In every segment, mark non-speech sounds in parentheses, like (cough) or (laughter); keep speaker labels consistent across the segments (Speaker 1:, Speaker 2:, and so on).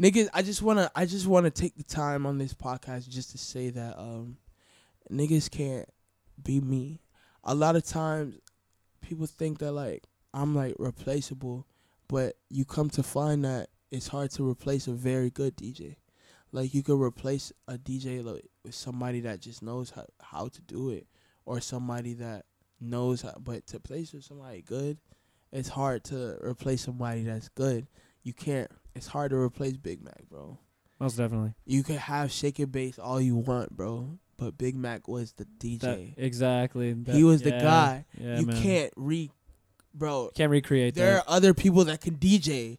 Speaker 1: niggas. I just wanna I just wanna take the time on this podcast just to say that um, niggas can't be me. A lot of times, people think that like I'm like replaceable, but you come to find that it's hard to replace a very good DJ. Like you could replace a DJ like with somebody that just knows how, how to do it, or somebody that knows how. But to place with somebody good, it's hard to replace somebody that's good. You can't. It's hard to replace Big Mac, bro.
Speaker 2: Most definitely.
Speaker 1: You could have shake it bass all you want, bro. But Big Mac was the DJ.
Speaker 2: That- exactly. that-
Speaker 1: he was the
Speaker 2: yeah,
Speaker 1: guy.
Speaker 2: Yeah,
Speaker 1: you
Speaker 2: man.
Speaker 1: can't re, bro.
Speaker 2: Can't recreate
Speaker 1: There
Speaker 2: that.
Speaker 1: are other people that can DJ.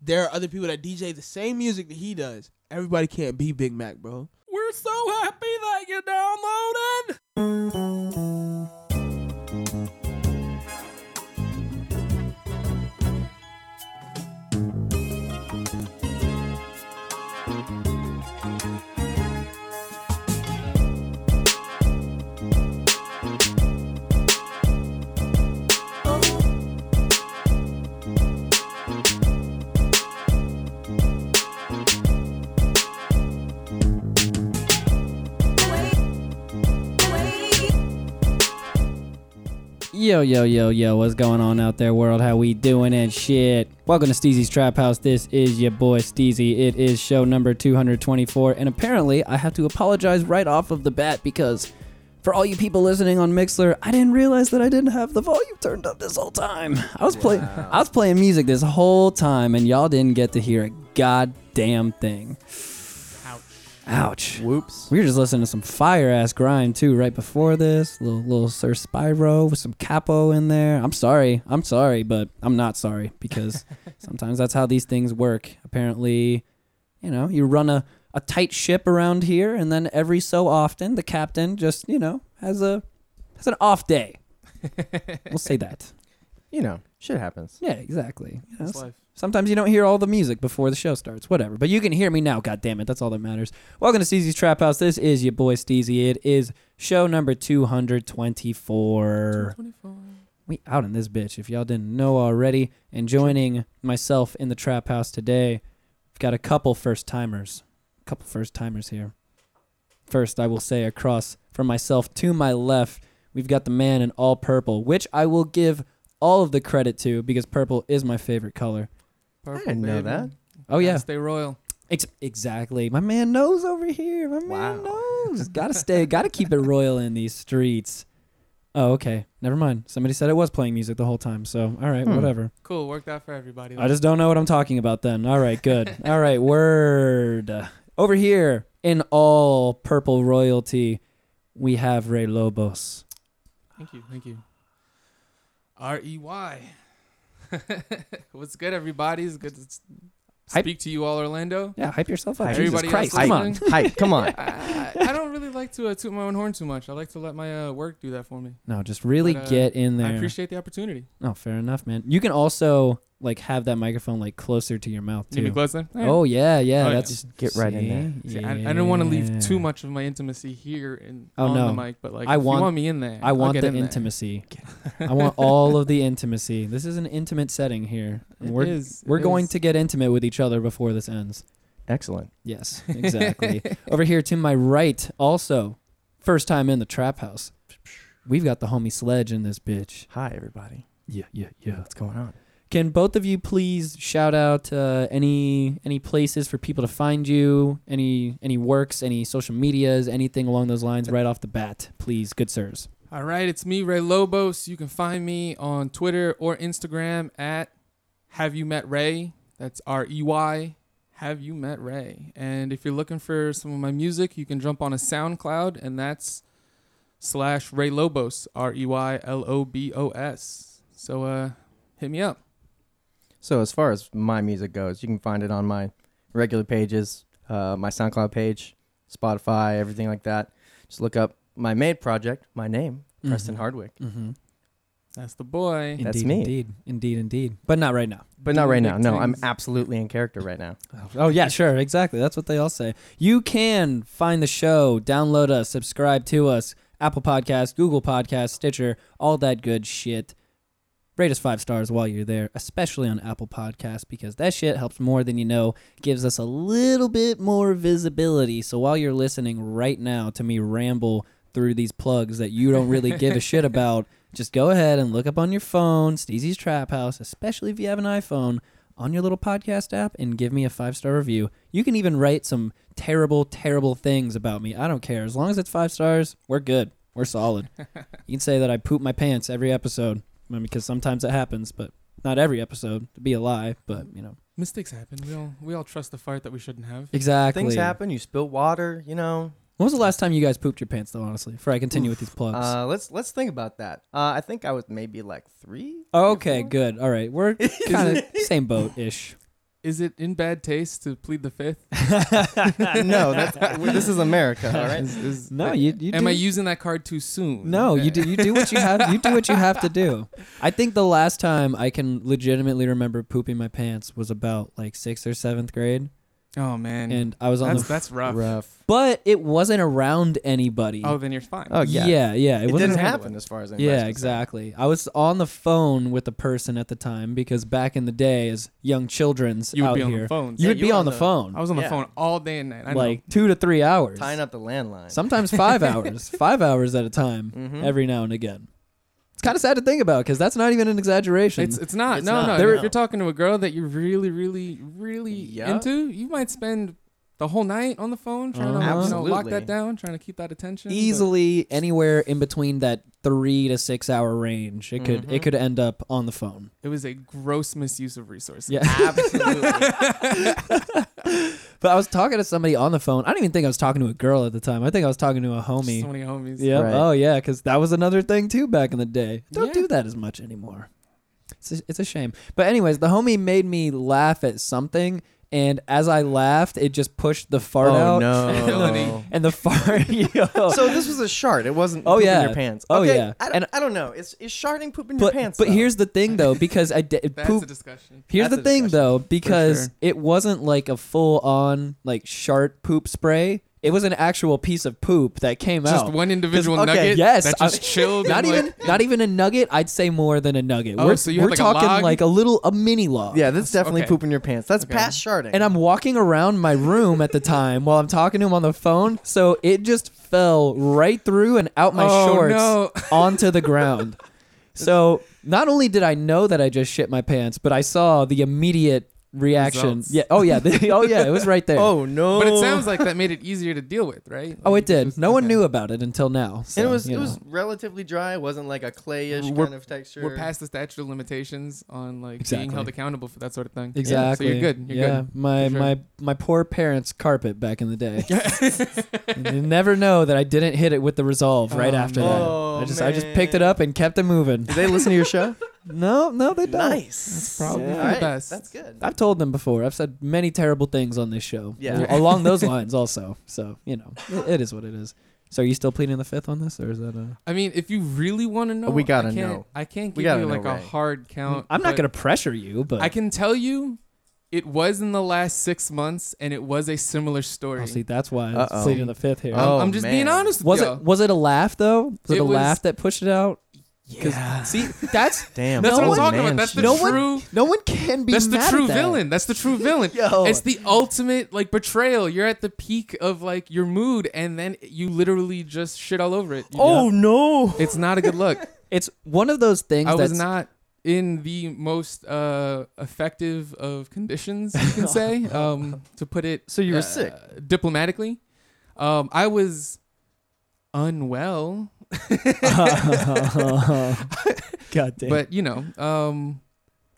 Speaker 1: There are other people that DJ the same music that he does. Everybody can't be Big Mac, bro.
Speaker 2: We're so happy that you downloaded. Yo, yo, yo, yo, what's going on out there, world? How we doing and shit? Welcome to Steezy's Trap House. This is your boy Steezy. It is show number 224, and apparently I have to apologize right off of the bat because for all you people listening on Mixler, I didn't realize that I didn't have the volume turned up this whole time. I was playing I was playing music this whole time and y'all didn't get to hear a goddamn thing. Ouch. Ouch.
Speaker 3: Whoops.
Speaker 2: We were just listening to some fire ass grind too right before this. Little little Sir Spyro with some capo in there. I'm sorry. I'm sorry, but I'm not sorry because sometimes that's how these things work. Apparently, you know, you run a, a tight ship around here and then every so often the captain just, you know, has a has an off day. we'll say that.
Speaker 3: You know, shit happens.
Speaker 2: Yeah, exactly. You know,
Speaker 1: That's life.
Speaker 2: Sometimes you don't hear all the music before the show starts, whatever. But you can hear me now, God damn it, That's all that matters. Welcome to Steezy's Trap House. This is your boy Steezy. It is show number 224. We out in this bitch, if y'all didn't know already. And joining myself in the Trap House today, we've got a couple first timers. A couple first timers here. First, I will say across from myself to my left, we've got the man in all purple, which I will give all of the credit to because purple is my favorite color.
Speaker 3: I didn't know that.
Speaker 2: Oh yeah,
Speaker 4: stay royal.
Speaker 2: Ex- exactly. My man knows over here. My man
Speaker 3: (laughs) Wow.
Speaker 2: knows. Gotta stay. Gotta keep it royal in these streets. Oh, okay. Never mind. Somebody said it was playing music the whole time. So, all right,
Speaker 3: Hmm.
Speaker 2: whatever.
Speaker 4: Cool, worked out for everybody.
Speaker 2: I just don't know what I'm talking about then. All right, (laughs) good. all right, word. Over here in all purple royalty, we have Ray Lobos.
Speaker 4: thank you, thank you. R E Y. (laughs) What's good, everybody? It's good to s-
Speaker 2: Hype.
Speaker 4: speak to you all, Orlando.
Speaker 2: Yeah, hype yourself up.
Speaker 3: Hype.
Speaker 2: Jesus
Speaker 4: Everybody
Speaker 2: Christ.
Speaker 4: else
Speaker 2: Come on.
Speaker 4: listening?
Speaker 3: Hype, come (laughs) on.
Speaker 4: I, I I don't really like to uh, toot my own horn too much. I like to let my uh, work do that for me.
Speaker 2: No, just really
Speaker 4: But, uh,
Speaker 2: get in there.
Speaker 4: I appreciate the opportunity.
Speaker 2: oh, fair enough, man. You can also like have that microphone like closer to your mouth
Speaker 4: Need
Speaker 2: too.
Speaker 4: me close then? All right.
Speaker 2: Oh yeah, yeah.
Speaker 4: Oh, yeah.
Speaker 2: that's
Speaker 3: Just get right in there.
Speaker 4: See, I, I didn't want to leave too much of my intimacy here and
Speaker 2: Oh,
Speaker 4: on
Speaker 2: no.
Speaker 4: the mic, but like
Speaker 2: I
Speaker 4: if
Speaker 2: want-
Speaker 4: you want me in there.
Speaker 2: I
Speaker 4: I'll
Speaker 2: want
Speaker 4: get
Speaker 2: the
Speaker 4: in there.
Speaker 2: (laughs) intimacy. I want all of the intimacy. This is an intimate setting here. And
Speaker 4: It
Speaker 2: we're
Speaker 4: is, it
Speaker 2: we're going
Speaker 4: is.
Speaker 2: to get intimate with each other before this ends.
Speaker 3: Excellent.
Speaker 2: (laughs) Yes, exactly. Over here to my right, also, first time in the trap house. We've got the homie Sledge in this bitch.
Speaker 3: Hi, everybody.
Speaker 2: Yeah, yeah, yeah.
Speaker 3: What's going on?
Speaker 2: Can both of you please shout out uh, any any places for people to find you, any any works, any social medias, anything along those lines, right off the bat, please, good sirs.
Speaker 4: All right, it's me, Ray Lobos. You can find me on Twitter or Instagram at Have You Met Ray? That's R E Y. Have You Met Ray? And if you're looking for some of my music, you can jump on a SoundCloud, and that's slash Ray Lobos, R E Y L O B O S. So uh, hit me up.
Speaker 3: So, as far as my music goes, you can find it on my regular pages, uh, my SoundCloud page, Spotify, everything like that. Just look up my main project, my name, Preston
Speaker 2: Mhm.
Speaker 3: Hardwick.
Speaker 2: Mm-hmm.
Speaker 4: That's the boy.
Speaker 3: That's me.
Speaker 2: Indeed, indeed, indeed. But not right now.
Speaker 3: But not right now. No, I'm
Speaker 4: Things.
Speaker 3: absolutely in character right now.
Speaker 2: Oh yeah, sure, exactly. That's what they all say. You can find the show, download us, subscribe to us, Apple Podcasts, Google Podcasts, Stitcher, all that good shit. Rate us five stars while you're there, especially on Apple Podcasts, because that shit helps more than you know, gives us a little bit more visibility. So while you're listening right now to me ramble through these plugs that you don't really give a shit about, just go ahead and look up on your phone Steezy's Trap House, especially if you have an iPhone, on your little podcast app and give me a five star review. You can even write some terrible, terrible things about me. I don't care. As long as it's five stars, we're good. We're (laughs) solid. you can say that I poop my pants every episode I mean, because sometimes it happens, but not every episode. To be a lie, but you know
Speaker 4: Mistakes happen. We all we all trust the fart that we shouldn't have.
Speaker 2: exactly.
Speaker 3: Things happen. You spill water. You know.
Speaker 2: When was the last time you guys pooped your pants, though? Honestly, before I continue with these plugs.
Speaker 3: Uh, let's let's think about that. Uh, I think I was maybe like (laughs) three.
Speaker 2: okay, good. All right, we're kind (laughs) of same boat ish.
Speaker 4: Is it in bad taste to plead the fifth?
Speaker 3: no, that's, this is America. All (laughs) right.
Speaker 4: Is- is-
Speaker 2: No, you. you
Speaker 4: (laughs) Am
Speaker 2: do-
Speaker 4: I using that card too soon?
Speaker 2: No,
Speaker 4: Yeah.
Speaker 2: you do you do what you have you do what you have to do. (laughs) I think the last time I can legitimately remember pooping my pants was about like sixth or seventh grade,
Speaker 4: Oh man,
Speaker 2: and I was on
Speaker 4: that's
Speaker 2: the.
Speaker 4: that's rough.
Speaker 2: But it wasn't around anybody.
Speaker 4: Oh, then you're fine.
Speaker 3: Oh yeah.
Speaker 2: yeah, yeah. It,
Speaker 3: It,
Speaker 2: wasn't
Speaker 3: didn't
Speaker 2: around-
Speaker 3: happen as far as I'm
Speaker 2: Yeah, exactly. I was on the phone with the person at the time because back in the day, as young children's
Speaker 4: you would
Speaker 2: out
Speaker 4: be on
Speaker 2: here,
Speaker 4: the phones.
Speaker 2: you
Speaker 3: Yeah,
Speaker 2: would
Speaker 3: you
Speaker 2: be
Speaker 3: were
Speaker 2: on,
Speaker 3: on
Speaker 2: the, Oh,
Speaker 3: the-
Speaker 2: phone
Speaker 4: I was on the
Speaker 3: Yeah.
Speaker 4: phone all day and night. I
Speaker 2: like two to three hours,
Speaker 3: Tying up the landline.
Speaker 2: sometimes five hours, five hours at a time.
Speaker 3: Mhm.
Speaker 2: every now and again. Mm-hmm. It's kind of sad to think about because that's not even an exaggeration.
Speaker 4: It's it's not.
Speaker 3: It's
Speaker 4: no,
Speaker 3: not.
Speaker 4: no.
Speaker 3: There-
Speaker 4: if you're talking to a girl that you're really, really, really
Speaker 3: Yeah.
Speaker 4: into, you might spend the whole night on the phone trying
Speaker 2: Uh-huh.
Speaker 4: to you know, lock
Speaker 3: Absolutely.
Speaker 4: that down, trying to keep that attention. but-
Speaker 2: Easily anywhere in between that three to six hour range, it could it could end up on the phone.
Speaker 4: It was a gross misuse of resources. (laughs)
Speaker 2: Yeah.
Speaker 3: (laughs) Absolutely.
Speaker 2: But I was talking to somebody on the phone. I don't even think I was talking to a girl at the time. I think I was talking to a
Speaker 4: So
Speaker 2: homie.
Speaker 4: many homies.
Speaker 2: Yeah.
Speaker 3: Right.
Speaker 2: Oh yeah, because that was another thing too back in the day. Don't
Speaker 4: Yeah.
Speaker 2: do that as much anymore. It's a, it's a shame. But anyways, the homie made me laugh at something, and as I laughed, it just pushed the fart
Speaker 3: oh
Speaker 2: out.
Speaker 3: no.
Speaker 4: Ability.
Speaker 2: (laughs) And the fart. yo.
Speaker 3: (laughs) so this was a shard. It wasn't.
Speaker 2: Oh,
Speaker 3: poop in
Speaker 2: yeah.
Speaker 3: your pants.
Speaker 2: Oh,
Speaker 3: Okay,
Speaker 2: yeah.
Speaker 3: I don't,
Speaker 2: And-
Speaker 3: I don't know. Is is sharding poop in your
Speaker 2: but,
Speaker 3: pants?
Speaker 2: but
Speaker 3: though?
Speaker 2: here's the thing though because
Speaker 4: (laughs)
Speaker 2: i did
Speaker 4: That's a
Speaker 2: poop
Speaker 4: discussion.
Speaker 2: here's
Speaker 3: that's
Speaker 2: the
Speaker 3: a
Speaker 2: thing
Speaker 3: discussion,
Speaker 2: though because
Speaker 4: sure.
Speaker 2: it wasn't like a full on like shark poop spray it was an actual piece of poop that came
Speaker 4: Just
Speaker 2: out
Speaker 4: one individual
Speaker 3: okay,
Speaker 4: nugget
Speaker 2: yes,
Speaker 4: that
Speaker 2: I- (laughs)
Speaker 4: just chilled.
Speaker 2: not
Speaker 4: and, like,
Speaker 2: even not even a nugget i'd say more than a nugget
Speaker 4: Oh,
Speaker 2: we're,
Speaker 4: so you had,
Speaker 2: we're
Speaker 4: like, a
Speaker 2: talking
Speaker 4: log?
Speaker 2: like a little a mini log
Speaker 3: Yeah, that's definitely
Speaker 4: okay.
Speaker 3: poop in your pants. That's
Speaker 4: Okay.
Speaker 3: past sharding.
Speaker 2: and i'm walking around my room at the time while i'm talking to him on the phone so it just fell right through and out my
Speaker 4: oh,
Speaker 2: shorts
Speaker 4: No.
Speaker 2: onto the ground. So not only did I know that I just shit my pants, but I saw the immediate reaction.
Speaker 4: Results.
Speaker 2: Yeah. Oh yeah. The- (laughs) oh yeah. It was right there.
Speaker 3: oh no.
Speaker 4: But it sounds like that made it easier to deal with, right? Like,
Speaker 2: Oh,
Speaker 4: you
Speaker 2: it
Speaker 4: could
Speaker 2: did.
Speaker 4: just-
Speaker 2: No one
Speaker 4: okay.
Speaker 2: knew about it until now. So,
Speaker 3: And it was
Speaker 2: you
Speaker 3: it was
Speaker 2: know.
Speaker 3: relatively dry. It wasn't like a clayish
Speaker 4: We're-
Speaker 3: kind of texture.
Speaker 4: We're past the statute of limitations on like being
Speaker 2: Exactly.
Speaker 4: held accountable for that sort of thing.
Speaker 2: exactly.
Speaker 4: So you're good. You're
Speaker 2: yeah.
Speaker 4: good.
Speaker 2: My
Speaker 4: For sure.
Speaker 2: my my poor parents' carpet back in the day. you never know that I didn't hit it with the resolve right
Speaker 4: Oh,
Speaker 2: after
Speaker 4: man.
Speaker 2: that. I
Speaker 3: Oh,
Speaker 2: just I just picked it up and kept it moving.
Speaker 3: Did they listen to your show?
Speaker 2: No, no, they don't.
Speaker 3: (laughs) nice. That's
Speaker 4: probably the best.
Speaker 3: That's good.
Speaker 2: I've told them before. I've said many terrible things on this show.
Speaker 3: Yeah.
Speaker 2: Al- Along those lines, also. So, you know, it, it is what it is. So, are you still pleading the fifth on this, or is that a.
Speaker 4: I mean, if you really want to know,
Speaker 3: We gotta
Speaker 4: I can't,
Speaker 3: know.
Speaker 4: I can't
Speaker 3: We
Speaker 4: give
Speaker 3: gotta
Speaker 4: you
Speaker 3: know,
Speaker 4: like a
Speaker 3: Ray.
Speaker 4: hard count.
Speaker 2: I'm not
Speaker 4: but
Speaker 2: going to pressure you, but.
Speaker 4: I can tell you, it was in the last six months, and it was a similar story.
Speaker 2: Oh, see, that's why
Speaker 3: Uh-oh.
Speaker 2: I'm pleading the fifth here.
Speaker 4: I'm,
Speaker 3: Oh,
Speaker 4: I'm just
Speaker 3: man.
Speaker 4: being honest. With
Speaker 2: was
Speaker 4: y'all.
Speaker 2: it was it a laugh though? Was it,
Speaker 4: It
Speaker 2: a
Speaker 4: was-
Speaker 2: laugh that pushed it out? 'Cause-
Speaker 4: Yeah.
Speaker 2: See, that's
Speaker 3: Damn.
Speaker 2: That's what I'm
Speaker 3: old
Speaker 4: talking about.
Speaker 3: man
Speaker 4: That's the
Speaker 3: shit.
Speaker 2: no
Speaker 4: true.
Speaker 2: one. No one can be.
Speaker 4: That's the
Speaker 2: mad at
Speaker 4: true
Speaker 2: that.
Speaker 4: villain. That's the true villain.
Speaker 2: (laughs) Yo.
Speaker 4: It's the ultimate like betrayal. You're at the peak of like your mood, and then you literally just shit all over it. You
Speaker 3: Oh
Speaker 4: know?
Speaker 3: no.
Speaker 4: it's not a
Speaker 2: (laughs)
Speaker 4: good look.
Speaker 2: It's one of those things.
Speaker 4: I was
Speaker 2: that's-
Speaker 4: not in the most uh, effective of conditions, you
Speaker 3: (laughs)
Speaker 4: can say, um, to put it.
Speaker 3: So you were
Speaker 2: (laughs)
Speaker 4: uh, (laughs)
Speaker 3: sick.
Speaker 4: diplomatically. Um, I was unwell,
Speaker 2: God damn.
Speaker 4: but you know, um,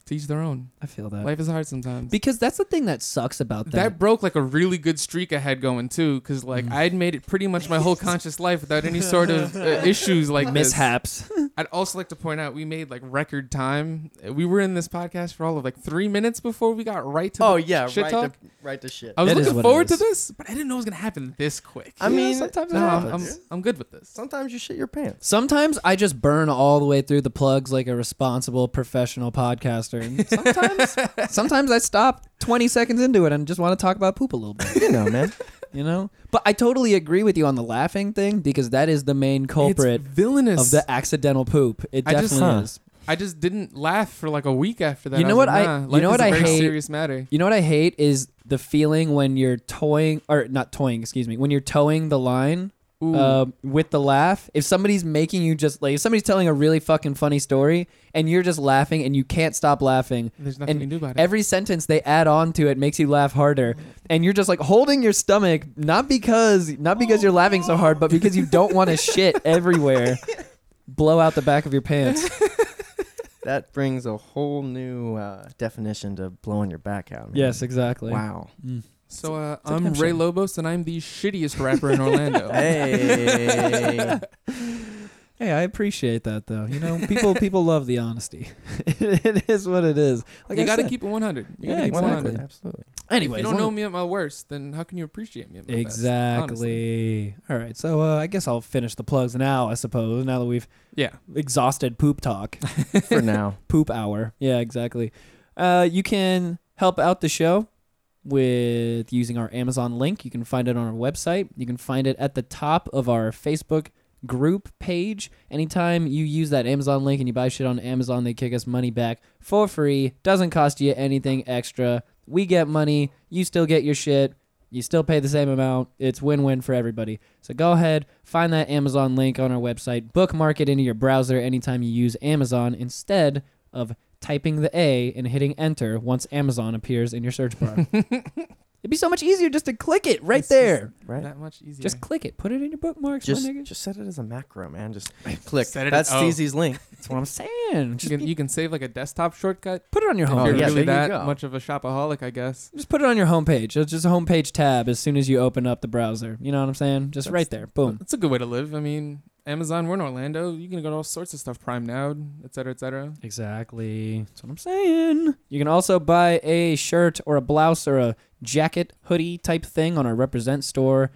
Speaker 4: to each their own.
Speaker 2: I feel
Speaker 3: Uh,
Speaker 2: that
Speaker 4: Life is hard sometimes.
Speaker 2: because that's the thing that sucks about that.
Speaker 4: that broke like a really good streak I had going too, because like
Speaker 3: Mm.
Speaker 4: I'd made it pretty much my whole conscious life without any sort
Speaker 3: (laughs)
Speaker 4: of uh, issues like this.
Speaker 2: mishaps.
Speaker 4: I'd also like to point out we made like record time. We were in this podcast for all of like three minutes before we got right to.
Speaker 3: Oh
Speaker 4: the
Speaker 3: yeah.
Speaker 4: shit
Speaker 3: Right
Speaker 4: talk.
Speaker 3: to right to shit.
Speaker 4: I was
Speaker 2: It is
Speaker 4: looking
Speaker 2: what it
Speaker 4: forward to
Speaker 2: is.
Speaker 4: this, but I didn't know it was gonna happen this quick.
Speaker 3: I mean,
Speaker 2: sometimes
Speaker 4: no,
Speaker 2: it
Speaker 4: I'm, I'm,
Speaker 2: happens.
Speaker 4: I'm good with this.
Speaker 3: Sometimes you shit your pants.
Speaker 2: Sometimes I just burn all the way through the plugs like a responsible professional podcaster. And
Speaker 4: (laughs)
Speaker 2: sometimes, sometimes I stop 20 seconds into it and just want to talk about poop a little bit,
Speaker 3: (laughs) You know, man.
Speaker 2: you know? But I totally agree with you on the laughing thing because that is the main culprit
Speaker 4: it's villainous.
Speaker 2: of the accidental poop. It
Speaker 4: I just-
Speaker 2: definitely
Speaker 3: Huh.
Speaker 2: is.
Speaker 4: I just didn't laugh for like a week after that.
Speaker 2: You know
Speaker 4: was
Speaker 2: what
Speaker 4: like,
Speaker 2: I-
Speaker 4: nah,
Speaker 2: you
Speaker 4: life
Speaker 2: know
Speaker 4: is
Speaker 2: what
Speaker 4: a
Speaker 2: I
Speaker 4: very
Speaker 2: hate?
Speaker 4: Serious matter.
Speaker 2: You know what I hate is the feeling when you're toying or not toying, excuse me, when you're towing the line
Speaker 4: Ooh.
Speaker 2: uh, with the laugh. If somebody's making you just like if somebody's telling a really fucking funny story and you're just laughing and you can't stop laughing.
Speaker 4: There's nothing
Speaker 2: and
Speaker 4: you can do about it.
Speaker 2: Every sentence they add on to it makes you laugh harder, and you're just like holding your stomach, not because not because you're laughing so hard, but because you don't want (laughs) to shit everywhere, blow out the back of your pants.
Speaker 3: (laughs) That brings a whole new uh, definition to blowing your back out. man.
Speaker 2: (laughs) Yes, exactly.
Speaker 3: (laughs) Wow.
Speaker 4: so uh,
Speaker 2: a
Speaker 4: I'm
Speaker 2: damn
Speaker 4: Ray
Speaker 2: shame.
Speaker 4: Lobos, and I'm the shittiest rapper
Speaker 2: (laughs)
Speaker 4: in Orlando.
Speaker 3: Hey.
Speaker 2: Hey, I appreciate that though. You know, people people love the honesty. (laughs) it is what it is. Like
Speaker 4: you
Speaker 2: I
Speaker 4: got to
Speaker 2: said.
Speaker 4: keep it 100. You gotta
Speaker 2: Yeah,
Speaker 4: keep it
Speaker 2: exactly.
Speaker 4: 100.
Speaker 3: Absolutely.
Speaker 4: If
Speaker 2: Anyways,
Speaker 4: you don't
Speaker 2: let
Speaker 4: know me at my worst, then how can you appreciate me at my best? Honestly.
Speaker 2: Exactly. All right. So uh, I guess I'll finish the plugs now. I suppose now that we've
Speaker 4: Yeah.
Speaker 2: exhausted poop talk,
Speaker 3: For now.
Speaker 2: poop hour. Yeah, exactly. Uh, you can help out the show with using our Amazon link. You can find it on our website. You can find it at the top of our Facebook group page. Anytime you use that Amazon link and you buy shit on Amazon, they kick us money back for free. Doesn't cost you anything extra. We get money. You still get your shit. You still pay the same amount. It's win win for everybody. So go ahead, find that Amazon link on our website, bookmark it into your browser anytime you use Amazon instead of typing the A and hitting enter once Amazon appears in your search bar.
Speaker 4: (laughs)
Speaker 2: It'd be so much easier just to click it right
Speaker 4: It's just-
Speaker 2: there.
Speaker 3: Right.
Speaker 4: That much easier.
Speaker 2: Just click it. Put it in your bookmarks,
Speaker 3: just
Speaker 2: my nigga.
Speaker 3: just set it as a macro, man. Just click.
Speaker 4: Set it
Speaker 3: That's
Speaker 4: as- oh.
Speaker 3: Steezy's link.
Speaker 2: That's what I'm saying. Just
Speaker 4: you, can, you can save like a desktop shortcut.
Speaker 2: put it on your
Speaker 3: Oh,
Speaker 4: if
Speaker 2: home.
Speaker 4: you're
Speaker 3: yeah,
Speaker 4: really
Speaker 3: there you
Speaker 4: that
Speaker 3: go.
Speaker 4: much of a shopaholic, I guess.
Speaker 2: Just put it on your homepage. It's just a homepage tab as soon as you open up the browser. You know what I'm saying? Just right there. Boom.
Speaker 4: That's a good way to live. I mean, Amazon, we're in Orlando. You can get all sorts of stuff, Prime Now, et cetera, et cetera.
Speaker 2: Exactly. That's what I'm saying. You can also buy a shirt or a blouse or a jacket, hoodie type thing on our Represent store,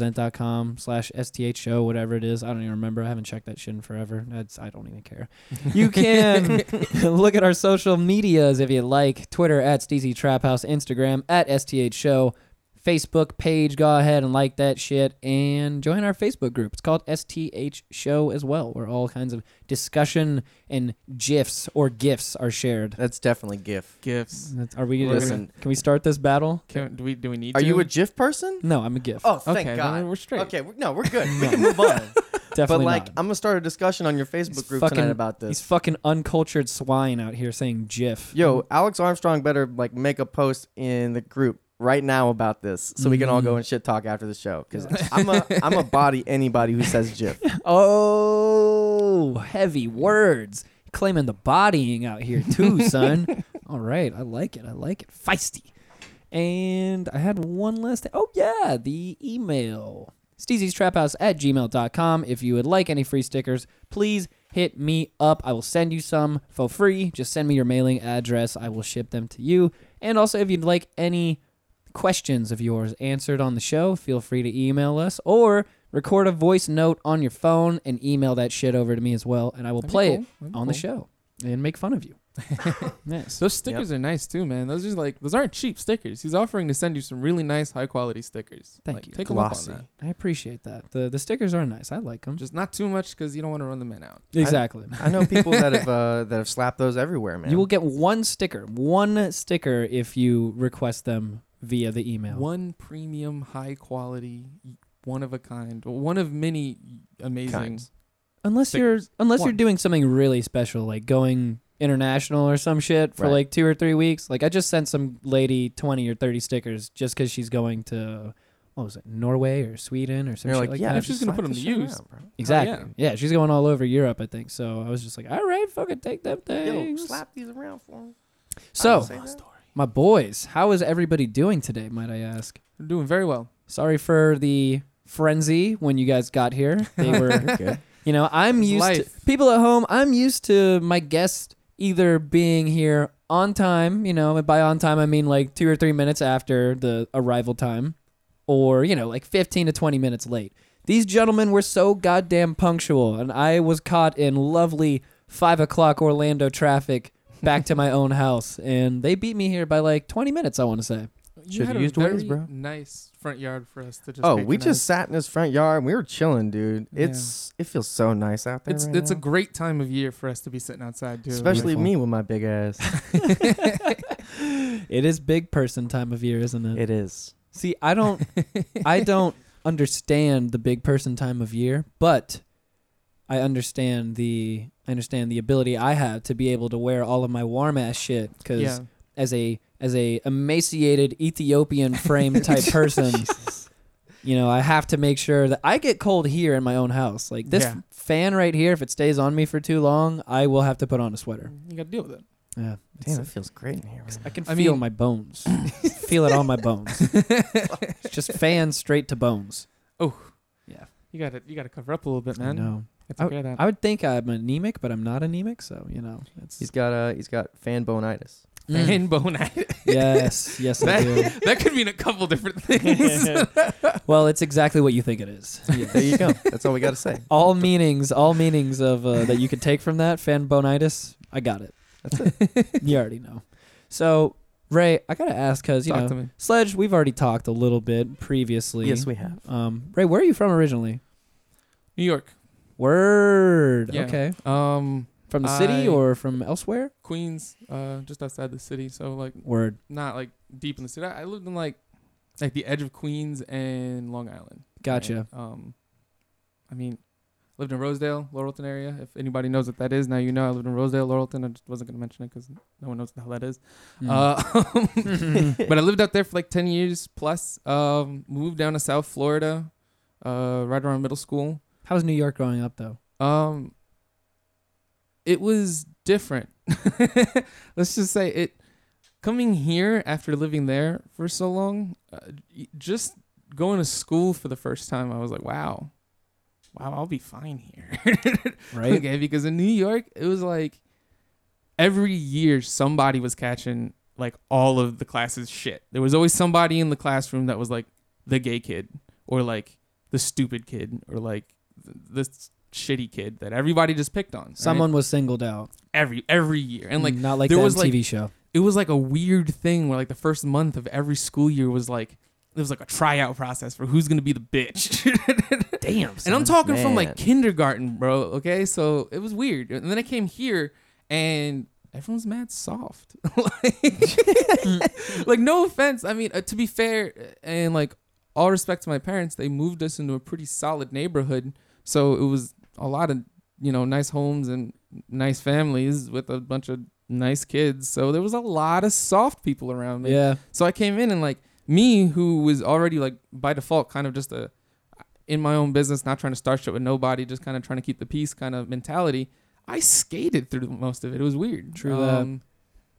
Speaker 2: represent.com slash STH show, whatever it is. I don't even remember. I haven't checked that shit in forever. That's, I don't even care. You can (laughs) look at our social medias if you like. Twitter at Steezy Trap House, Instagram at STH show. Facebook page, go ahead and like that shit and join our Facebook group. It's called STH Show as well, where all kinds of discussion and gifs or gifs are shared.
Speaker 3: That's definitely GIF.
Speaker 4: Gifts.
Speaker 2: That's- Are we?
Speaker 3: Listen.
Speaker 2: Can we start this battle?
Speaker 4: Can, do we do we need?
Speaker 3: Are
Speaker 4: to?
Speaker 3: you a GIF person?
Speaker 2: No, I'm a gif.
Speaker 3: Oh, thank
Speaker 4: Okay, then
Speaker 3: God.
Speaker 4: we're straight.
Speaker 3: Okay, we- no, (laughs) we're good. We can move on. but
Speaker 2: Definitely
Speaker 3: like,
Speaker 2: not.
Speaker 3: I'm gonna start a discussion on your Facebook
Speaker 2: He's
Speaker 3: group
Speaker 2: fucking-
Speaker 3: tonight about
Speaker 2: These
Speaker 3: this.
Speaker 2: fucking uncultured swine out here saying gif.
Speaker 3: Yo, Alex Armstrong better like make a post in the group right now about this, so we can all go and shit talk after the show. Because I'm a I'm a body anybody who says GIF.
Speaker 2: Oh, heavy words. Claiming the bodying out here
Speaker 3: (laughs)
Speaker 2: too, son. All right, I like it. I like it. Feisty. And I had one last thing. Oh, yeah, the email. House at gmail.com. If you would like any free stickers, please hit me up. I will send you some for free. Just send me your mailing address. I will ship them to you. And also, if you'd like any questions of yours answered on the show, feel free to email us or record a voice note on your phone and email that shit over to me as well. And I will
Speaker 4: That'd be
Speaker 2: play
Speaker 4: cool.
Speaker 2: it
Speaker 4: That'd be
Speaker 2: on the
Speaker 4: cool.
Speaker 2: show and make fun of you. yes.
Speaker 4: Those stickers are nice too, man. Those are like those aren't cheap stickers. He's offering to send you some really nice, high quality stickers.
Speaker 2: Thank
Speaker 4: Like,
Speaker 2: you.
Speaker 4: Take
Speaker 3: Glossy.
Speaker 4: a look on
Speaker 2: I appreciate that. The the stickers are nice. I like them.
Speaker 4: that. Just not too much because you don't want to run the men out.
Speaker 2: Exactly.
Speaker 3: I know people that have uh, that have slapped those everywhere, man.
Speaker 2: You will get one sticker, one sticker if you request them via the email.
Speaker 4: One premium, high quality, one of a kind, one of many amazing.
Speaker 3: Kinds.
Speaker 2: Unless
Speaker 4: stickers.
Speaker 2: you're unless you're
Speaker 4: One.
Speaker 2: doing something really special like going international or some shit for
Speaker 3: Right.
Speaker 2: like 2 or 3 weeks. Like I just sent some lady 20 or 30 stickers just cuz she's going to what was it? Norway or Sweden or some
Speaker 3: You're
Speaker 2: shit
Speaker 3: like,
Speaker 2: like
Speaker 3: yeah,
Speaker 2: that.
Speaker 4: if she's gonna
Speaker 3: slap
Speaker 4: put 'em
Speaker 3: this
Speaker 4: to
Speaker 3: shit
Speaker 4: use.
Speaker 3: around, bro.
Speaker 2: Exactly.
Speaker 4: Oh,
Speaker 2: yeah. she's going all over Europe, I think. So I was just like, all right, fucking take them
Speaker 3: Yo,
Speaker 2: things.
Speaker 3: slap these around for them.
Speaker 2: so,
Speaker 3: Say that.
Speaker 2: my boys, how is everybody doing today, might I ask?
Speaker 4: We're doing very well.
Speaker 2: Sorry for the frenzy when you guys got here. They
Speaker 4: (laughs)
Speaker 2: were,
Speaker 3: (laughs) good.
Speaker 2: you know, I'm
Speaker 4: It's
Speaker 2: used
Speaker 4: life.
Speaker 2: to people at home. I'm used to my guest either being here on time, you know, and by on time I mean like two or three minutes after the arrival time, or you know, like 15 to 20 minutes late. These gentlemen were so goddamn punctual, and I was caught in lovely five o'clock Orlando traffic back to my own house, and they beat me here by like 20 minutes. I want to say.
Speaker 4: You
Speaker 3: Should've
Speaker 4: had a
Speaker 3: used
Speaker 4: very
Speaker 3: Waze, bro.
Speaker 4: Nice front yard for us to just.
Speaker 3: oh, we
Speaker 4: patronize.
Speaker 3: just sat in his front yard. and We were chilling, dude.
Speaker 4: Yeah.
Speaker 3: It's it feels so nice out there.
Speaker 4: It's
Speaker 3: right
Speaker 4: it's a
Speaker 3: now.
Speaker 4: great time of year for us to be sitting outside, dude.
Speaker 3: especially
Speaker 2: Beautiful.
Speaker 3: me with my big ass.
Speaker 2: It is big person time of year, isn't it?
Speaker 3: it is.
Speaker 2: See, I don't (laughs) I don't understand the big person time of year, but I understand the I understand the ability I have to be able to wear all of my warm ass shit cuz
Speaker 4: yeah.
Speaker 2: as a as a emaciated Ethiopian (laughs) frame type person, you know, I have to make sure that I get cold here in my own house. Like this
Speaker 4: Yeah.
Speaker 2: fan right here, if it stays on me for too long, I will have to put on a sweater.
Speaker 4: Mm, You got to deal with it.
Speaker 2: Yeah,
Speaker 3: Damn, it feels great in here. right
Speaker 2: I can
Speaker 4: I
Speaker 2: feel
Speaker 4: mean-
Speaker 2: my bones, (laughs) feel it on my
Speaker 4: (laughs)
Speaker 2: bones. it's just fan straight to bones.
Speaker 4: You got to you got to cover up a little bit,
Speaker 2: I
Speaker 4: man.
Speaker 2: know.
Speaker 4: It's okay. That.
Speaker 2: I would think I'm anemic, but I'm not anemic, so you know. It's, (laughs)
Speaker 3: He's got uh he's got fan bonitis.
Speaker 4: (laughs) and bonite.
Speaker 2: (laughs) yes, yes, I do.
Speaker 4: (laughs) That, that could mean a couple different
Speaker 2: (laughs)
Speaker 4: (laughs) things.
Speaker 2: Well, it's exactly what you think it is. Yeah.
Speaker 3: There you go. That's all we gotta say.
Speaker 2: (laughs) all meanings, all meanings of uh, that you could take from that fan bonitis. I got it.
Speaker 3: That's
Speaker 2: it. you already know. So Ray, I gotta ask because you
Speaker 4: Talk
Speaker 2: know
Speaker 4: to me.
Speaker 2: Sledge. We've already talked a little bit previously.
Speaker 3: Yes, we have.
Speaker 2: Um, Ray, where are you from originally?
Speaker 4: New York.
Speaker 2: Word.
Speaker 4: Yeah.
Speaker 2: Okay.
Speaker 4: Um,
Speaker 2: From the city
Speaker 4: I-
Speaker 2: or from elsewhere?
Speaker 4: Queens, uh, just outside the city. So like
Speaker 2: Word.
Speaker 4: not like deep in the city. I, I lived in like like the edge of Queens and Long Island.
Speaker 2: Gotcha. Uh,
Speaker 4: right? Um, I mean, lived in Rosedale, Laurelton area. If anybody knows what that is, now you know. I lived in Rosedale, Laurelton. I just wasn't gonna mention it because no one knows what the hell that is. Mm-hmm. Uh, (laughs) but I lived out there for like ten years plus. Um, moved down to South Florida, uh, right around middle school.
Speaker 2: How's New York growing up though?
Speaker 4: Um, it was different. (laughs) Let's just say it. Coming here after living there for so long, uh, y- just going to school for the first time, I was like, wow, wow, I'll be fine here. (laughs)
Speaker 2: Right.
Speaker 4: okay, because in New York, it was like every year somebody was catching like all of the classes shit. There was always somebody in the classroom that was like the gay kid or like the stupid kid or like th- this shitty kid that everybody just picked on.
Speaker 2: (laughs)
Speaker 4: right?
Speaker 2: Someone was singled out. Mm,
Speaker 4: every every year. And like
Speaker 2: not like
Speaker 4: there
Speaker 2: that
Speaker 4: was, like-
Speaker 2: TV show.
Speaker 4: it was like a weird thing where like the first month of every school year was like there was like a tryout process for who's gonna be the bitch. (laughs)
Speaker 2: Damn.
Speaker 4: And I'm talking
Speaker 3: Man.
Speaker 4: from like kindergarten, bro. Okay, so it was weird. And then I came here, and everyone's mad soft. (laughs) like, (laughs) like no offense. I mean, uh, to be fair, and like all respect to my parents, they moved us into a pretty solid neighborhood. So it was a lot of you know nice homes and nice families with a bunch of nice kids. So there was a lot of soft people around me.
Speaker 2: Yeah.
Speaker 4: So I came in and like me, who was already like by default kind of just a in my own business, not trying to start shit with nobody, just kind of trying to keep the peace kind of mentality. I skated through most of it. It was weird. Um,
Speaker 2: True that.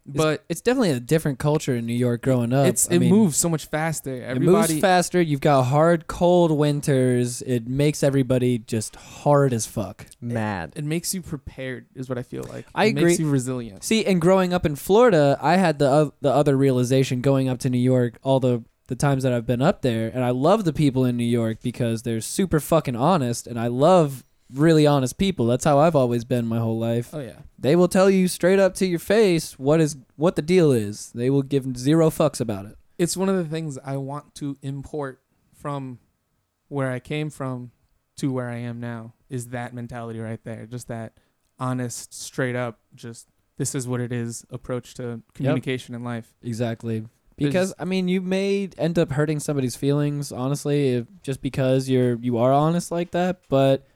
Speaker 2: It's-
Speaker 4: But
Speaker 2: it's definitely a different culture in New York growing up.
Speaker 4: it's
Speaker 2: I
Speaker 4: it
Speaker 2: mean,
Speaker 4: moves so much faster.
Speaker 2: It moves
Speaker 4: Everybody,
Speaker 2: faster. You've got hard, cold winters. It makes everybody just hard as fuck.
Speaker 3: Mad.
Speaker 4: it makes you prepared, is what I feel like.
Speaker 2: I
Speaker 4: it Makes
Speaker 2: agree.
Speaker 4: you resilient.
Speaker 2: See, and growing up in Florida, I had the oth- the other realization going up to New York all the the times that I've been up there, and I love the people in New York because they're super fucking honest, and I love really honest people. That's how I've always been my whole life.
Speaker 4: Oh yeah.
Speaker 2: They will tell you straight up to your face what is what the deal is. They will give zero fucks about it.
Speaker 4: it's one of the things I want to import from where I came from to where I am now is that mentality right there. Just that honest, straight up, just this is what it is approach to communication in life.
Speaker 2: Exactly.
Speaker 4: There's-
Speaker 2: Because I mean, you may end up hurting somebody's feelings, honestly, if, just because you're you are honest like that. But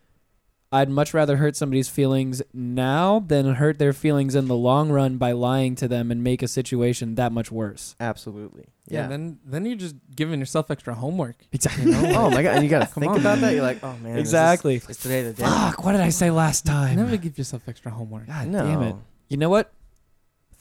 Speaker 2: I'd much rather hurt somebody's feelings now than hurt their feelings in the long run by lying to them and make a situation that much worse.
Speaker 3: Absolutely.
Speaker 4: Yeah.
Speaker 3: Yeah.
Speaker 4: then then you're just giving yourself extra homework.
Speaker 2: Exactly. (laughs)
Speaker 4: You know?
Speaker 3: oh my god. And you gotta
Speaker 4: (laughs) Come
Speaker 3: think
Speaker 4: on,
Speaker 3: about
Speaker 4: man.
Speaker 3: that. You're like, oh man. is this-
Speaker 2: exactly.
Speaker 3: Is today the day?
Speaker 2: Fuck! What did I say last time?
Speaker 4: Never give yourself extra homework.
Speaker 2: God
Speaker 3: no.
Speaker 2: damn it! You know what?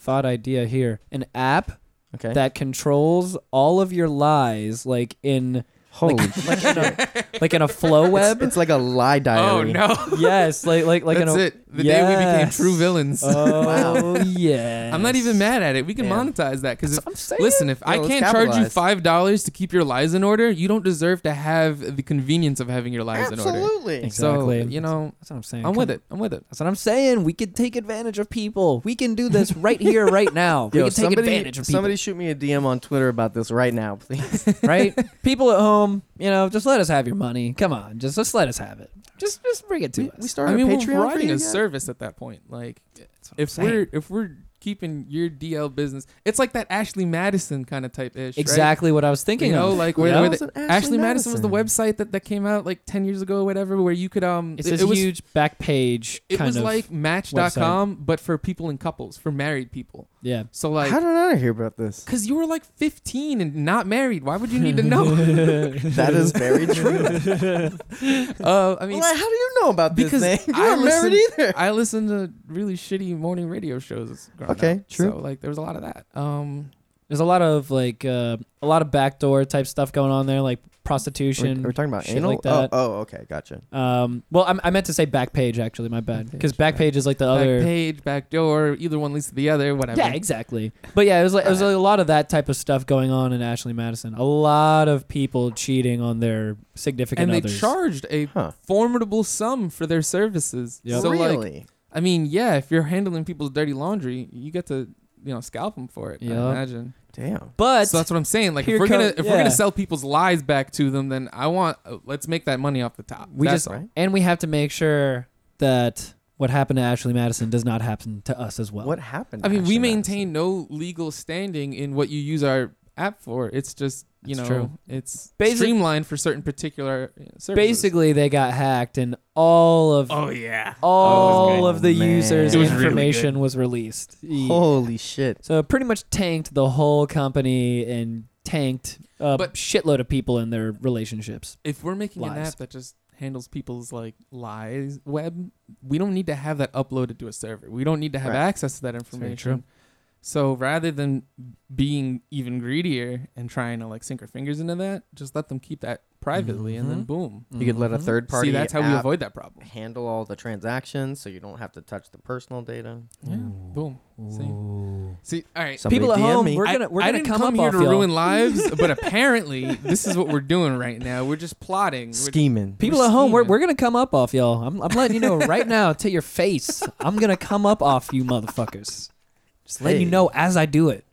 Speaker 2: Thought idea here: an app
Speaker 3: Okay.
Speaker 2: that controls all of your lies, like in
Speaker 4: (laughs)
Speaker 3: Holy
Speaker 2: like in a, like in a flow
Speaker 3: It's,
Speaker 2: web.
Speaker 3: it's like a lie
Speaker 4: Oh
Speaker 3: diary.
Speaker 4: no,
Speaker 2: yes, like like (laughs) like
Speaker 4: that's
Speaker 2: in a.
Speaker 4: it. The day we became
Speaker 2: Yes.
Speaker 4: true villains.
Speaker 2: (laughs) Oh yeah.
Speaker 4: (laughs) I'm not even mad at it. We can
Speaker 3: Damn.
Speaker 4: monetize that because
Speaker 2: I'm saying.
Speaker 4: listen, if I
Speaker 3: let's
Speaker 4: can't charge you
Speaker 3: capitalize.
Speaker 4: five dollars to keep your lives in order, you don't deserve to have the convenience of having your lives in order.
Speaker 3: Absolutely.
Speaker 2: Exactly.
Speaker 4: So you know,
Speaker 2: That's what I'm saying.
Speaker 4: I'm with it. I'm with it.
Speaker 2: That's what I'm saying. We can take advantage of people. We can do this right here,
Speaker 4: (laughs)
Speaker 2: right now. we can
Speaker 3: Yo,
Speaker 2: take
Speaker 3: somebody,
Speaker 2: advantage of people.
Speaker 3: somebody shoot me a DM on Twitter about this right now, please.
Speaker 2: right?
Speaker 4: (laughs)
Speaker 2: People at home, you know, just let us have your money. Come on, just just let us have it. Just just bring it to
Speaker 3: we,
Speaker 2: us.
Speaker 3: we
Speaker 4: I
Speaker 3: started
Speaker 4: mean,
Speaker 3: a Patreon
Speaker 4: we're
Speaker 3: for
Speaker 4: providing
Speaker 3: you
Speaker 4: a
Speaker 3: guys?
Speaker 4: service at that point. Like,
Speaker 2: That's what I'm
Speaker 4: if
Speaker 2: saying.
Speaker 4: we're if we're keeping your DL business, it's like that Ashley Madison kind of type ish.
Speaker 2: exactly what I was thinking
Speaker 4: You know,
Speaker 2: of.
Speaker 4: like where,
Speaker 2: Yeah.
Speaker 4: where the,
Speaker 3: Wasn't
Speaker 4: Ashley, Madison was the website that, that came out like ten years ago, or whatever, where you could um.
Speaker 2: it's
Speaker 4: it-
Speaker 2: this
Speaker 4: it was
Speaker 2: huge back page
Speaker 4: it
Speaker 2: kind
Speaker 4: was
Speaker 2: of
Speaker 4: like Match.com, but for people in couples, for married people. (laughs)
Speaker 2: yeah.
Speaker 4: So like,
Speaker 3: How did I hear about
Speaker 4: (laughs)
Speaker 3: this?
Speaker 4: because you were like 15 and not married, why would you need
Speaker 2: (laughs)
Speaker 4: to know?
Speaker 3: That is very true.
Speaker 4: (laughs) uh, I mean,
Speaker 3: Well, how do you know about this
Speaker 4: because
Speaker 3: thing? (laughs) You
Speaker 4: I
Speaker 3: weren't married
Speaker 4: listened-
Speaker 3: either.
Speaker 4: I listened to really shitty morning radio shows. growing
Speaker 3: Okay,
Speaker 4: up.
Speaker 3: true.
Speaker 4: So like, there was a lot of that. Um,
Speaker 2: There's a lot of like uh, a lot of backdoor type stuff going on there, like
Speaker 3: We're,
Speaker 2: prostitution.
Speaker 3: we're talking about
Speaker 2: shit
Speaker 3: anal.
Speaker 2: like that.
Speaker 3: Oh, oh, okay, gotcha.
Speaker 2: um, well, I'm, I meant to say back page actually. My bad, because
Speaker 4: Back
Speaker 2: back
Speaker 4: page,
Speaker 2: page is like the other.
Speaker 4: back page, back door, either one leads to the other, whatever.
Speaker 2: Yeah, exactly. But yeah, it was like it was like a lot of that type of stuff going on in Ashley Madison. A lot of people cheating on their significant
Speaker 4: and they
Speaker 2: others.
Speaker 4: charged a
Speaker 3: Huh.
Speaker 4: formidable sum for their services.
Speaker 2: Yep.
Speaker 4: So
Speaker 3: really?
Speaker 4: like, I mean, yeah, if you're handling people's dirty laundry, you get to you know scalp them for it. I
Speaker 2: Yep.
Speaker 4: imagine.
Speaker 3: Damn.
Speaker 2: but
Speaker 4: so that's what I'm saying. Like, if
Speaker 2: here
Speaker 4: we're gonna
Speaker 2: come-
Speaker 4: if we're
Speaker 2: yeah.
Speaker 4: gonna sell people's lives back to them, then I want uh, let's make that money off the top.
Speaker 2: We
Speaker 4: That's
Speaker 2: just-
Speaker 4: all.
Speaker 3: Right?
Speaker 2: and we have to make sure that what happened to Ashley Madison does not happen to us as well.
Speaker 3: What happened?
Speaker 4: I
Speaker 3: to
Speaker 4: mean, we
Speaker 3: Ashley
Speaker 4: maintain no legal standing in what you use our app for. It's just you
Speaker 2: That's
Speaker 4: know,
Speaker 2: true.
Speaker 4: it's
Speaker 2: Basi-
Speaker 4: streamlined for certain particular uh, services.
Speaker 2: Basically, they got hacked, and all of
Speaker 4: Oh yeah.
Speaker 2: all
Speaker 3: Oh,
Speaker 2: of the
Speaker 3: man.
Speaker 2: users'
Speaker 4: It was really
Speaker 2: information was released.
Speaker 3: Madison?
Speaker 2: Yeah.
Speaker 3: Holy shit.
Speaker 2: So it pretty much tanked the whole company and tanked a
Speaker 4: But-
Speaker 2: shitload of people in their relationships.
Speaker 4: If we're making an
Speaker 2: Lies.
Speaker 4: app that just handles people's like lies web, we don't need to have that uploaded to a server. We don't need to have
Speaker 3: Right.
Speaker 4: access to that information.
Speaker 2: very true.
Speaker 4: So rather than being even greedier and trying to like sink our fingers into that, just let them keep that privately, and then
Speaker 2: Mhm.
Speaker 4: boom.
Speaker 3: You could
Speaker 4: Mm-hmm.
Speaker 3: let a third party
Speaker 4: See, that's how we
Speaker 3: app
Speaker 4: avoid that problem.
Speaker 3: handle all the transactions so you don't have to touch the personal data.
Speaker 4: Yeah. Boom. See. See. All right.
Speaker 3: Somebody
Speaker 2: people at
Speaker 3: DM
Speaker 2: home,
Speaker 3: me.
Speaker 2: we're
Speaker 4: I-
Speaker 2: gonna we're
Speaker 4: I
Speaker 2: gonna
Speaker 4: didn't
Speaker 2: come,
Speaker 4: come,
Speaker 2: up
Speaker 4: here
Speaker 2: off
Speaker 4: to
Speaker 2: y'all. (laughs)
Speaker 4: ruin lives, but apparently this is what we're doing right now. We're just plotting. We're-
Speaker 3: Scheming.
Speaker 2: People
Speaker 4: We're
Speaker 2: at home, we're,
Speaker 4: scheming.
Speaker 2: we're gonna come up off y'all. I'm, I'm letting you know right now to your face. I'm gonna come up off you motherfuckers. Just letting you
Speaker 3: Hey.
Speaker 2: know as I do it.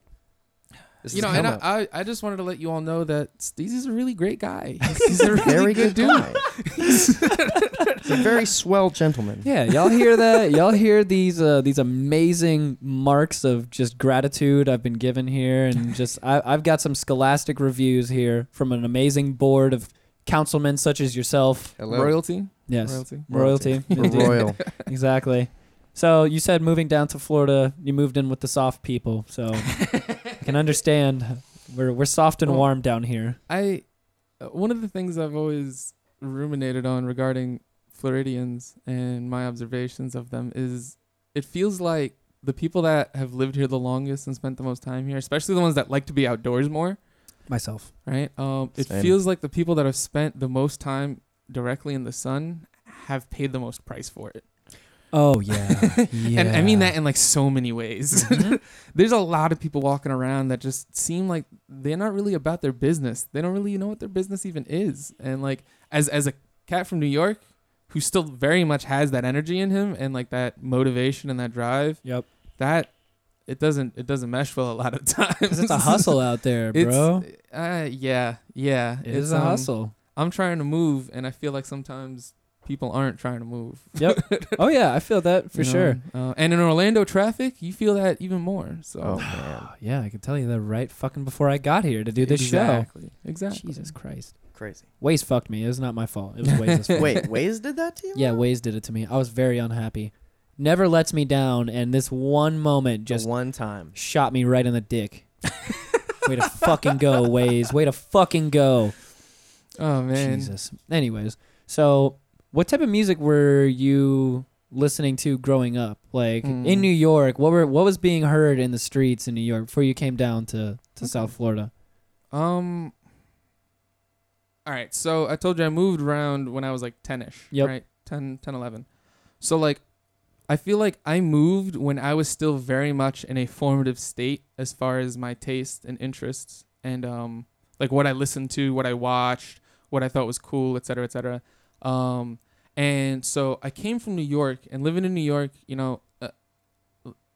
Speaker 3: This
Speaker 4: you
Speaker 3: is
Speaker 4: know, and
Speaker 3: come up.
Speaker 4: I, I, I just wanted to let you all know that Steezy's a really
Speaker 2: (laughs)
Speaker 4: great guy. He's, he's a really
Speaker 3: very
Speaker 4: good, dude.
Speaker 3: guy. (laughs) He's a very swell gentleman.
Speaker 2: Yeah, y'all hear that? y'all hear these uh, these amazing marks of just gratitude I've been given here, and just I, I've got some scholastic reviews here from an amazing board of councilmen such as yourself.
Speaker 3: Hello.
Speaker 4: Royalty.
Speaker 2: Yes,
Speaker 4: Royalty.
Speaker 2: royalty,
Speaker 3: We're
Speaker 2: indeed.
Speaker 3: (laughs) royal.
Speaker 2: (laughs) exactly. So you said moving down to Florida, you moved in with the soft people. So
Speaker 4: (laughs)
Speaker 2: I Um, can understand. We're we're soft and
Speaker 4: Well-
Speaker 2: warm down here.
Speaker 4: I uh, one of the things I've always ruminated on regarding Floridians and my observations of them is it feels like the people that have lived here the longest and spent the most time here, especially the ones that like to be outdoors more,
Speaker 2: Myself.
Speaker 4: right? Um, it
Speaker 3: Same.
Speaker 4: feels like the people that have spent the most time directly in the sun have paid the most price for it.
Speaker 2: Oh yeah. yeah.
Speaker 4: (laughs) And I mean that in like so many ways. (laughs)
Speaker 2: Mm-hmm.
Speaker 4: There's a lot of people walking around that just seem like they're not really about their business. They don't really know what their business even is. And like as as a cat from New York who still very much has that energy in him and like that motivation and that drive,
Speaker 2: Yep.
Speaker 4: that it doesn't it doesn't mesh well a lot of (laughs) times.
Speaker 2: 'Cause it's a hustle out there, bro.
Speaker 4: It's, uh, yeah, yeah.
Speaker 2: It is
Speaker 4: It's,
Speaker 2: a
Speaker 4: um,
Speaker 2: hustle.
Speaker 4: I'm trying to move and I feel like sometimes people aren't trying to move.
Speaker 2: Yep. oh yeah, I feel that for
Speaker 4: you know?
Speaker 2: sure.
Speaker 4: Uh, and in Orlando traffic, you feel that even more. So
Speaker 3: Oh man,
Speaker 2: (sighs) Yeah, I can tell you that right fucking before I got here to do this
Speaker 4: exactly.
Speaker 2: show.
Speaker 4: Exactly.
Speaker 2: Jesus Christ.
Speaker 3: (laughs) crazy.
Speaker 2: Waze fucked me. It was not my fault. It was Waze's fault.
Speaker 3: Wait, Waze did that to you?
Speaker 2: Yeah, Waze did it to me. I was very unhappy. Never lets me down, and this one moment
Speaker 3: Just
Speaker 2: just
Speaker 3: one time.
Speaker 2: shot me right in the dick. Way to fucking go, Waze. Way to fucking go.
Speaker 4: Oh man.
Speaker 2: Jesus. Anyways, so what type of music were you listening to growing up? Like
Speaker 4: Mm.
Speaker 2: in New York, what were what was being heard in the streets in New York before you came down to, to South Florida?
Speaker 4: Um All right. Um, So I told you I moved around when I was like 10 ish.
Speaker 2: Yep.
Speaker 4: Right? 10, 10, 11. So, like, I feel like I moved when I was still very much in a formative state as far as my taste and interests and, um, like what I listened to, what I watched, what I thought was cool, et cetera, et cetera. Um, and so I came from New York and living in New York, you know, uh,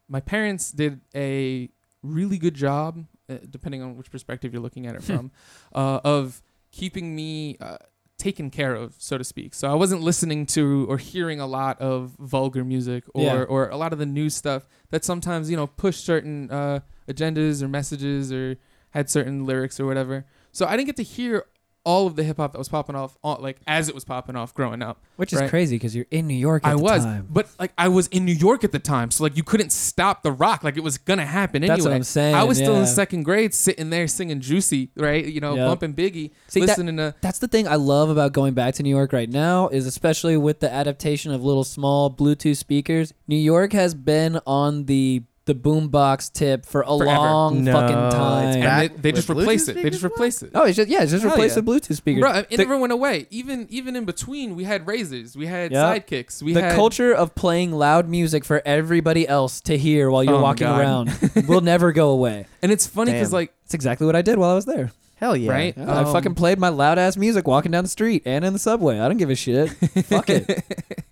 Speaker 4: my parents did a really good job, uh, depending on which perspective you're looking at it from, uh, of keeping me uh, taken care of, so to speak. So I wasn't listening to or hearing a lot of vulgar music or,
Speaker 2: Yeah.
Speaker 4: or a lot of the new stuff that sometimes, you know, push certain uh, agendas or messages or had certain lyrics or whatever. So I didn't get to hear all of the hip hop that was popping off, on, like as it was popping off growing up.
Speaker 2: Which is
Speaker 4: Right.
Speaker 2: crazy because you're in New York at
Speaker 4: I
Speaker 2: the
Speaker 4: was,
Speaker 2: time.
Speaker 4: but like I was in New York at the time, so like you couldn't stop the rock. Like it was gonna happen
Speaker 2: That's what
Speaker 4: anyway.
Speaker 2: I'm saying,
Speaker 4: I was still
Speaker 2: yeah.
Speaker 4: in second grade, sitting there singing "Juicy," right? You know,
Speaker 2: Yep.
Speaker 4: bumping Biggie,
Speaker 2: See, that-
Speaker 4: listening to
Speaker 2: That's the thing I love about going back to New York right now is especially with the adaptation of little small Bluetooth speakers. New York has been on the the boombox tip for a
Speaker 4: Forever.
Speaker 2: long
Speaker 3: No,
Speaker 2: fucking
Speaker 3: it's
Speaker 2: time.
Speaker 3: back-
Speaker 4: and they, they
Speaker 3: with
Speaker 4: just
Speaker 3: Bluetooth
Speaker 4: replace it. They
Speaker 3: speakers
Speaker 4: just
Speaker 3: now?
Speaker 4: replace it.
Speaker 2: Oh, it's just yeah, it's just
Speaker 4: Hell
Speaker 2: replace
Speaker 4: yeah.
Speaker 2: the Bluetooth speakers.
Speaker 4: Bro, it
Speaker 2: the
Speaker 4: never went away. Even even in between, we had razors, we had
Speaker 2: Yeah.
Speaker 4: sidekicks, we
Speaker 2: the
Speaker 4: had
Speaker 2: culture of playing loud music for everybody else to hear while you're
Speaker 4: Oh my
Speaker 2: walking
Speaker 4: God.
Speaker 2: around will never go away.
Speaker 4: and it's funny because
Speaker 3: Damn.
Speaker 4: like
Speaker 2: That's exactly what I did while I was there.
Speaker 3: Hell yeah.
Speaker 4: right,
Speaker 2: Yeah, I fucking
Speaker 4: Um,
Speaker 2: played my loud ass music walking down the street and in the subway. I don't give a shit. Fuck it.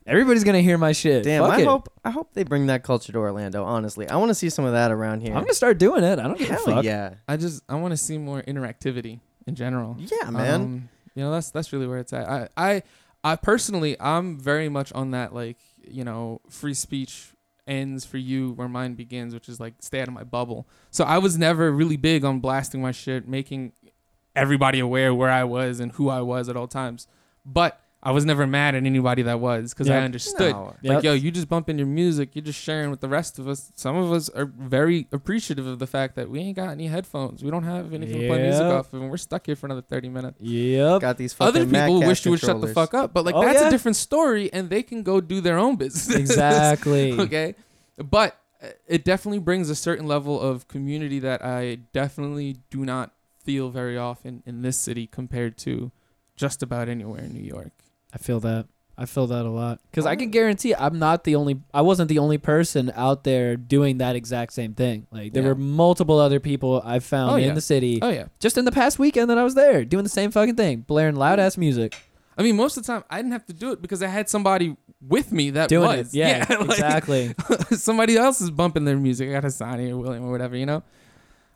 Speaker 2: Everybody's gonna hear my shit.
Speaker 3: Damn,
Speaker 2: Fuck
Speaker 3: I
Speaker 2: it.
Speaker 3: hope I hope they bring that culture to Orlando. Honestly, I want to see some of that around here.
Speaker 2: I'm gonna start doing it. I don't give a
Speaker 3: Hell
Speaker 2: fuck.
Speaker 3: yeah,
Speaker 4: I just I want to see more interactivity in general.
Speaker 3: yeah, man.
Speaker 4: Um, you know, that's that's really where it's at. I, I I personally I'm very much on that like, you know, free speech ends for you where mine begins, which is like stay out of my bubble. So I was never really big on blasting my shit, making everybody aware where I was and who I was at all times. But I was never mad at anybody that was because
Speaker 2: Yeah.
Speaker 4: I understood.
Speaker 3: No.
Speaker 2: Yep.
Speaker 4: Like, yo, you just bumping your music, you're just sharing with the rest of us. Some of us are very appreciative of the fact that we ain't got any headphones. We don't have anything to play music
Speaker 2: Yep.
Speaker 4: off of, and we're stuck here for another 30 minutes.
Speaker 3: (laughs)
Speaker 2: Yep.
Speaker 3: Got these fucking
Speaker 4: Other people
Speaker 3: Mac
Speaker 4: wish
Speaker 3: Cast
Speaker 4: you would shut the
Speaker 3: controllers.
Speaker 4: fuck up, but like
Speaker 2: Oh,
Speaker 4: that's
Speaker 2: yeah.
Speaker 4: a different story, and they can go do their own business. (laughs)
Speaker 2: Exactly.
Speaker 4: okay. But uh, it definitely brings a certain level of community that I definitely do not feel very often in this city compared to just about anywhere in New York.
Speaker 2: I feel that. I feel that a lot because I can guarantee I'm not the only. I wasn't the only person out there doing that exact same thing. Like there
Speaker 4: Yeah.
Speaker 2: were multiple other people I found
Speaker 4: Oh,
Speaker 2: in
Speaker 4: yeah.
Speaker 2: the city
Speaker 4: Oh yeah.
Speaker 2: just in the past weekend that I was there doing the same fucking thing, blaring loud ass music.
Speaker 4: (laughs) I mean, most of the time I didn't have to do it because I had somebody with me that
Speaker 2: doing
Speaker 4: was. (laughs)
Speaker 2: it. Yeah,
Speaker 4: like, (laughs)
Speaker 2: exactly.
Speaker 4: somebody else is bumping their music. I got Hassani or William or whatever, you know.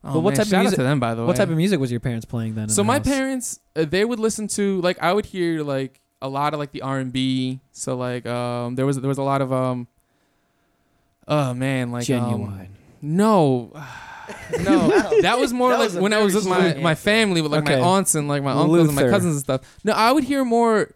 Speaker 4: Oh,
Speaker 2: But what
Speaker 4: man,
Speaker 2: type of
Speaker 4: shout out
Speaker 2: music-
Speaker 4: to them, by the way.
Speaker 2: what type of music was your parents playing then? in
Speaker 4: So
Speaker 2: the
Speaker 4: my
Speaker 2: house?
Speaker 4: parents, uh, they would listen to like I would hear like a lot of like the R and B. So like um, there was there was a lot of um. Oh man, like um,
Speaker 2: genuine.
Speaker 4: no, (sighs) no, that was more
Speaker 3: (laughs) That
Speaker 4: like
Speaker 3: was a
Speaker 4: when I was
Speaker 3: very
Speaker 4: with my,
Speaker 3: strong
Speaker 4: my
Speaker 3: answer.
Speaker 4: family, with like
Speaker 2: Okay.
Speaker 4: my aunts and like my uncles and my
Speaker 2: Luther.
Speaker 4: cousins and stuff. No, I would hear more.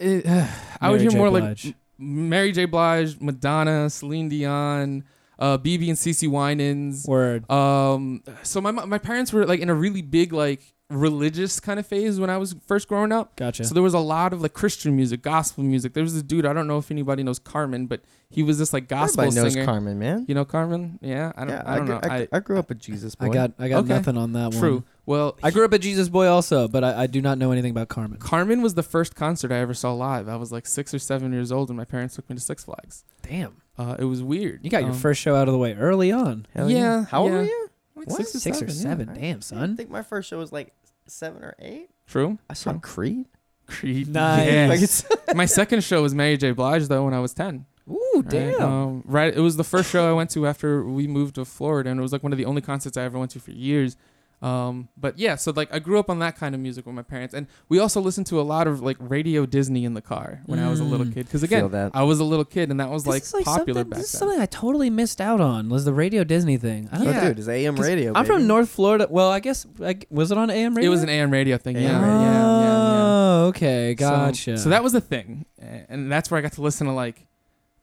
Speaker 4: Uh, (sighs) I
Speaker 2: Mary
Speaker 4: would hear
Speaker 2: J.
Speaker 4: more
Speaker 2: Blige.
Speaker 4: like M- Mary J. Blige, Madonna, Celine Dion, uh, BB and CC Winans.
Speaker 2: Word.
Speaker 4: Um, so my my parents were like in a really big like religious kind of phase when I was first growing up.
Speaker 2: Gotcha.
Speaker 4: So there was a lot of like Christian music, gospel music. There was this dude I don't know if anybody knows Carmen, but he was this like gospel
Speaker 3: Everybody knows
Speaker 4: singer.
Speaker 3: Carmen, man.
Speaker 4: you know Carmen? Yeah, I don't.
Speaker 3: yeah,
Speaker 4: I don't
Speaker 3: gr-
Speaker 4: know.
Speaker 3: I,
Speaker 4: I,
Speaker 3: gr- I grew up a Jesus boy.
Speaker 2: I got I got
Speaker 4: Okay.
Speaker 2: nothing on that
Speaker 4: true.
Speaker 2: one.
Speaker 4: Well,
Speaker 2: I grew up a Jesus boy also, but I, I do not know anything about Carmen.
Speaker 4: Carmen was the first concert I ever saw live. I was like six or seven years old, and my parents took me to Six Flags.
Speaker 2: Damn.
Speaker 4: Uh, it was weird.
Speaker 2: You got your
Speaker 4: Um,
Speaker 2: first show out of the way early on.
Speaker 3: Hell
Speaker 4: yeah,
Speaker 3: How old
Speaker 4: yeah.
Speaker 3: were you?
Speaker 4: like,
Speaker 3: what?
Speaker 4: six or
Speaker 2: Six or
Speaker 4: seven.
Speaker 2: seven. Damn,
Speaker 3: I
Speaker 2: son.
Speaker 3: think my first show was like seven or eight.
Speaker 4: True.
Speaker 3: I saw
Speaker 4: True.
Speaker 3: Creed.
Speaker 4: Creed.
Speaker 2: Nice.
Speaker 4: Yes.
Speaker 3: Like it's
Speaker 4: (laughs) my second show was Mary J. Blige though when I was ten.
Speaker 2: Ooh,
Speaker 4: Right?
Speaker 2: damn.
Speaker 4: Um, right. It was the first show I went to after we moved to Florida, and it was like one of the only concerts I ever went to for years. Um, but yeah, so like I grew up on that kind of music with my parents, and we also listened to a lot of like Radio Disney in the car when I was a little
Speaker 2: Mm.
Speaker 4: kid. Because
Speaker 3: Feel
Speaker 4: again, uh,
Speaker 3: that.
Speaker 4: I was a little kid, and that was
Speaker 2: This
Speaker 4: like,
Speaker 2: is
Speaker 4: popular
Speaker 2: something-
Speaker 4: back
Speaker 2: This is
Speaker 4: then.
Speaker 2: something I totally missed out on was the Radio Disney thing. I don't
Speaker 3: Oh,
Speaker 4: Yeah.
Speaker 3: dude, it's AM radio.
Speaker 2: I'm
Speaker 3: baby.
Speaker 2: from North Florida. Well, I guess like Oh, was it on AM radio?
Speaker 4: It was an AM radio thing. Yeah,
Speaker 3: AM
Speaker 4: yeah,
Speaker 3: radio.
Speaker 4: yeah, yeah.
Speaker 2: Oh, okay,
Speaker 4: So-
Speaker 2: gotcha.
Speaker 4: So, that was a thing, A- and that's where I got to listen to like,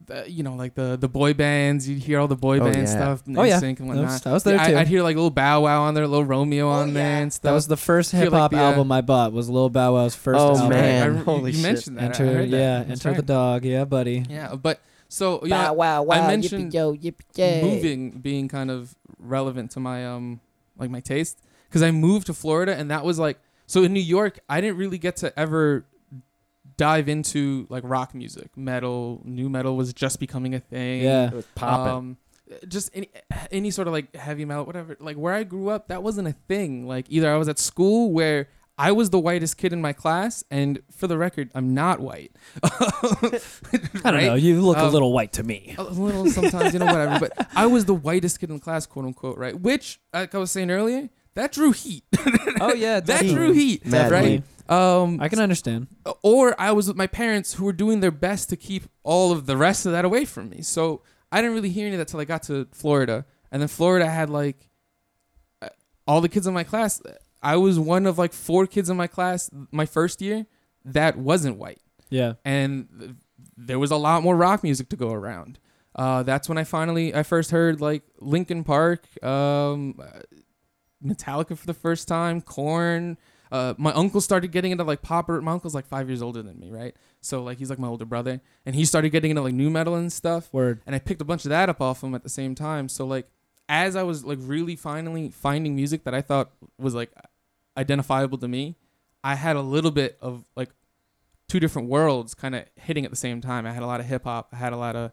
Speaker 4: the, you know, like the the boy bands. You'd hear all the boy
Speaker 3: Oh,
Speaker 4: band
Speaker 3: yeah.
Speaker 4: stuff, and
Speaker 2: Oh, yeah.
Speaker 4: NSYNC and
Speaker 2: I was,
Speaker 4: whatnot.
Speaker 2: I was there
Speaker 4: Yeah, I-
Speaker 2: too.
Speaker 4: I'd hear like little Bow Wow on there, little Romeo on there, and stuff.
Speaker 2: Oh, that was the first
Speaker 4: Hear,
Speaker 2: hip
Speaker 4: like,
Speaker 2: hop
Speaker 4: the, uh,
Speaker 2: album I bought was Lil Bow Wow's first.
Speaker 3: Oh,
Speaker 2: album.
Speaker 4: That's
Speaker 3: man.
Speaker 4: right. I- you-
Speaker 3: holy
Speaker 4: you
Speaker 3: shit.
Speaker 4: mentioned that. I
Speaker 2: Enter
Speaker 4: heard that.
Speaker 2: yeah,
Speaker 4: That's
Speaker 2: enter the
Speaker 4: right.
Speaker 2: dog, yeah, buddy.
Speaker 4: Yeah, but so you know,
Speaker 2: wow,
Speaker 4: wow, mentioned
Speaker 2: yo, yippee
Speaker 4: moving being kind of relevant to my um like my taste because I moved to Florida and that was like So in New York, I didn't really get to ever dive into like rock music, metal, new metal was just becoming a thing.
Speaker 2: Yeah.
Speaker 3: It was popping.
Speaker 4: Um, just any any sort of like heavy metal, whatever. Like where I grew up, that wasn't a thing. Like either I was at school where I was the whitest kid in my class, and for the record, I'm not white.
Speaker 2: I don't
Speaker 4: Right?
Speaker 2: know. You look a
Speaker 4: Um,
Speaker 2: little white to
Speaker 4: (laughs)
Speaker 2: me.
Speaker 4: a little sometimes, you know, whatever. But I was the whitest kid in class, quote unquote, right? Which, like I was saying earlier, that drew heat.
Speaker 2: Oh yeah,
Speaker 4: that drew heat, right? Um,
Speaker 2: I can understand.
Speaker 4: or I was with my parents who were doing their best to keep all of the rest of that away from me. So I didn't really hear any of that till I got to Florida, and then Florida had like uh, all the kids in my class. I was one of like four kids in my class my first year that wasn't white
Speaker 2: Yeah.
Speaker 4: and th- there was a lot more rock music to go around. Uh, that's when I finally I first heard like Linkin Park, um, uh, Metallica for the first time, Corn. Uh, my uncle started getting into like pop. My uncle's like five years older than me, right? So like he's like my older brother, and he started getting into like new metal and stuff
Speaker 2: Word.
Speaker 4: and I picked a bunch of that up off him at the same time. So like as I was like really finally finding music that I thought was like identifiable to me, I had a little bit of like two different worlds kind of hitting at the same time. I had a lot of hip hop, I had a lot of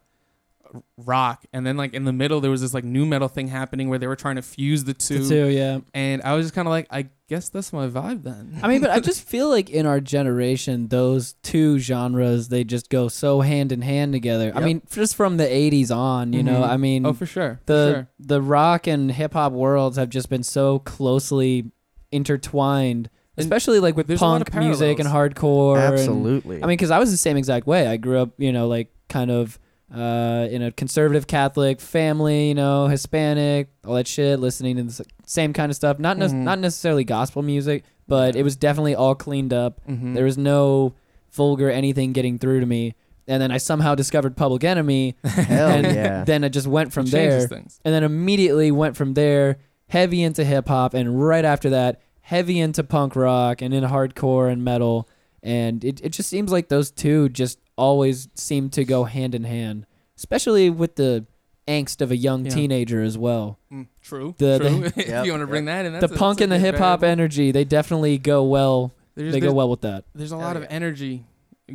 Speaker 4: rock, and then like in the middle there was this like new metal thing happening where they were trying to fuse the two.
Speaker 2: The two, yeah.
Speaker 4: And I was just kind of like, I guess that's my vibe then.
Speaker 2: I mean, but I just feel like in our generation, those two genres they just go so hand in hand together. I
Speaker 3: Yep.
Speaker 2: mean, just from the '80s on, you know.
Speaker 4: Mhm.
Speaker 2: I mean,
Speaker 4: oh, for sure. for
Speaker 2: the
Speaker 4: sure.
Speaker 2: the rock and hip hop worlds have just been so closely intertwined,
Speaker 4: And
Speaker 2: especially like with
Speaker 4: there's a lot of
Speaker 2: punk music and hardcore. and-
Speaker 3: Absolutely.
Speaker 2: I mean, because I was the same exact way. I grew up, you know, like kind of uh, in a conservative Catholic family, you know, Hispanic, all that shit, listening to the s- same kind of stuff. Not ne-
Speaker 4: Mhm.
Speaker 2: not necessarily gospel music, but it was definitely all cleaned up.
Speaker 4: Mhm.
Speaker 2: There was no vulgar anything getting through to me. And then I somehow discovered Public Enemy,
Speaker 3: hell
Speaker 2: and (laughs)
Speaker 3: yeah.
Speaker 2: then I just went from
Speaker 4: Oh, It
Speaker 2: there
Speaker 4: changes things.
Speaker 2: and then immediately went from there heavy into hip hop, and right after that, heavy into punk rock and in hardcore and metal. And it, it just seems like those two just always seem to go hand in hand, especially with the angst of a young
Speaker 4: Yeah.
Speaker 2: teenager as well.
Speaker 4: Mm, true.
Speaker 2: The-
Speaker 4: true. (laughs)
Speaker 2: the-
Speaker 4: if
Speaker 3: Yep,
Speaker 4: you want to bring that in, that's
Speaker 2: the
Speaker 4: a-
Speaker 2: punk
Speaker 4: that's
Speaker 2: and
Speaker 4: a
Speaker 2: the
Speaker 4: good
Speaker 2: hip hop
Speaker 4: variable.
Speaker 2: energy, they definitely go well.
Speaker 4: There's-
Speaker 2: they
Speaker 4: there's-
Speaker 2: go well with that.
Speaker 4: there's a
Speaker 3: Hell
Speaker 4: lot of
Speaker 3: yeah.
Speaker 4: energy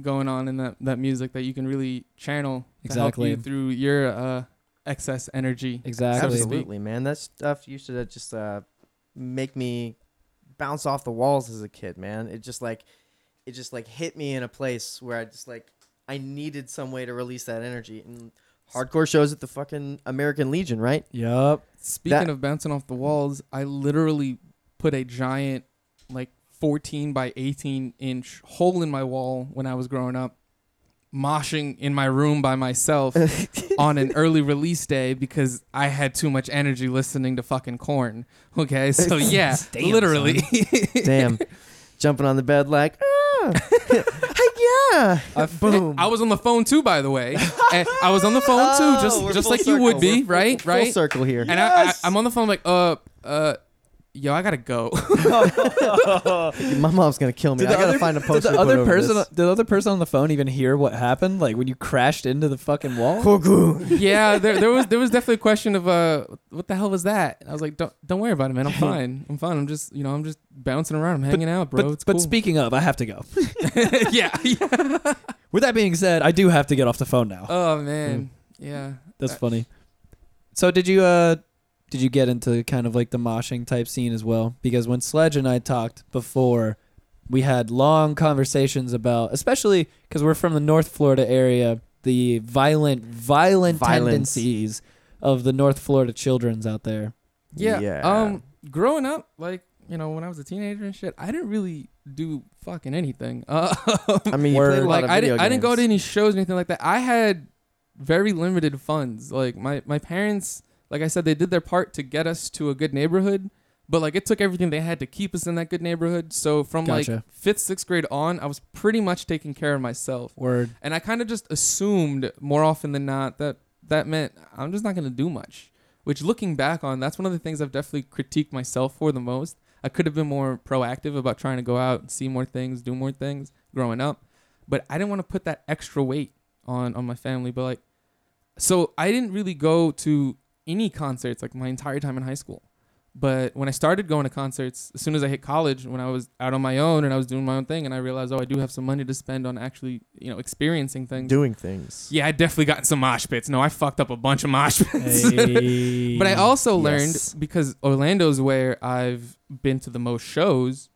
Speaker 4: going on in that that music that you can really channel
Speaker 2: Exactly.
Speaker 4: to help you through your uh, excess energy.
Speaker 2: Exactly.
Speaker 3: Absolutely, man. That stuff used to just uh, make me bounce off the walls as a kid, man. It just like it just like hit me in a place where I just like I needed some way to release that energy. And hardcore shows at the fucking American Legion, right?
Speaker 4: (laughs)
Speaker 2: Yup.
Speaker 4: Speaking
Speaker 3: That-
Speaker 4: of bouncing off the walls, I literally put a giant like 14 by 18 inch hole in my wall when I was growing up, moshing in my room by myself
Speaker 3: (laughs)
Speaker 4: on an early release day because I had too much energy listening to fucking corn. Okay, so yeah,
Speaker 2: (laughs) Damn,
Speaker 4: literally. (laughs)
Speaker 3: Damn, (laughs) jumping on the bed like, ah, (laughs) heck yeah, boom.
Speaker 4: (laughs) I was on the phone too, by the way. And I was on the phone too,
Speaker 3: Oh,
Speaker 4: just
Speaker 3: we're
Speaker 4: just
Speaker 3: full
Speaker 4: like you would
Speaker 3: circle.
Speaker 4: be,
Speaker 3: We're full-
Speaker 4: right?
Speaker 3: full
Speaker 4: right.
Speaker 3: circle here.
Speaker 4: And I, I, (laughs) I'm on the phone like, uh, uh, yo, I gotta go.
Speaker 3: (laughs) My mom's gonna kill me.
Speaker 2: Did
Speaker 3: I
Speaker 2: the
Speaker 3: gotta
Speaker 2: other-
Speaker 3: find a
Speaker 2: Did
Speaker 3: post.
Speaker 2: the other person,
Speaker 4: uh,
Speaker 2: did the other person on the phone even hear what happened? Like when you crashed into the fucking wall?
Speaker 4: yeah, there, there was there was definitely a question of uh, what the hell was that? And I was like, don't don't worry about
Speaker 3: (laughs)
Speaker 4: it, man. I'm fine. I'm fine. I'm just you know I'm just bouncing around. I'm hanging out, bro.
Speaker 2: but,
Speaker 4: it's
Speaker 2: but
Speaker 4: cool.
Speaker 2: speaking of, I have to go.
Speaker 4: (laughs) yeah,
Speaker 3: (laughs)
Speaker 4: yeah.
Speaker 2: With that being said, I do have to get off the phone now.
Speaker 4: Oh man.
Speaker 3: Hmm.
Speaker 4: Yeah.
Speaker 2: That's
Speaker 4: Uh,
Speaker 2: funny. So did you uh did you get into kind of like the moshing type scene as well? Because when Sledge and I talked before, we had long conversations about, especially because we're from the North Florida area, the violent, violent
Speaker 3: Violence.
Speaker 2: tendencies of the North Florida childrens out there.
Speaker 4: Yeah.
Speaker 3: Yeah.
Speaker 4: Um, growing up, like you know, when I was a teenager and shit, I didn't really do fucking anything. (laughs) Uh,
Speaker 3: I mean, you played a lot
Speaker 4: like
Speaker 3: of
Speaker 4: I
Speaker 3: video
Speaker 4: didn't, I didn't go
Speaker 3: games.
Speaker 4: to any shows or anything like that. I had very limited funds. Like my my parents, like I said, they did their part to get us to a good neighborhood, but like it took everything they had to keep us in that good neighborhood. So from
Speaker 2: Gotcha.
Speaker 4: like fifth, sixth grade on, I was pretty much taking care of myself.
Speaker 2: (laughs) Word.
Speaker 4: And I kind of just assumed more often than not that that meant I'm just not going to do much. Which, looking back on, that's one of the things I've definitely critiqued myself for the most. I could have been more proactive about trying to go out and see more things, do more things growing up, but I didn't want to put that extra weight on on my family. But like, so I didn't really go to any concerts like my entire time in high school But when I started going to concerts, as soon as I hit college, when I was out on my own and I was doing my own thing, and I realized, oh, I do have some money to spend on actually, you know, experiencing things.
Speaker 3: doing things.
Speaker 4: Yeah, I definitely got in some mosh pits. No, I fucked up a bunch of mosh pits. (laughs)
Speaker 2: Hey.
Speaker 4: But I
Speaker 2: (laughs)
Speaker 4: also
Speaker 3: Yes.
Speaker 4: learned because Orlando's where I've been to the most shows.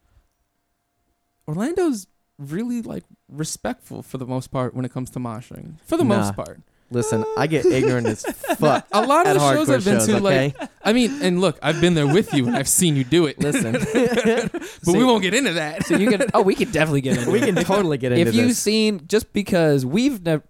Speaker 4: Orlando's really like respectful for the most part when it comes to moshing. For the
Speaker 3: Nah.
Speaker 4: most part.
Speaker 3: Listen, I get ignorant
Speaker 4: (laughs)
Speaker 3: as fuck.
Speaker 4: A lot
Speaker 3: at
Speaker 4: of the shows
Speaker 3: hardcore
Speaker 4: I've been to,
Speaker 3: okay?
Speaker 4: like I mean, and look, I've been there with you and I've seen you do it.
Speaker 3: listen,
Speaker 4: (laughs) but we won't get into that.
Speaker 2: So you can. Oh, we could definitely
Speaker 4: (laughs)
Speaker 2: get (laughs) into
Speaker 3: We
Speaker 2: it.
Speaker 3: can totally get into
Speaker 2: If you've
Speaker 3: this.
Speaker 2: seen, just because we've never,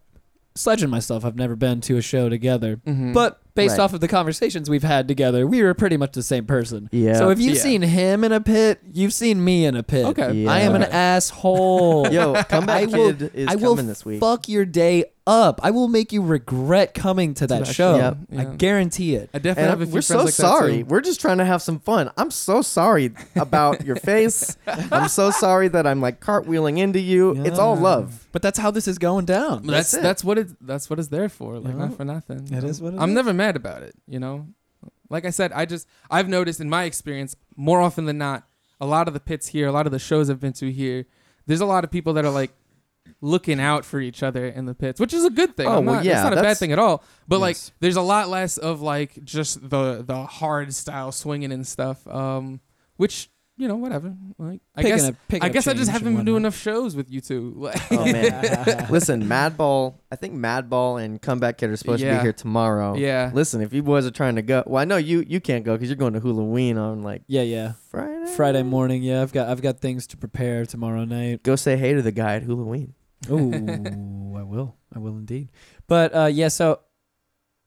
Speaker 2: Sledge and myself have never been to a show together,
Speaker 4: Mhm.
Speaker 2: but based
Speaker 3: Mm-hmm. Right.
Speaker 2: off of the conversations we've had together, we were pretty much the same person.
Speaker 3: yeah.
Speaker 2: So if you've
Speaker 4: Yeah.
Speaker 2: seen him in a pit, you've seen me in a pit.
Speaker 4: Okay.
Speaker 3: Yeah.
Speaker 2: I am an
Speaker 4: Okay.
Speaker 3: (laughs)
Speaker 2: asshole.
Speaker 3: Yo, comeback
Speaker 2: I will-
Speaker 3: kid is
Speaker 2: I will
Speaker 3: coming this week.
Speaker 2: (laughs) Fuck your day up. I will make you regret coming to that,
Speaker 4: that
Speaker 2: show.
Speaker 3: show.
Speaker 4: Yeah.
Speaker 2: I guarantee it.
Speaker 4: I definitely
Speaker 3: and
Speaker 4: have a
Speaker 3: I'm-
Speaker 4: few
Speaker 3: we're so
Speaker 4: friends like
Speaker 3: sorry.
Speaker 4: that too.
Speaker 3: We're just trying to have some fun. I'm so sorry about
Speaker 2: (laughs)
Speaker 3: your face. I'm so sorry that I'm like cartwheeling into you. It's all
Speaker 2: Yeah. (laughs)
Speaker 3: love.
Speaker 2: But that's how this is going down.
Speaker 4: But That's
Speaker 3: That's it.
Speaker 4: that's, what it that's what it's there for. Like
Speaker 2: Yeah.
Speaker 4: not for nothing.
Speaker 2: That is what it
Speaker 4: I'm
Speaker 2: is.
Speaker 4: never mad about it. You know, like I said, I just I've noticed in my experience more often than not, a lot of the pits here, a lot of the shows I've been to here, there's a lot of people that are like looking out for each other in the pits, which is a good thing.
Speaker 3: Oh,
Speaker 4: I'm
Speaker 3: well,
Speaker 4: not,
Speaker 3: yeah,
Speaker 4: that's not a bad
Speaker 3: that's-
Speaker 4: thing at all. But
Speaker 2: Yes.
Speaker 4: like, there's a lot less of like just the the hard style swinging and stuff. Um, which you know, whatever. Like, I
Speaker 2: Picking
Speaker 4: guess.
Speaker 2: up- picking
Speaker 4: I
Speaker 2: up
Speaker 4: guess I just
Speaker 2: change
Speaker 4: haven't
Speaker 2: and
Speaker 4: been doing
Speaker 2: whatnot.
Speaker 4: enough shows with you two. (laughs) Like,
Speaker 3: Oh man. (laughs) Listen, Madball. I think Madball and Comeback Kid are supposed to
Speaker 4: Yeah.
Speaker 3: be here
Speaker 2: Oh,
Speaker 3: tomorrow.
Speaker 4: yeah.
Speaker 3: Listen, if you boys are trying to go, well, I know you you can't go because you're going to Halloween on like
Speaker 2: Yeah, yeah.
Speaker 3: Friday.
Speaker 2: Friday morning. Yeah, I've got I've got things to prepare tomorrow night.
Speaker 3: Go say hey to the guy at Halloween.
Speaker 2: Oh, I will. I will indeed. But uh, yeah, so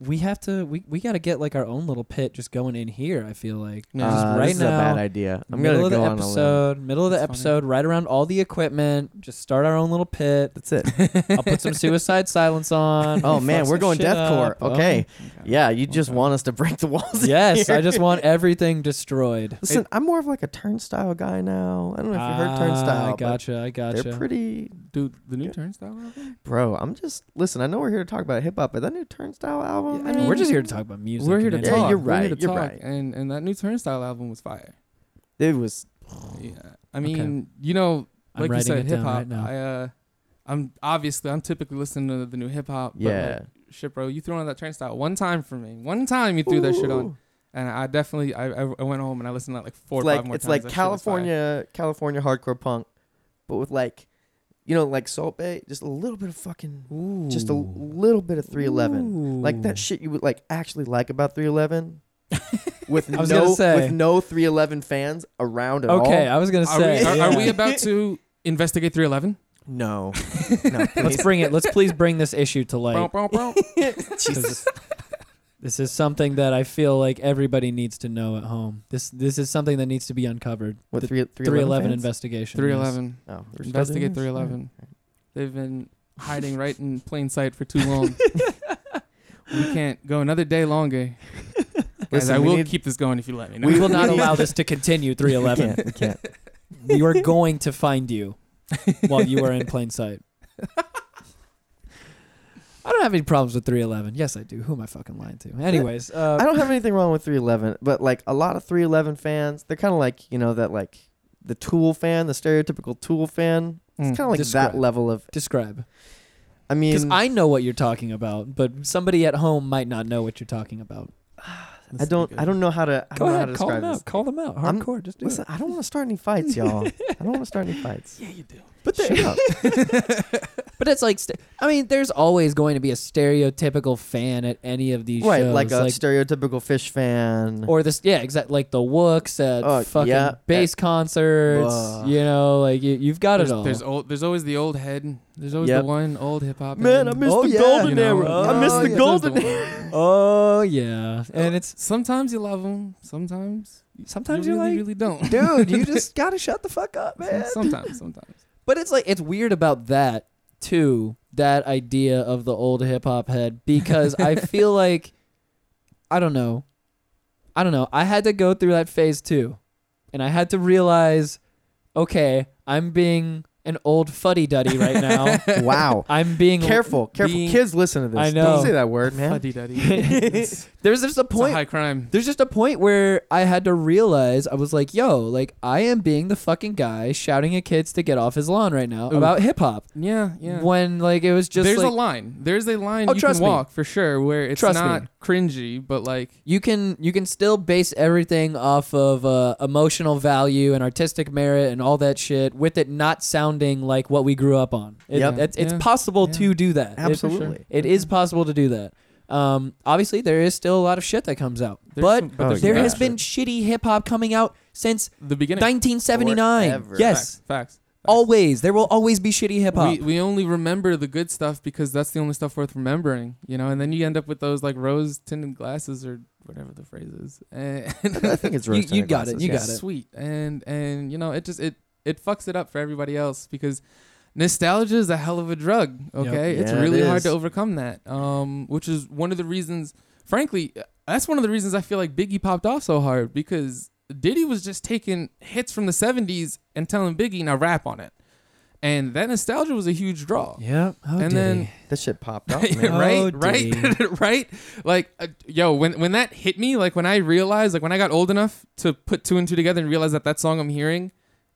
Speaker 2: we have to we we got to get like our own little pit just going in here. I feel like
Speaker 4: Yeah,
Speaker 2: just
Speaker 4: Uh,
Speaker 2: right
Speaker 3: this
Speaker 2: now.
Speaker 3: is a bad idea. I'm gonna
Speaker 2: middle
Speaker 3: go
Speaker 2: of the
Speaker 3: on a limb.
Speaker 2: episode, middle of the
Speaker 4: That's funny.
Speaker 2: episode, right around all the equipment. Just start our own little pit.
Speaker 3: That's it.
Speaker 2: (laughs) I'll put
Speaker 3: (laughs)
Speaker 2: some suicide silence on.
Speaker 3: Oh
Speaker 2: Fuck
Speaker 3: man, we're
Speaker 2: some
Speaker 3: going
Speaker 2: shit
Speaker 3: deathcore.
Speaker 2: up. Oh.
Speaker 3: Okay. Yeah, you just
Speaker 4: Okay.
Speaker 3: want us to break the
Speaker 2: (laughs)
Speaker 3: walls.
Speaker 2: Yes,
Speaker 3: here.
Speaker 2: I just want everything destroyed.
Speaker 3: (laughs) Listen, I'm more of like a turnstile guy now. I don't know if you heard turnstile.
Speaker 2: Ah, I
Speaker 3: but
Speaker 2: gotcha. I gotcha.
Speaker 3: They're pretty,
Speaker 4: Dude, the new Turnstile album?
Speaker 3: bro. I'm just listen. I know we're here to talk about hip hop, but that new turnstile album.
Speaker 2: I mean, we're just here to talk about music.
Speaker 4: We're here to
Speaker 2: and
Speaker 4: talk.
Speaker 3: Yeah, you're
Speaker 4: We're here
Speaker 3: right,
Speaker 4: to
Speaker 3: you're
Speaker 4: talk.
Speaker 3: right.
Speaker 4: And and that new Turnstile album was fire.
Speaker 3: It was
Speaker 4: Yeah. I mean, you know,
Speaker 2: I'm
Speaker 4: like you
Speaker 2: writing
Speaker 4: said,
Speaker 2: it down
Speaker 4: hip hop.
Speaker 2: right now.
Speaker 4: I uh, I'm obviously I'm typically listening to the new hip hop.
Speaker 3: yeah.
Speaker 4: Shit, bro, you threw on that Turnstile one time for me. One time you threw that shit on,
Speaker 3: Ooh.
Speaker 4: and I definitely I, I I went home and I listened to that like four
Speaker 3: It's
Speaker 4: or
Speaker 3: like
Speaker 4: five more
Speaker 3: it's
Speaker 4: times.
Speaker 3: like
Speaker 4: That shit was fire.
Speaker 3: California, California hardcore punk, but with like, you know, like Salt Bay, just a little bit of fucking, just a little bit of 311, like that shit you would like actually like
Speaker 2: (laughs)
Speaker 3: about 311. with
Speaker 2: I was
Speaker 3: no
Speaker 2: gonna say.
Speaker 3: with no 311 fans around at all.
Speaker 2: Okay, uh, I was gonna
Speaker 4: Are,
Speaker 2: say.
Speaker 4: we, are,
Speaker 3: (laughs)
Speaker 4: are
Speaker 2: yeah.
Speaker 4: we about to investigate 311?
Speaker 3: No.
Speaker 2: (laughs)
Speaker 3: no
Speaker 2: Let's bring it. Let's please bring this issue to light.
Speaker 3: (laughs)
Speaker 4: Bow, bow, bow.
Speaker 2: 'cause This is something that I feel like everybody needs to know at home. This this is something that needs to be uncovered.
Speaker 3: What,
Speaker 2: the
Speaker 3: three,
Speaker 2: 311
Speaker 3: fans?
Speaker 2: investigation. yes.
Speaker 4: 311.
Speaker 3: Oh, we're still doing
Speaker 4: Investigate
Speaker 3: this?
Speaker 4: 311. They've been hiding right in plain sight for too long. we can't go another day longer. Guys,
Speaker 3: Listen,
Speaker 4: I
Speaker 3: we
Speaker 4: will
Speaker 3: need-
Speaker 4: keep this going if you let me.
Speaker 2: We
Speaker 4: Know.
Speaker 2: will not allow this to
Speaker 4: (laughs)
Speaker 2: continue.
Speaker 3: We
Speaker 2: 311.
Speaker 3: (laughs) can't, we can't.
Speaker 2: we are going to find
Speaker 4: (laughs)
Speaker 2: you while you are in plain sight. I don't have any problems with 311. Yes, I do. Who am I fucking lying to? Anyways, uh,
Speaker 3: I don't have anything wrong with 311, but like a lot of 311 fans, they're kind of like, you know, that like the Tool fan, the stereotypical Tool fan. It's kind of like
Speaker 2: Mm, Describe.
Speaker 3: that level of.
Speaker 2: describe
Speaker 3: I
Speaker 2: because
Speaker 3: mean, I,
Speaker 2: I know what you're talking about, but somebody at home might not know what you're talking about.
Speaker 3: don't, I don't know how to. I
Speaker 2: Go
Speaker 3: don't know how
Speaker 2: ahead,
Speaker 3: to
Speaker 2: call
Speaker 3: describe
Speaker 2: them
Speaker 3: this.
Speaker 2: out. Call them out.
Speaker 3: I'm-
Speaker 2: Hardcore. Just do
Speaker 3: Listen, I don't want to start any fights,
Speaker 2: (laughs)
Speaker 3: y'all. I don't want to start any fights.
Speaker 4: (laughs) Yeah, you do.
Speaker 3: But shut up.
Speaker 2: it. (laughs) But it's like, st- I mean, there's always going to be a stereotypical fan at any of these
Speaker 3: right,
Speaker 2: shows,
Speaker 3: like a stereotypical fish fan.
Speaker 2: or this yeah exact like the wooks at
Speaker 3: Oh,
Speaker 2: fucking
Speaker 3: yeah.
Speaker 2: bass concerts
Speaker 3: Ugh.
Speaker 2: you know like you, you've got
Speaker 4: There's,
Speaker 2: it all
Speaker 4: there's old. There's always the old head. There's always
Speaker 3: Yep.
Speaker 4: the one old hip hop.
Speaker 3: Man, I
Speaker 4: head.
Speaker 3: miss
Speaker 2: Oh,
Speaker 3: the
Speaker 2: yeah.
Speaker 3: golden
Speaker 4: You know,
Speaker 3: era.
Speaker 2: oh,
Speaker 3: I miss the
Speaker 2: yeah.
Speaker 3: golden era.
Speaker 2: oh yeah and it's
Speaker 4: Sometimes you love them. Sometimes.
Speaker 2: sometimes
Speaker 4: you
Speaker 2: you're
Speaker 4: really,
Speaker 2: like
Speaker 4: really
Speaker 3: (laughs)
Speaker 4: don't.
Speaker 2: dude you just gotta shut the fuck up (laughs) man
Speaker 4: (laughs) sometimes, sometimes.
Speaker 2: but it's like it's weird about that too that idea of the old hip-hop head because
Speaker 4: (laughs)
Speaker 2: i feel like i don't know i don't know i had to go through that phase too and i had to realize okay i'm being an old fuddy duddy right
Speaker 4: (laughs)
Speaker 2: now.
Speaker 3: wow.
Speaker 2: I'm being
Speaker 3: careful, careful.
Speaker 4: Being-
Speaker 3: Kids, listen to this.
Speaker 2: I know.
Speaker 3: Don't say that word, man.
Speaker 4: Fuddy duddy. it's,
Speaker 2: There's just a
Speaker 4: it's a
Speaker 2: point.
Speaker 4: high crime.
Speaker 2: there's just a point where I had to realize I was like, yo, like I am being the fucking guy shouting at kids to get off his lawn right now
Speaker 4: Ooh.
Speaker 2: about hip hop.
Speaker 4: Yeah, yeah.
Speaker 2: When like it was just
Speaker 4: There's
Speaker 2: like
Speaker 4: a line. There's a line
Speaker 2: Oh,
Speaker 4: you
Speaker 2: trust
Speaker 4: can
Speaker 2: me.
Speaker 4: walk for sure where it's
Speaker 2: Trust me.
Speaker 4: not cringy, but like
Speaker 2: you can you can still base everything off of uh, emotional value and artistic merit and all that shit with it not sounding like what we grew up on. It,
Speaker 3: Yep.
Speaker 2: it's, it's
Speaker 4: Yeah.
Speaker 2: possible
Speaker 4: Yeah.
Speaker 2: to do that. It-
Speaker 3: Absolutely.
Speaker 2: it is possible to do that. Um, obviously, there is still a lot of shit that comes out,
Speaker 4: There's
Speaker 2: but
Speaker 4: some-
Speaker 3: Oh,
Speaker 4: there's some
Speaker 2: there
Speaker 4: bad
Speaker 2: has
Speaker 4: shit.
Speaker 2: been shitty hip hop coming out since
Speaker 4: the beginning.
Speaker 2: 1979.
Speaker 3: Forever.
Speaker 2: Yes,
Speaker 4: Facts, facts.
Speaker 2: always there will always be shitty hip hop.
Speaker 4: We, we only remember the good stuff because that's the only stuff worth remembering, you know. And then you end up with those like rose tinted glasses or whatever the phrase is. And (laughs)
Speaker 3: I think
Speaker 2: (laughs)
Speaker 3: it's
Speaker 2: You-
Speaker 3: roasting
Speaker 2: you
Speaker 3: the
Speaker 2: got it,
Speaker 3: glasses,
Speaker 2: you
Speaker 3: yeah.
Speaker 2: got it.
Speaker 4: sweet and and you know it just it it fucks it up for everybody else because nostalgia is a hell of a drug okay
Speaker 3: Yep.
Speaker 4: it's
Speaker 3: Yeah, it
Speaker 4: really hard
Speaker 3: is.
Speaker 4: to overcome that um which is one of the reasons frankly that's one of the reasons i feel like biggie popped off so hard because diddy was just taking hits from the 70s and telling biggie now rap on it and that nostalgia was a huge draw
Speaker 2: yeah, oh,
Speaker 4: and
Speaker 2: Diddy.
Speaker 4: then
Speaker 3: That shit
Speaker 2: (laughs)
Speaker 3: popped up,
Speaker 4: (laughs) right,
Speaker 3: man.
Speaker 2: Oh,
Speaker 4: right,
Speaker 2: Diddy.
Speaker 4: (laughs) right, Like, uh, yo, when when that hit me, like when I realized, like when I got old enough to put two and two together and realize that that song I'm hearing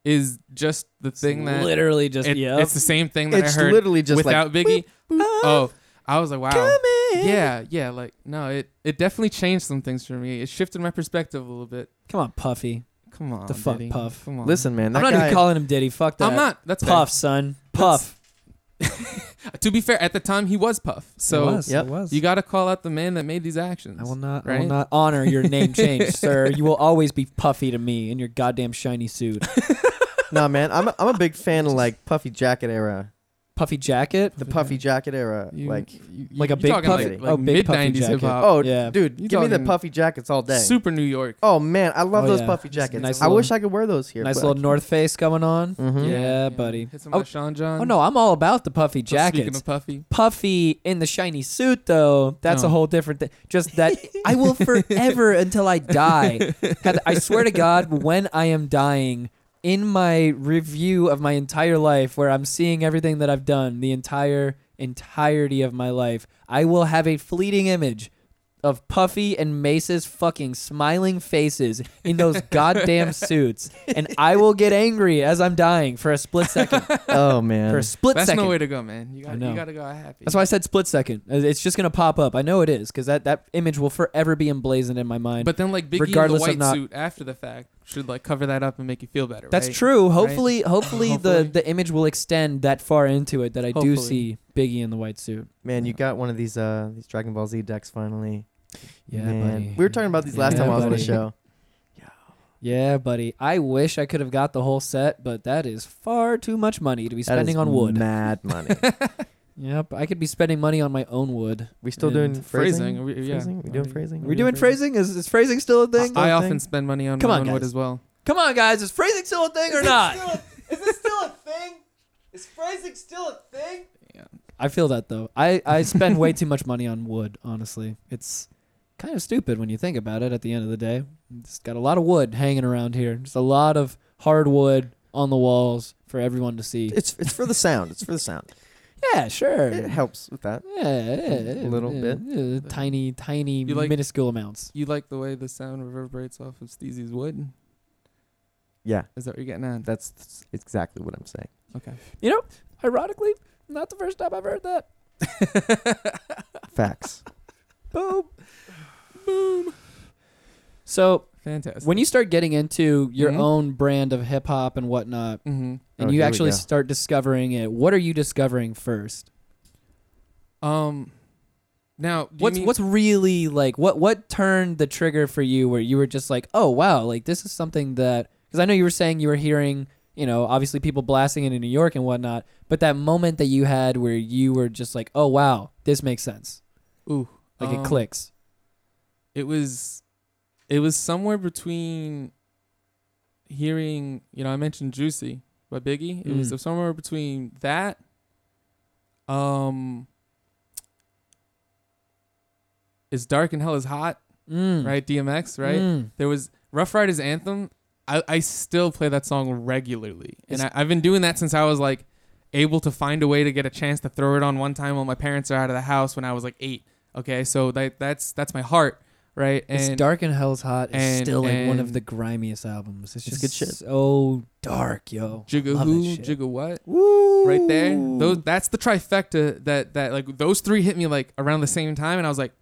Speaker 4: is just the thing that
Speaker 2: literally just
Speaker 4: it-
Speaker 2: yeah,
Speaker 4: it's the same thing that
Speaker 3: It's
Speaker 4: I heard
Speaker 3: literally just
Speaker 4: without
Speaker 3: like
Speaker 4: Biggie. Oh, I was like, wow,
Speaker 2: Come in.
Speaker 4: yeah, yeah. Like, no, it it definitely changed some things for me. It shifted my perspective a little bit.
Speaker 2: Come on, Puffy.
Speaker 4: Come on,
Speaker 2: The fuck,
Speaker 4: Diddy.
Speaker 2: Puff.
Speaker 4: Come on,
Speaker 3: Listen, man. That
Speaker 2: I'm not
Speaker 3: guy,
Speaker 2: even calling him Diddy. Fuck that.
Speaker 4: I'm not. That's fair.
Speaker 2: Puff, son. Puff.
Speaker 4: To be fair, at the time he was Puff, so
Speaker 3: yep.
Speaker 2: was.
Speaker 4: you got to call out the man that made these actions.
Speaker 2: I
Speaker 4: (laughs)
Speaker 2: will not. I will
Speaker 4: right?
Speaker 2: not honor your name (laughs) change, sir. You will always be puffy to me in your goddamn shiny suit,
Speaker 3: nah, man. I'm a, I'm a big fan of like puffy jacket era,
Speaker 2: puffy jacket.
Speaker 3: the puffy jacket era.
Speaker 4: You-
Speaker 3: like,
Speaker 4: you-
Speaker 2: Like a
Speaker 4: you're
Speaker 2: big
Speaker 4: talking
Speaker 3: puffy-
Speaker 4: like,
Speaker 2: oh, big
Speaker 4: mid
Speaker 2: puffy
Speaker 4: '90s
Speaker 2: jacket.
Speaker 4: hip hop.
Speaker 3: oh,
Speaker 2: yeah.
Speaker 3: dude,
Speaker 4: You
Speaker 3: give me the
Speaker 4: talking-
Speaker 3: puffy jackets all day.
Speaker 4: Super New York.
Speaker 3: Oh man, I love
Speaker 2: Oh,
Speaker 3: those
Speaker 2: yeah.
Speaker 3: puffy jackets.
Speaker 2: Nice
Speaker 3: I
Speaker 2: little-
Speaker 3: wish I could wear those here.
Speaker 2: Nice little
Speaker 3: (laughs)
Speaker 2: North Face going on.
Speaker 3: hmm
Speaker 2: Yeah, buddy.
Speaker 4: Hit some
Speaker 2: Oh,
Speaker 4: of that Sean John.
Speaker 2: Oh no, I'm all about the puffy
Speaker 4: So Speaking
Speaker 2: jackets.
Speaker 4: of Puffy,
Speaker 2: Puffy in the shiny suit, though, that's a
Speaker 4: No.
Speaker 2: whole different thing. Just that I
Speaker 4: (laughs)
Speaker 2: will forever until I die. have- I swear to God, when I am dying, in my review of my entire life, where I'm seeing everything that I've done, the entire entirety of my life, I will have a fleeting image of Puffy and Mace's fucking smiling faces in
Speaker 4: (laughs)
Speaker 2: those goddamn suits, and I will get angry as I'm dying for a split second.
Speaker 3: (laughs) oh man,
Speaker 2: For a split
Speaker 4: that's
Speaker 2: second.
Speaker 4: no way to go, man. You got
Speaker 2: know.
Speaker 4: you got to go out happy.
Speaker 2: That's why I said split second. Uh, It's just gonna pop up. I know it is because that that image will forever be emblazoned in my mind.
Speaker 4: But then like Biggie
Speaker 2: regardless of
Speaker 4: in the
Speaker 2: not-
Speaker 4: white suit after the fact should like cover that up and make you feel better.
Speaker 2: that's
Speaker 4: right?
Speaker 2: true.
Speaker 4: (coughs)
Speaker 2: Hopefully, hopefully,
Speaker 4: Hopefully.
Speaker 2: the the image will extend that far into it that I
Speaker 4: Hopefully.
Speaker 2: do see Biggie in the white suit.
Speaker 3: man, you got one of these uh these Dragon Ball Z decks finally.
Speaker 2: Yeah,
Speaker 3: man.
Speaker 2: buddy.
Speaker 3: We were talking about these last
Speaker 2: Yeah,
Speaker 3: time I was on the
Speaker 2: buddy.
Speaker 3: show.
Speaker 2: Yeah, buddy. I wish I could have got the whle set, but that is far too much money to be
Speaker 3: That
Speaker 2: spending
Speaker 3: is
Speaker 2: on wood.
Speaker 3: mad money.
Speaker 2: yep, I could be spending money on my own wood.
Speaker 3: We still
Speaker 2: (laughs) And
Speaker 3: doing
Speaker 4: Phrasing.
Speaker 3: phrasing?
Speaker 4: Are we, yeah.
Speaker 3: Phrasing? We doing
Speaker 4: Are
Speaker 3: phrasing?
Speaker 2: Are
Speaker 4: We're
Speaker 2: we doing phrasing? Is, is phrasing still a thing?
Speaker 4: I
Speaker 3: Thing.
Speaker 4: often spend money on
Speaker 2: Come
Speaker 4: my
Speaker 2: on,
Speaker 4: own wood
Speaker 2: guys.
Speaker 4: as well.
Speaker 2: Come on, guys. Is phrasing still a thing or not?
Speaker 3: Is this still a thing? Is phrasing still a thing?
Speaker 2: I feel that though. I, I spend (laughs) way too much money on wood, honestly. It's kind of stupid when you think about it at the end of the day. Just got a lot of wood hanging around here. Just a lot of hardwood on the walls for everyone to see.
Speaker 3: It's it's for the sound. It's for
Speaker 2: (laughs)
Speaker 3: the sound.
Speaker 2: Yeah, sure.
Speaker 3: It
Speaker 2: Yeah,
Speaker 3: helps with that.
Speaker 2: yeah,
Speaker 3: A little
Speaker 2: yeah,
Speaker 3: bit.
Speaker 2: yeah, tiny, tiny,
Speaker 4: You like-
Speaker 2: minuscule amounts.
Speaker 4: (laughs) You like the way the sound reverberates off of Steezy's wood?
Speaker 3: Yeah,
Speaker 4: Is that what you're getting at?
Speaker 3: that's exactly what I'm saying.
Speaker 4: Okay.
Speaker 2: Ironically, not the first time I've heard that. (laughs)
Speaker 3: Facts.
Speaker 2: Boom. Boom. So
Speaker 4: Fantastic.
Speaker 2: when you start getting into your
Speaker 4: Mhm.
Speaker 2: own brand of hip hop and whatnot,
Speaker 4: mm-hmm.
Speaker 2: and
Speaker 3: Oh,
Speaker 2: you
Speaker 3: here we
Speaker 2: actually
Speaker 3: go.
Speaker 2: start discovering it, what are you discovering first?
Speaker 4: Um, now do you
Speaker 2: What's
Speaker 4: mean-
Speaker 2: what's really like what what turned the trigger for you where you were just like, "Oh wow, like this is something that cuz I know you were saying you were hearing, you know, obviously people blasting it in New York and whatnot, but that moment that you had where you were just like, "Oh wow, this makes sense."
Speaker 4: Ooh,
Speaker 2: Like
Speaker 4: um,
Speaker 2: it clicks.
Speaker 4: it was it was somewhere between hearing you know i mentioned juicy by biggie it was
Speaker 2: Mm.
Speaker 4: somewhere between that um it's dark and hell is hot
Speaker 2: Mm.
Speaker 4: right dmx right
Speaker 2: Mm.
Speaker 4: there was rough riders anthem I, I still play that song regularly, and I, I've been doing that since I was like able to find a way to get a chance to throw it on one time while my parents are out of the house when I was like eight. Okay, so that that's that's my heart, right?
Speaker 2: it's
Speaker 4: And
Speaker 2: dark and hell's hot. It's
Speaker 4: and-
Speaker 2: still like one of
Speaker 4: and-
Speaker 2: the grimiest albums. It's
Speaker 3: It's
Speaker 2: just
Speaker 3: good shit.
Speaker 2: So dark, yo.
Speaker 4: jigga
Speaker 2: Love that
Speaker 4: who,
Speaker 2: shit.
Speaker 4: jigga what,
Speaker 3: Woo!
Speaker 4: right there. Those that's the trifecta that that like those three hit me like around the same time, and I was like,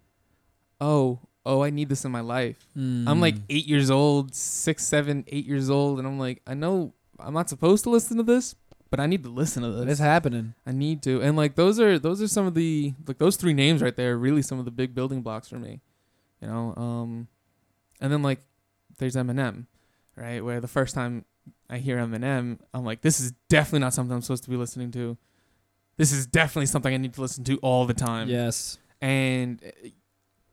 Speaker 4: oh oh, I need this in my life. I'm like
Speaker 2: Mm.
Speaker 4: eight years old, six, seven, eight years old, and I'm like, I know I'm not supposed to listen to this, but I need to listen to
Speaker 2: But
Speaker 4: this.
Speaker 2: it's happening.
Speaker 4: I need to. And like those are those are some of the like those three names right there are really some of the big building blocks for me. You know, um and then like there's Eminem, right? Where the first time I hear Eminem, I'm like, this is definitely not something I'm supposed to be listening to. This is definitely something I need to listen to all the time.
Speaker 2: Yes.
Speaker 4: And uh,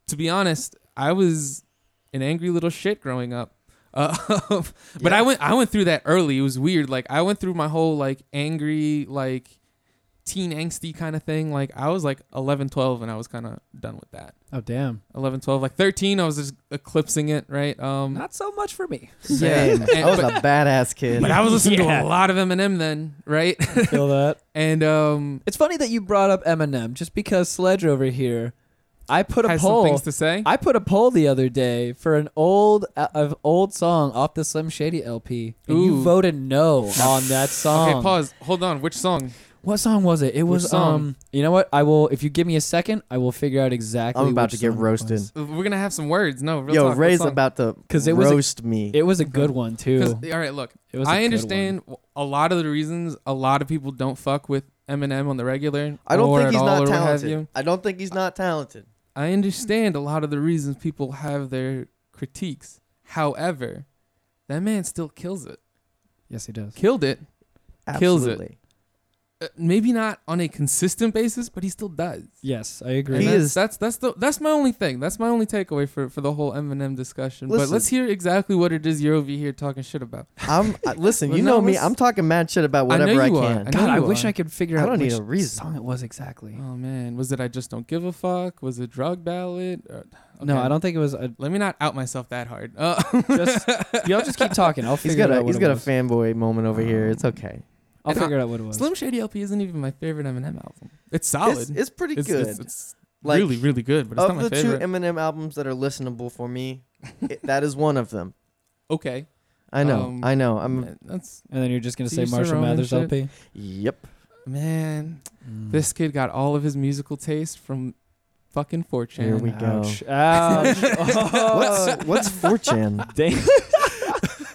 Speaker 4: to be honest, I was an angry little shit growing up. (laughs) Uh, but I went I went through that early. It was weird. Like I went through my whole like angry like teen angsty kind of thing. Like I was like 11, 12 and I was kind of done with that.
Speaker 2: Oh damn.
Speaker 4: 11, 12, like 13 I was just eclipsing it, right?
Speaker 2: (laughs)
Speaker 4: Um
Speaker 2: Not so much for me.
Speaker 3: (laughs) Same.
Speaker 2: (laughs)
Speaker 3: I was a badass kid.
Speaker 4: but I
Speaker 3: (laughs)
Speaker 4: was listening
Speaker 2: Yeah.
Speaker 4: to a lot of Eminem then, right? (laughs)
Speaker 2: Feel that.
Speaker 4: and um
Speaker 2: (laughs) It's funny that you brought up Eminem, just because Sledge over here, I put a
Speaker 4: has some
Speaker 2: poll.
Speaker 4: things to say.
Speaker 2: I put a poll the other day for an old uh, of old song off the Slim Shady LP, and you
Speaker 4: Ooh.
Speaker 2: voted no on that song.
Speaker 4: okay, pause. Hold on. Which song?
Speaker 2: What song was it? It
Speaker 4: Which
Speaker 2: was
Speaker 4: song?
Speaker 2: um. You know what? I will. If you give me a second, I will figure out exactly.
Speaker 3: I'm about
Speaker 2: which
Speaker 3: to get
Speaker 2: song it
Speaker 3: roasted.
Speaker 2: was.
Speaker 4: We're going to have some words. No, real
Speaker 3: Yo,
Speaker 4: talk, what
Speaker 3: Ray's
Speaker 4: song?
Speaker 3: about to
Speaker 2: 'Cause it was a-
Speaker 3: roast me.
Speaker 2: It was a good one too.
Speaker 4: 'Cause- all right, look.
Speaker 2: It was. a
Speaker 4: I
Speaker 2: good
Speaker 4: understand a lot of the reasons a lot of people don't fuck with Eminem on the regular.
Speaker 3: I don't
Speaker 4: or
Speaker 3: think
Speaker 4: at
Speaker 3: he's
Speaker 4: all,
Speaker 3: not
Speaker 4: or what have
Speaker 3: talented.
Speaker 4: you.
Speaker 3: I don't think he's not talented.
Speaker 4: I understand a lot of the reasons people have their critiques. However, that man still kills it.
Speaker 2: one. Yes, he does.
Speaker 4: Killed it. Kills it.
Speaker 3: Absolutely.
Speaker 4: Uh, maybe not on a consistent basis, but he still does.
Speaker 2: Yes, I
Speaker 4: And
Speaker 2: agree.
Speaker 3: He
Speaker 4: that's,
Speaker 3: is-
Speaker 4: That's that's the that's my only thing. That's my only takeaway for for the whole Eminem discussion. but
Speaker 3: Listen.
Speaker 4: let's hear exactly what it is you're over here talking shit about.
Speaker 3: I'm
Speaker 4: (laughs)
Speaker 3: I, listen.
Speaker 4: Well,
Speaker 3: you
Speaker 4: no,
Speaker 3: know me.
Speaker 4: let's-
Speaker 3: I'm talking mad shit about
Speaker 4: I know
Speaker 3: whatever I,
Speaker 4: you are.
Speaker 3: can.
Speaker 4: I know
Speaker 2: God, I
Speaker 4: you
Speaker 2: wish
Speaker 4: are.
Speaker 2: I could figure
Speaker 3: I
Speaker 2: out
Speaker 3: don't need
Speaker 2: which
Speaker 3: a reason.
Speaker 2: song it was exactly.
Speaker 4: Oh man, was it I just don't give a fuck? Was it drug ballad? Or-
Speaker 2: No,
Speaker 3: Oh,
Speaker 4: okay.
Speaker 2: I don't think it was. A,
Speaker 4: Let me not out myself that hard. Uh,
Speaker 2: just y'all just keep talking. I'll
Speaker 3: (laughs) He's
Speaker 2: figure
Speaker 3: got
Speaker 2: out
Speaker 3: a
Speaker 2: what
Speaker 3: he's
Speaker 2: it
Speaker 3: got a
Speaker 2: was.
Speaker 3: fanboy moment over here. It's okay.
Speaker 2: I'll
Speaker 4: and I-
Speaker 2: figure out
Speaker 3: (laughs)
Speaker 2: what it was.
Speaker 4: (laughs) Slim Shady LP isn't even my favorite Eminem album. It's solid.
Speaker 3: It's, it's pretty
Speaker 4: It's-
Speaker 3: good.
Speaker 4: It's, it's
Speaker 3: Like,
Speaker 4: really, really good, but it's not
Speaker 3: of
Speaker 4: my
Speaker 3: the
Speaker 4: favorite.
Speaker 3: two Eminem albums that are listenable for me, it, that is one of them.
Speaker 4: okay.
Speaker 3: I know.
Speaker 4: Um,
Speaker 3: I know. I'm.
Speaker 4: Man, that's
Speaker 2: and then you're just gonna
Speaker 4: To
Speaker 2: say
Speaker 4: each their
Speaker 2: Marshall
Speaker 4: own and
Speaker 2: Mathers
Speaker 4: shit.
Speaker 2: LP.
Speaker 3: Yep.
Speaker 4: man.
Speaker 2: Mm.
Speaker 4: This kid got all of his musical taste from fucking 4
Speaker 3: Here we go.
Speaker 2: Ouch. Ouch. oh.
Speaker 3: What's
Speaker 4: (laughs)
Speaker 3: what's 4chan?
Speaker 2: Dang.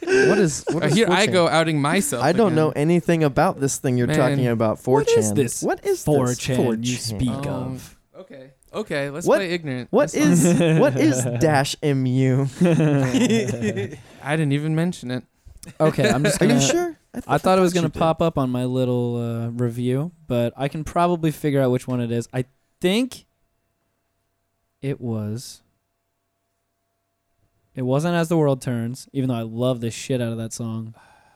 Speaker 3: What is what
Speaker 4: Uh,
Speaker 3: is
Speaker 4: here I
Speaker 3: 4chan?
Speaker 4: go outing myself.
Speaker 3: I don't
Speaker 4: again.
Speaker 3: know anything about this thing you're
Speaker 4: Man.
Speaker 3: talking about. 4chan.
Speaker 2: What (laughs) is this
Speaker 3: What is this
Speaker 2: 4chan you
Speaker 3: 4chan?
Speaker 2: speak
Speaker 4: Um,
Speaker 2: of?
Speaker 4: Okay. Okay. Let's
Speaker 3: What-
Speaker 4: play ignorant.
Speaker 3: What
Speaker 4: Let's
Speaker 3: is (laughs) what is dash mu?
Speaker 4: not- I didn't even mention it.
Speaker 2: (laughs) Okay, I'm just
Speaker 3: Are (laughs)
Speaker 2: gonna.
Speaker 3: you sure?
Speaker 2: I thought it was
Speaker 3: you
Speaker 2: gonna
Speaker 3: did.
Speaker 2: pop up on my little uh, review, but I can probably figure out which one it is. I think it was. It wasn't as the world turns, even though I love the shit out of that song.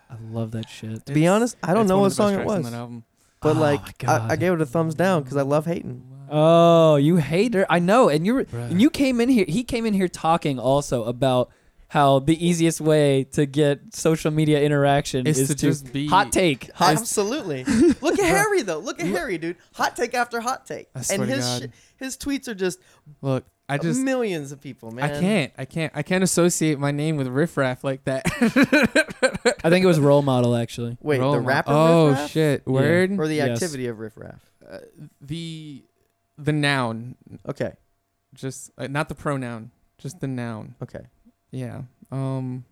Speaker 2: I love that shit.
Speaker 3: To be honest, I don't
Speaker 4: It's
Speaker 3: know
Speaker 4: one
Speaker 3: what
Speaker 4: of the best
Speaker 3: song it
Speaker 4: tracks on
Speaker 3: was,
Speaker 4: that album.
Speaker 3: but
Speaker 2: Oh
Speaker 3: like
Speaker 2: my
Speaker 3: I, I
Speaker 2: God.
Speaker 3: gave it a thumbs down because I love hating.
Speaker 2: Oh, you hater! I know, and you were,
Speaker 4: Bruh.
Speaker 2: and you came in here. He came in here talking also about how the easiest way to get social media interaction
Speaker 4: It's
Speaker 2: is
Speaker 4: to
Speaker 2: to,
Speaker 4: just be-
Speaker 2: hot take. Hot
Speaker 3: (laughs) Absolutely. Look at Harry though. Look at Harry, dude. Hot take after hot take,
Speaker 4: I swear
Speaker 3: and
Speaker 4: to
Speaker 3: his
Speaker 4: God.
Speaker 3: sh- his tweets are just,
Speaker 4: Look, I just
Speaker 3: millions of people, man.
Speaker 4: I can't. I can't. I can't associate my name with riffraff like that.
Speaker 2: (laughs) I think it was role model actually.
Speaker 3: Wait,
Speaker 4: Roll
Speaker 3: the
Speaker 4: my-
Speaker 3: rapper.
Speaker 4: Oh
Speaker 3: Riff Raff?
Speaker 4: shit! Word.
Speaker 3: Or the
Speaker 2: Yes.
Speaker 3: activity of riff raff.
Speaker 4: Uh, the the noun,
Speaker 3: Okay.
Speaker 4: just uh, not the pronoun, just the noun.
Speaker 3: Okay.
Speaker 4: Yeah. Um.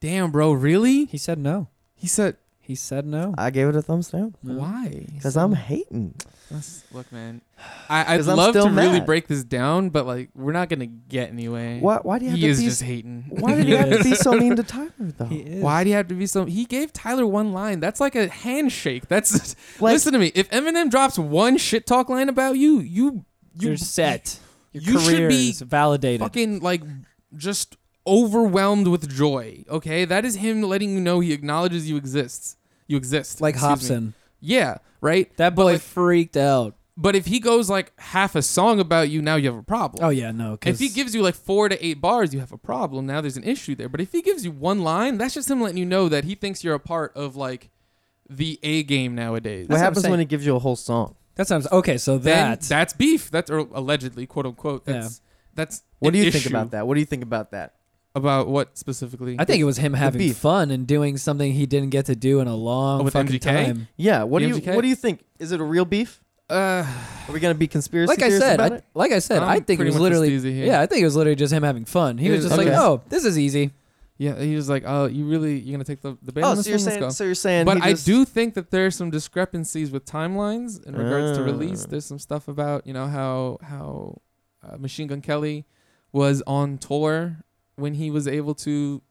Speaker 4: Damn, bro. Really?
Speaker 2: He said no.
Speaker 4: He said
Speaker 2: He said no.
Speaker 3: I gave it a thumbs down
Speaker 2: No.
Speaker 4: why?
Speaker 3: because I'm hating.
Speaker 4: That's- look, man. I, I'd
Speaker 3: 'Cause I'm
Speaker 4: love to
Speaker 3: still
Speaker 4: really
Speaker 3: mad.
Speaker 4: break this down, but like we're not gonna get anyway.
Speaker 3: Why? Why do you have
Speaker 4: He
Speaker 3: to
Speaker 4: is
Speaker 3: be?
Speaker 4: just hating.
Speaker 3: why did you have to be
Speaker 4: (laughs)
Speaker 3: so mean to Tyler though?
Speaker 2: He is.
Speaker 4: Why do you have to be so? He gave Tyler one line. That's like a handshake. That's (laughs)
Speaker 3: Like-
Speaker 4: listen to me. If Eminem drops one shit talk line about you, you you
Speaker 2: You're set.
Speaker 4: (laughs)
Speaker 2: Your
Speaker 4: you should
Speaker 2: career
Speaker 4: be
Speaker 2: is validated.
Speaker 4: fucking like just overwhelmed with joy. Okay, that is him letting you know he acknowledges you exists. You exist.
Speaker 2: like
Speaker 4: Excuse me.
Speaker 2: Hobson.
Speaker 4: Yeah. Right.
Speaker 2: That
Speaker 4: But
Speaker 2: boy
Speaker 4: like-
Speaker 2: freaked out.
Speaker 4: But if he goes like half a song about you, now you have a problem.
Speaker 2: Oh yeah, no.
Speaker 4: If he gives you like four to eight bars, you have a problem. Now there's an issue there. But if he gives you one line, that's just him letting you know that he thinks you're a part of like the A game nowadays.
Speaker 3: what
Speaker 2: what I'm
Speaker 3: happens when
Speaker 2: saying.
Speaker 3: it gives you a whole song?
Speaker 2: that sounds okay. So
Speaker 4: Then
Speaker 2: that
Speaker 4: that's beef. That's or allegedly, quote unquote. That's that's
Speaker 3: What
Speaker 4: an
Speaker 3: do you think
Speaker 4: issue.
Speaker 3: about that? What do you think about that?
Speaker 4: About what specifically?
Speaker 2: I think it was him having
Speaker 3: beef.
Speaker 2: fun and doing something he didn't get to do in a long
Speaker 4: Oh, with
Speaker 2: fucking
Speaker 4: MGK?
Speaker 2: time.
Speaker 3: Yeah. What do you
Speaker 4: DMGK?
Speaker 3: What do you think? Is it a real beef?
Speaker 4: uh,
Speaker 3: Are we gonna be conspiracy?
Speaker 2: Like I
Speaker 3: theorists
Speaker 2: said,
Speaker 3: about
Speaker 2: I,
Speaker 3: it?
Speaker 2: like I said,
Speaker 4: I'm
Speaker 2: I think it
Speaker 4: pretty
Speaker 2: was
Speaker 4: much
Speaker 2: literally
Speaker 4: just easy here.
Speaker 2: yeah, I think it was literally just him having fun. He
Speaker 4: It
Speaker 2: was
Speaker 4: is-
Speaker 2: just like,
Speaker 3: okay.
Speaker 2: oh, this is easy.
Speaker 4: yeah. He was like, "Oh, you really you're gonna take the the bait
Speaker 3: oh,
Speaker 4: on this
Speaker 3: so you're
Speaker 4: one? Let's
Speaker 3: saying
Speaker 4: go."
Speaker 3: so you're saying,
Speaker 4: but
Speaker 3: he
Speaker 4: I
Speaker 3: just-
Speaker 4: do think that there's some discrepancies with timelines in regards to release.
Speaker 3: Ah.
Speaker 4: There's some stuff about you know how how uh, Machine Gun Kelly was on tour when he was able to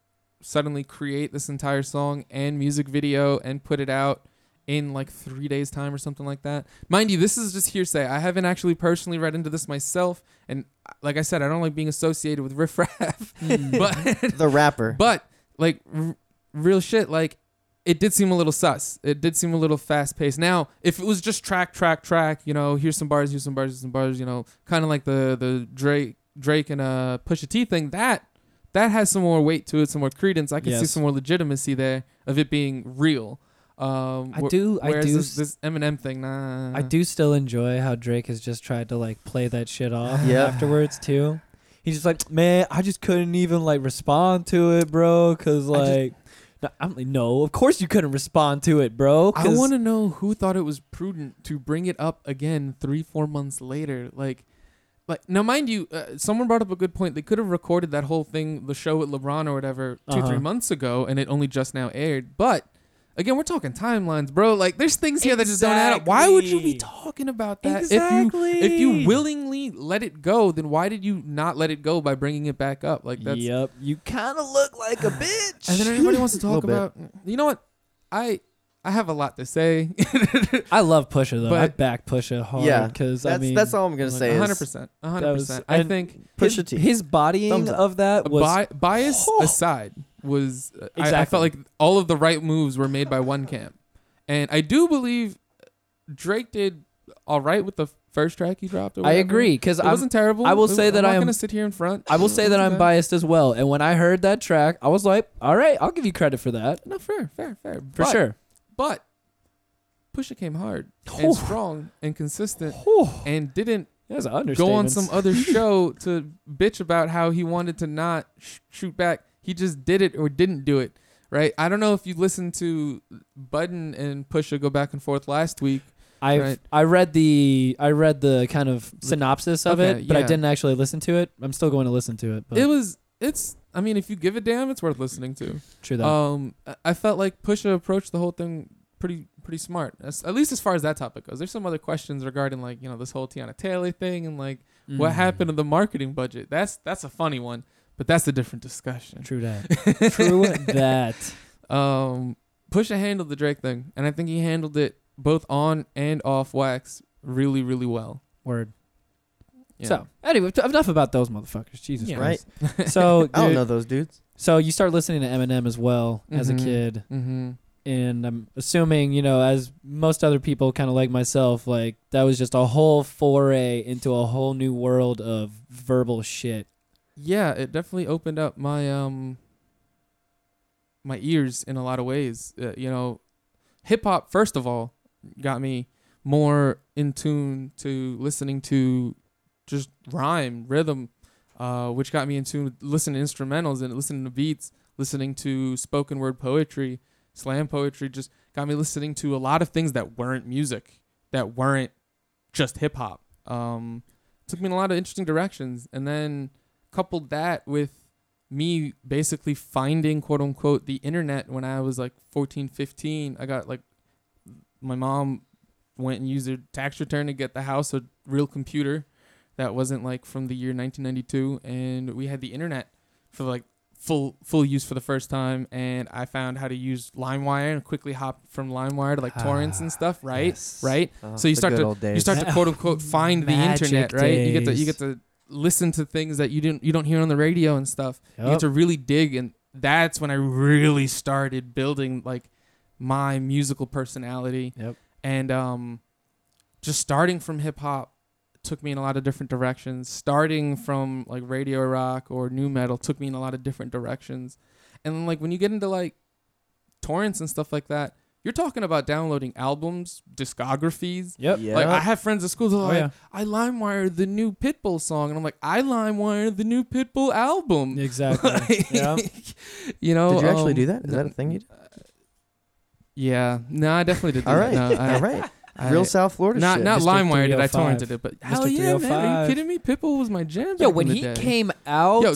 Speaker 4: suddenly create this entire song and music video and put it out in like three days time or something like that mind you this is just hearsay i haven't actually personally read into this myself and uh, like i said i don't like being associated with riff raff (laughs) (laughs) but
Speaker 3: the rapper.
Speaker 4: but like r- real shit, like it did seem a little sus. It did seem a little fast paced. Now, if it was just track, track, track, you know, here's some bars, here's some bars, here's some bars, you know, kind of like the the Drake Drake and uh Pusha T thing, that that has some more weight to it, some more credence. I can see
Speaker 2: Yes.
Speaker 4: some more legitimacy there of it being real. Um,
Speaker 2: I
Speaker 4: wh-
Speaker 2: do- I
Speaker 4: whereas
Speaker 2: do
Speaker 4: This,
Speaker 2: s-
Speaker 4: this Eminem thing, nah.
Speaker 2: I do still enjoy how Drake has just tried to like play that shit (laughs) off
Speaker 3: Yeah.
Speaker 2: afterwards too. He's just like, man, I just couldn't even like respond to it, bro, because
Speaker 4: I just-
Speaker 2: like, no, I'm like, no, of course you couldn't respond to it, bro.
Speaker 4: I
Speaker 2: 'cause-
Speaker 4: want to know who thought it was prudent to bring it up again three, four months later. Like, like now, mind you, uh, someone brought up a good point. They could have recorded that whole thing, the show with LeBron or whatever, 2
Speaker 2: Uh-huh.
Speaker 4: three months ago, and it only just now aired. But again, we're talking timelines, bro. Like, there's things here that just don't add up. Why would you be
Speaker 2: Exactly.
Speaker 4: talking about that
Speaker 2: exactly.
Speaker 4: if you if you willingly let it go? Then why did you not let it go by bringing it back up? Like that's
Speaker 2: yep, you kind of look like a bitch.
Speaker 4: and then everybody wants to
Speaker 3: Little
Speaker 4: talk about. You know what? I I have a lot to say.
Speaker 2: (laughs)
Speaker 4: (laughs)
Speaker 2: I love Pusha though. I
Speaker 4: But-
Speaker 2: back Pusha hard.
Speaker 3: Yeah,
Speaker 2: because I
Speaker 3: that's
Speaker 2: mean,
Speaker 3: that's all I'm gonna
Speaker 2: like,
Speaker 3: say.
Speaker 4: A
Speaker 3: is
Speaker 4: hundred percent, a hundred
Speaker 2: That was-
Speaker 4: percent. I
Speaker 2: and
Speaker 4: think
Speaker 2: his,
Speaker 3: Pusha T.
Speaker 2: His bodying
Speaker 3: Thumbs up.
Speaker 2: of that was
Speaker 4: bi- bias
Speaker 2: Oh.
Speaker 4: aside was I- I,
Speaker 2: Exactly.
Speaker 4: felt like all of the right moves were made by one camp, and I do believe Drake did all right with the first track he dropped. Or
Speaker 2: I
Speaker 4: whatever.
Speaker 2: agree because
Speaker 4: It
Speaker 2: I
Speaker 4: wasn't terrible.
Speaker 2: I will
Speaker 4: It-
Speaker 2: say
Speaker 4: I'm
Speaker 2: that
Speaker 4: not
Speaker 2: I am-
Speaker 4: gonna sit here in front.
Speaker 2: I will say
Speaker 4: It
Speaker 2: that I'm
Speaker 4: wasn't bad.
Speaker 2: biased as well. And when I heard that track, I was like, all right, I'll give you credit for that
Speaker 4: No, fair, fair, fair.
Speaker 2: for
Speaker 4: but,
Speaker 2: sure.
Speaker 4: But Pusha came hard
Speaker 2: Whew.
Speaker 4: and strong and consistent
Speaker 2: Whew,
Speaker 4: and didn't
Speaker 2: that was an understatement.
Speaker 4: go on some other show to bitch about how he wanted to not sh- shoot back. He just did it or didn't do it, right? I don't know if you listened to Budden and Pusha go back and forth last week.
Speaker 2: I
Speaker 4: right.
Speaker 2: I read the I read the kind of synopsis of
Speaker 4: Okay,
Speaker 2: it, but I
Speaker 4: yeah.
Speaker 2: didn't actually listen to it. I'm still going to listen to it. But
Speaker 4: It was it's. I mean, if you give a damn, it's worth listening to.
Speaker 2: true though.
Speaker 4: Um, I- I felt like Pusha approached the whole thing pretty pretty smart, as, at least as far as that topic goes. There's some other questions regarding like you know this whole Tiana Taylor thing and like what
Speaker 2: Mm,
Speaker 4: happened to the marketing budget. That's that's a funny one, but that's a different discussion.
Speaker 2: True
Speaker 4: (laughs)
Speaker 2: that. true that.
Speaker 4: um Pusha handled the Drake thing, and I think he handled it both on and off wax really, really well.
Speaker 2: Word.
Speaker 4: Yeah.
Speaker 2: So anyway, t- enough about those motherfuckers. Jesus
Speaker 4: Yeah.
Speaker 2: Christ.
Speaker 4: (laughs)
Speaker 2: So
Speaker 3: I don't
Speaker 2: dude,
Speaker 3: know those dudes.
Speaker 2: so you start listening to Eminem as well as a
Speaker 4: Mhm.
Speaker 2: kid,
Speaker 4: mm-hmm.
Speaker 2: and I'm assuming you know as most other people, kind of like myself, like that was just a whole foray into a whole new world of verbal shit.
Speaker 4: yeah, it definitely opened up my um my ears in a lot of ways. Uh, you know, hip hop first of all got me more in tune to listening to just rhyme, rhythm, uh, which got me in tune with listening to instrumentals and listening to beats, listening to spoken word poetry, slam poetry. Just got me listening to a lot of things that weren't music, that weren't just hip hop. Um, took me in a lot of interesting directions, and then coupled that with me basically finding quote unquote the internet when I was like 14, 15. I got like my mom went and used her tax return to get the house a real computer that wasn't like from the year 1992 and we had the internet for like full full use for the first time and I found how to use LimeWire and quickly hop from LimeWire to like torrents and stuff, right?
Speaker 2: Yes.
Speaker 4: Right? So you
Speaker 3: the
Speaker 4: start
Speaker 3: good
Speaker 4: to-
Speaker 3: old
Speaker 4: you
Speaker 3: days.
Speaker 4: start to quote unquote find the
Speaker 2: Magic
Speaker 4: internet, right? You get to you
Speaker 2: days.
Speaker 4: get to listen to things that you didn't you don't hear on the radio and stuff. You
Speaker 2: Yup.
Speaker 4: get to really dig, and that's when I really started building like my musical personality.
Speaker 2: Yep.
Speaker 4: And um, just starting from hip hop took me in a lot of different directions. Starting from like radio rock or new metal took me in a lot of different directions. And like when you get into like torrents and stuff like that, you're talking about downloading albums, discographies.
Speaker 2: Yep.
Speaker 3: Yeah.
Speaker 4: Like I have friends at school that are
Speaker 2: Oh,
Speaker 4: like,
Speaker 2: yeah.
Speaker 4: I LimeWire the new Pitbull song, and I'm like, I LimeWire the new Pitbull album. (laughs)
Speaker 2: Exactly. yeah.
Speaker 4: You know?
Speaker 3: Did you actually
Speaker 4: um,
Speaker 3: do that? Is
Speaker 4: no-
Speaker 3: that a thing you did?
Speaker 4: Yeah. No, I definitely did. Do
Speaker 3: All
Speaker 4: that.
Speaker 3: right.
Speaker 4: No, I,
Speaker 3: All right.
Speaker 4: I-
Speaker 3: Real South Florida
Speaker 4: Not
Speaker 3: shit.
Speaker 4: not
Speaker 2: Mr.
Speaker 4: LimeWire did I
Speaker 2: 305.
Speaker 4: torrent it, but hell
Speaker 2: Mr.
Speaker 4: yeah, man! Are
Speaker 2: 305.
Speaker 4: you kidding me? Pitbull was my jam.
Speaker 2: Yo,
Speaker 4: back
Speaker 2: when
Speaker 4: in the
Speaker 2: he
Speaker 4: day.
Speaker 2: came out,
Speaker 4: Yo,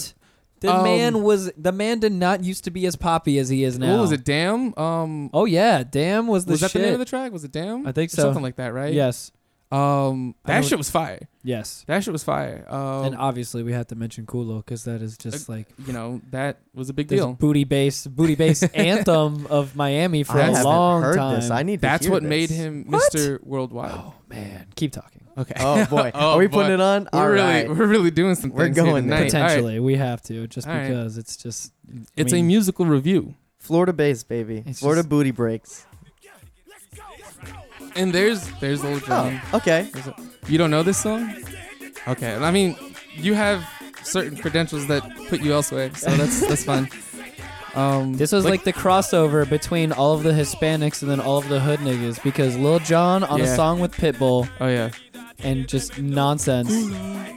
Speaker 2: the
Speaker 4: um,
Speaker 2: man was the man did not used to be as poppy as he is now.
Speaker 4: what was it? Damn. Um,
Speaker 2: Oh yeah, damn was the
Speaker 4: was that
Speaker 2: shit.
Speaker 4: the name of the track? Was it Damn?
Speaker 2: I think
Speaker 4: Or
Speaker 2: so.
Speaker 4: Something like that, right?
Speaker 2: Yes.
Speaker 4: Um,
Speaker 2: I
Speaker 4: that
Speaker 2: know-
Speaker 4: shit was fire.
Speaker 2: Yes.
Speaker 4: That shit was fire. Um,
Speaker 2: and obviously we had to mention Kulo because that is just like
Speaker 4: you know that was a big
Speaker 2: this
Speaker 4: deal.
Speaker 2: booty bass booty
Speaker 4: (laughs)
Speaker 2: bass anthem of Miami for
Speaker 4: I
Speaker 2: a
Speaker 4: haven't
Speaker 2: long
Speaker 3: heard
Speaker 2: time.
Speaker 3: this. I need to
Speaker 4: That's
Speaker 3: hear
Speaker 4: what
Speaker 3: this.
Speaker 4: made him
Speaker 2: What?
Speaker 4: Mr. Worldwide.
Speaker 2: oh man, keep talking.
Speaker 4: Okay.
Speaker 3: Oh boy.
Speaker 4: Oh,
Speaker 3: Are we
Speaker 4: boy.
Speaker 3: putting it on?
Speaker 4: We're
Speaker 3: All
Speaker 4: really
Speaker 3: right.
Speaker 4: (laughs) we're really doing some
Speaker 3: We're
Speaker 4: things here
Speaker 3: going there.
Speaker 4: tonight. All right.
Speaker 2: Potentially, we have to just
Speaker 4: All right.
Speaker 2: because it's just
Speaker 4: It's
Speaker 2: I
Speaker 4: a
Speaker 2: mean,
Speaker 4: musical review.
Speaker 3: Florida bass, baby.
Speaker 2: It's
Speaker 3: Florida
Speaker 2: just-
Speaker 3: booty breaks.
Speaker 4: And there's there's little John.
Speaker 3: Oh, okay.
Speaker 4: You don't know this song? Okay. I mean, you have certain credentials that put you elsewhere,
Speaker 3: (laughs)
Speaker 4: so that's that's fine. Um,
Speaker 2: This was like, the crossover between all of the Hispanics and then all of the hood niggas because Lil Jon on a
Speaker 4: Yeah.
Speaker 2: song with Pitbull
Speaker 4: oh yeah,
Speaker 2: and just nonsense.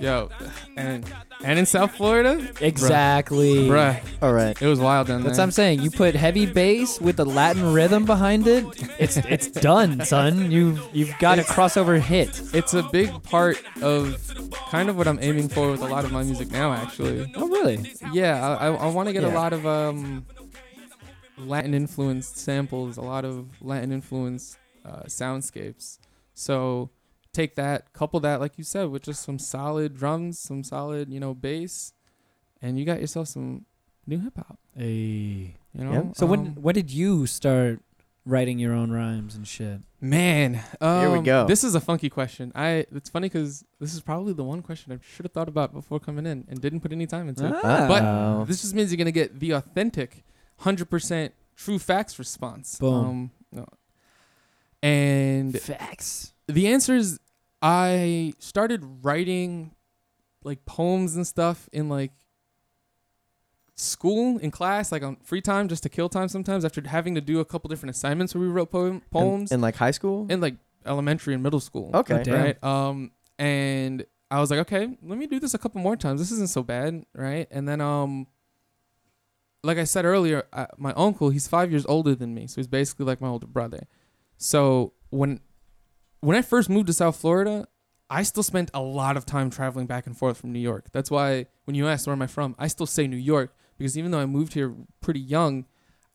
Speaker 4: yo, and and in South Florida,
Speaker 2: exactly.
Speaker 4: bruh,
Speaker 3: All right.
Speaker 4: it was wild down
Speaker 2: That's what
Speaker 4: there.
Speaker 2: I'm saying. You put heavy bass with a Latin rhythm behind it. It's it's done, son. You you've got a crossover hit.
Speaker 4: it's a big part of kind of what I'm aiming for with a lot of my music now, actually.
Speaker 2: Oh really?
Speaker 4: Yeah, I, I, I want to get
Speaker 2: Yeah.
Speaker 4: a lot of um, Latin influenced samples, a lot of Latin influenced uh, soundscapes. So take that, couple that, like you said, with just some solid drums, some solid, you know, bass, and you got yourself some new hip hop.
Speaker 2: Hey.
Speaker 4: You know.
Speaker 3: Yeah.
Speaker 2: So when
Speaker 4: Um,
Speaker 2: when did you start writing your own rhymes and shit?
Speaker 4: man, um,
Speaker 3: we go.
Speaker 4: This is a funky question. I it's funny because this is probably the one question I should have thought about before coming in and didn't put any time into. But
Speaker 3: Oh.
Speaker 4: This just means you're gonna get the authentic, hundred percent true facts response.
Speaker 2: Boom.
Speaker 4: Um, no. And
Speaker 2: facts.
Speaker 4: the answer is, I started writing, like poems and stuff in like school in class, like on free time, just to kill time. Sometimes after having to do a couple different assignments where we wrote poem poems
Speaker 3: in, in like high school.
Speaker 4: in like elementary and middle school
Speaker 3: okay.
Speaker 2: damn.
Speaker 4: right? Um, and I was like, okay, let me do this a couple more times. This isn't so bad, right? And then, um, like I said earlier, I, my uncle, he's five years older than me, so he's basically like my older brother. So when when I first moved to South Florida, I still spent a lot of time traveling back and forth from New York. That's why when you ask where am I from, I still say New York because even though I moved here pretty young,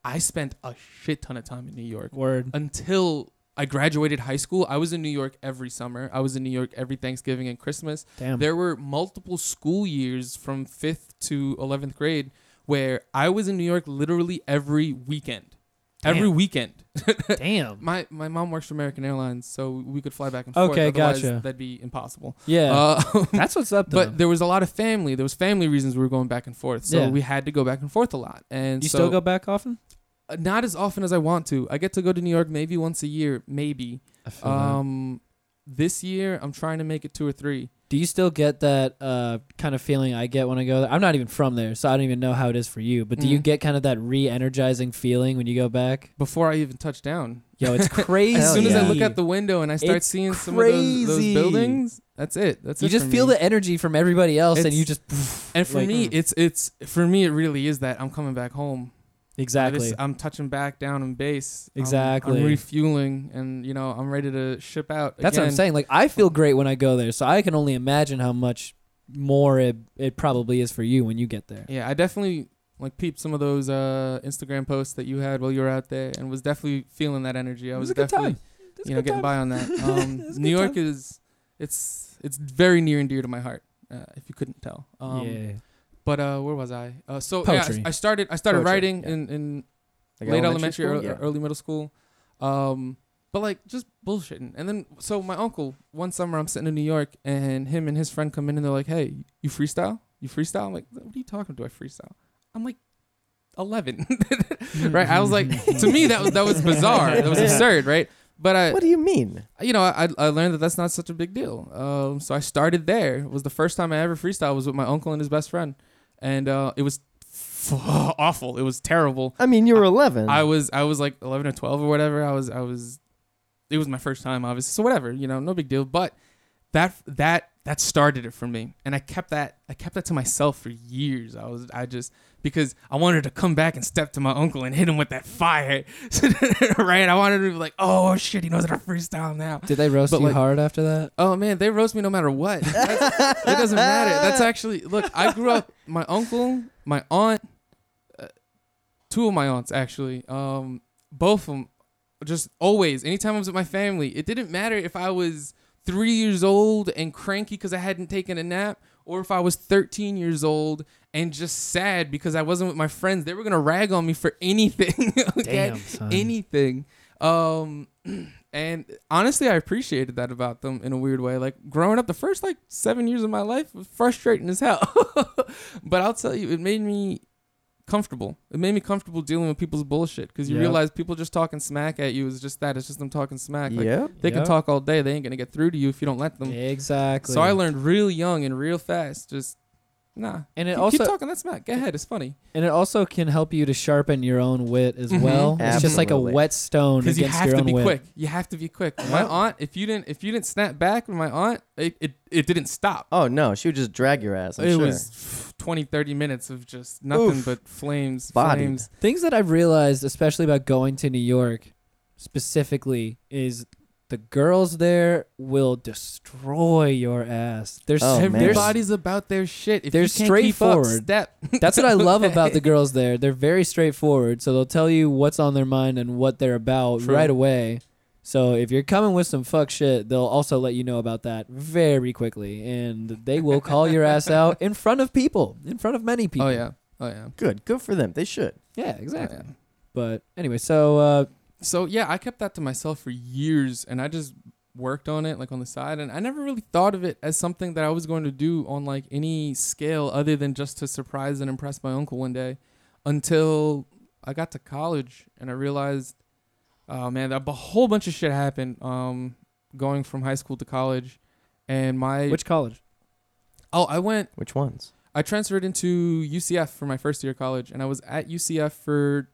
Speaker 4: I spent a shit ton of time in New York
Speaker 2: Word.
Speaker 4: until I graduated high school, I was in New York every summer. I was in New York every Thanksgiving and Christmas.
Speaker 2: Damn.
Speaker 4: There were multiple school years from 5th to 11th grade where I was in New York literally every weekend. Every
Speaker 2: Damn.
Speaker 4: weekend. (laughs)
Speaker 2: Damn.
Speaker 4: My my mom works for American Airlines, so we could fly back and forth.
Speaker 2: Okay,
Speaker 4: Otherwise,
Speaker 2: gotcha.
Speaker 4: That'd be impossible.
Speaker 2: Yeah.
Speaker 4: Uh,
Speaker 2: (laughs) That's what's up though.
Speaker 4: but there was a lot of family. There was family reasons we were going back and forth, so
Speaker 2: Yeah.
Speaker 4: we had to go back and forth a lot. And
Speaker 2: you
Speaker 4: so,
Speaker 2: still go back often?
Speaker 4: uh, not as often as I want to. I get to go to New York maybe once a year, maybe.
Speaker 2: I feel
Speaker 4: Um, this year I'm trying to make it two or three.
Speaker 2: Do you still get that uh, kind of feeling I get when I go there? I'm not even from there, so I don't even know how it is for you. But do you
Speaker 4: Mhm.
Speaker 2: get kind of that re-energizing feeling when you go back?
Speaker 4: Before I even touch down,
Speaker 2: Yo,
Speaker 4: (laughs)
Speaker 2: it's (laughs) crazy.
Speaker 4: as
Speaker 3: Hell
Speaker 4: soon as I
Speaker 3: yeah.
Speaker 4: look out the window and I start
Speaker 2: It's
Speaker 4: seeing some of those, those
Speaker 2: crazy.
Speaker 4: buildings, that's it. That's
Speaker 2: you
Speaker 4: it
Speaker 2: just
Speaker 4: for
Speaker 2: feel
Speaker 4: me.
Speaker 2: the energy from everybody else, and
Speaker 4: It's-
Speaker 2: you just
Speaker 4: And for
Speaker 2: like- uh,
Speaker 4: me, it's it's for me it really is that I'm coming back home. I
Speaker 2: exactly.
Speaker 4: just- I'm touching back down in base. I'm-
Speaker 2: Exactly.
Speaker 4: I'm, refueling, and you know I'm ready to ship out.
Speaker 2: That's what I'm
Speaker 4: again.
Speaker 2: saying. Like I feel great when I go there, so I can only imagine how much more it it probably is for you when you get there.
Speaker 4: Yeah, I definitely like peeped some of those uh, Instagram posts that you had while you were out there, and was definitely feeling that energy. I
Speaker 2: It was
Speaker 4: was,
Speaker 2: a good
Speaker 4: definitely
Speaker 2: time. It was a
Speaker 4: you know
Speaker 2: good time.
Speaker 4: getting by on
Speaker 2: (laughs)
Speaker 4: that. Um,
Speaker 2: It was a
Speaker 4: New
Speaker 2: good
Speaker 4: York is it's it's very near and dear to my heart. Uh, if you couldn't tell. Um,
Speaker 2: yeah.
Speaker 4: But uh, where was I? Uh, so yeah, I-
Speaker 2: Poetry.
Speaker 4: I, started I started
Speaker 3: Poetry,
Speaker 4: writing
Speaker 3: yeah.
Speaker 4: in, in
Speaker 3: Like
Speaker 4: late elementary, ear-
Speaker 3: school?
Speaker 4: early, middle school. Um, but like just bullshitting. And then so my uncle, one summer I'm sitting in New York and him and his friend come in and they're like, Hey, you freestyle? You freestyle? I'm like, what are you talking about? Do I freestyle? I'm like (laughs) um,
Speaker 2: (laughs)
Speaker 4: eleven. right? I was like to me that was that was bizarre. That was absurd, right? But I,
Speaker 3: What do you mean?
Speaker 4: you know, I, I learned that that's not such a big deal. Um, so I started there. It was the first time I ever freestyle was with my uncle and his best friend, and uh, it was f- awful. It was terrible.
Speaker 3: I mean, you were 11.
Speaker 4: I was I was like 11 or 12 or whatever. I was I was it was my first time obviously. So whatever, you know, no big deal, but that that that started it for me. And I kept that I kept that to myself for years. I was I just because I wanted to come back and step to my uncle and hit him with that fire. (laughs) right? I wanted to be like, "Oh shit, he knows how to freestyle now."
Speaker 2: Did they roast
Speaker 4: But,
Speaker 2: you
Speaker 4: like-
Speaker 2: hard after that?
Speaker 4: Oh man, they roast me no matter what. That's- it doesn't matter. That's actually look. I grew up. My uncle, my aunt, uh, two of my aunts actually, um, both of them, just always. Anytime I was with my family, it didn't matter if I was three years old and cranky because I hadn't taken a nap, or if I was thirteen years old and just sad because I wasn't with my friends. They were gonna rag on me for anything. (laughs) okay?
Speaker 2: Damn, son.
Speaker 4: anything. Um, (clears throat) and honestly, I appreciated that about them in a weird way. Like growing up, the first like seven years of my life was frustrating as hell. (laughs) but I'll tell you, it made me comfortable. It made me comfortable dealing with people's bullshit because you
Speaker 2: Yep.
Speaker 4: realize people just talking smack at you is just that. It's just them talking smack. Like,
Speaker 3: yeah.
Speaker 4: They can
Speaker 2: Yep.
Speaker 4: talk all day. They ain't gonna get through to you if you don't let them.
Speaker 2: Exactly.
Speaker 4: So I learned real young and real fast. Just nah.
Speaker 2: And
Speaker 4: Keep-
Speaker 2: it
Speaker 4: keep,
Speaker 2: also
Speaker 4: talking that smack. Go ahead. It's funny.
Speaker 2: and it also can help you to sharpen your own wit as
Speaker 4: Mhm.
Speaker 2: well. It's just like a
Speaker 3: Absolutely.
Speaker 2: whetstone
Speaker 4: because
Speaker 2: against
Speaker 4: you have
Speaker 2: your
Speaker 4: to
Speaker 2: own
Speaker 4: be
Speaker 2: wit.
Speaker 4: quick. You have to be quick. My aunt, if you didn't, if you didn't snap back with my aunt, it it, it didn't stop.
Speaker 3: Oh, no. She would just drag your ass. I'm
Speaker 4: it
Speaker 3: sure.
Speaker 4: was pff, 20, 30 minutes of just nothing
Speaker 3: Oof.
Speaker 4: but flames,
Speaker 3: Bodied.
Speaker 4: flames.
Speaker 2: Things that I've realized, especially about going to New York specifically, is the girls there will destroy your ass. They're, s-
Speaker 3: Oh, man.
Speaker 2: they're s-
Speaker 4: Everybody's about their shit. If
Speaker 2: They're
Speaker 4: you can't keep up,
Speaker 2: straightforward.
Speaker 4: step. Oh,
Speaker 2: That's
Speaker 4: (laughs)
Speaker 2: what I love
Speaker 4: Okay.
Speaker 2: about the girls there. They're very straightforward, so they'll tell you what's on their mind and what they're about
Speaker 4: True.
Speaker 2: right away. So if you're coming with some fuck shit, they'll also let you know about that very quickly, and they will call your
Speaker 4: (laughs)
Speaker 2: ass out in front of people, in front of many people.
Speaker 4: Oh yeah. Oh yeah.
Speaker 3: good. Good for them. They should.
Speaker 2: yeah, exactly.
Speaker 4: Oh, yeah.
Speaker 2: But anyway, so uh,
Speaker 4: So yeah, I kept that to myself for years, and I just worked on it like on the side, and I never really thought of it as something that I was going to do on like any scale other than just to surprise and impress my uncle one day, until I got to college and I realized, oh man, a b- whole bunch of shit happened. Um, going from high school to college, and my
Speaker 2: which college?
Speaker 4: oh I went
Speaker 3: Which ones?
Speaker 4: I transferred into UCF for my first year of college, and I was at UCF for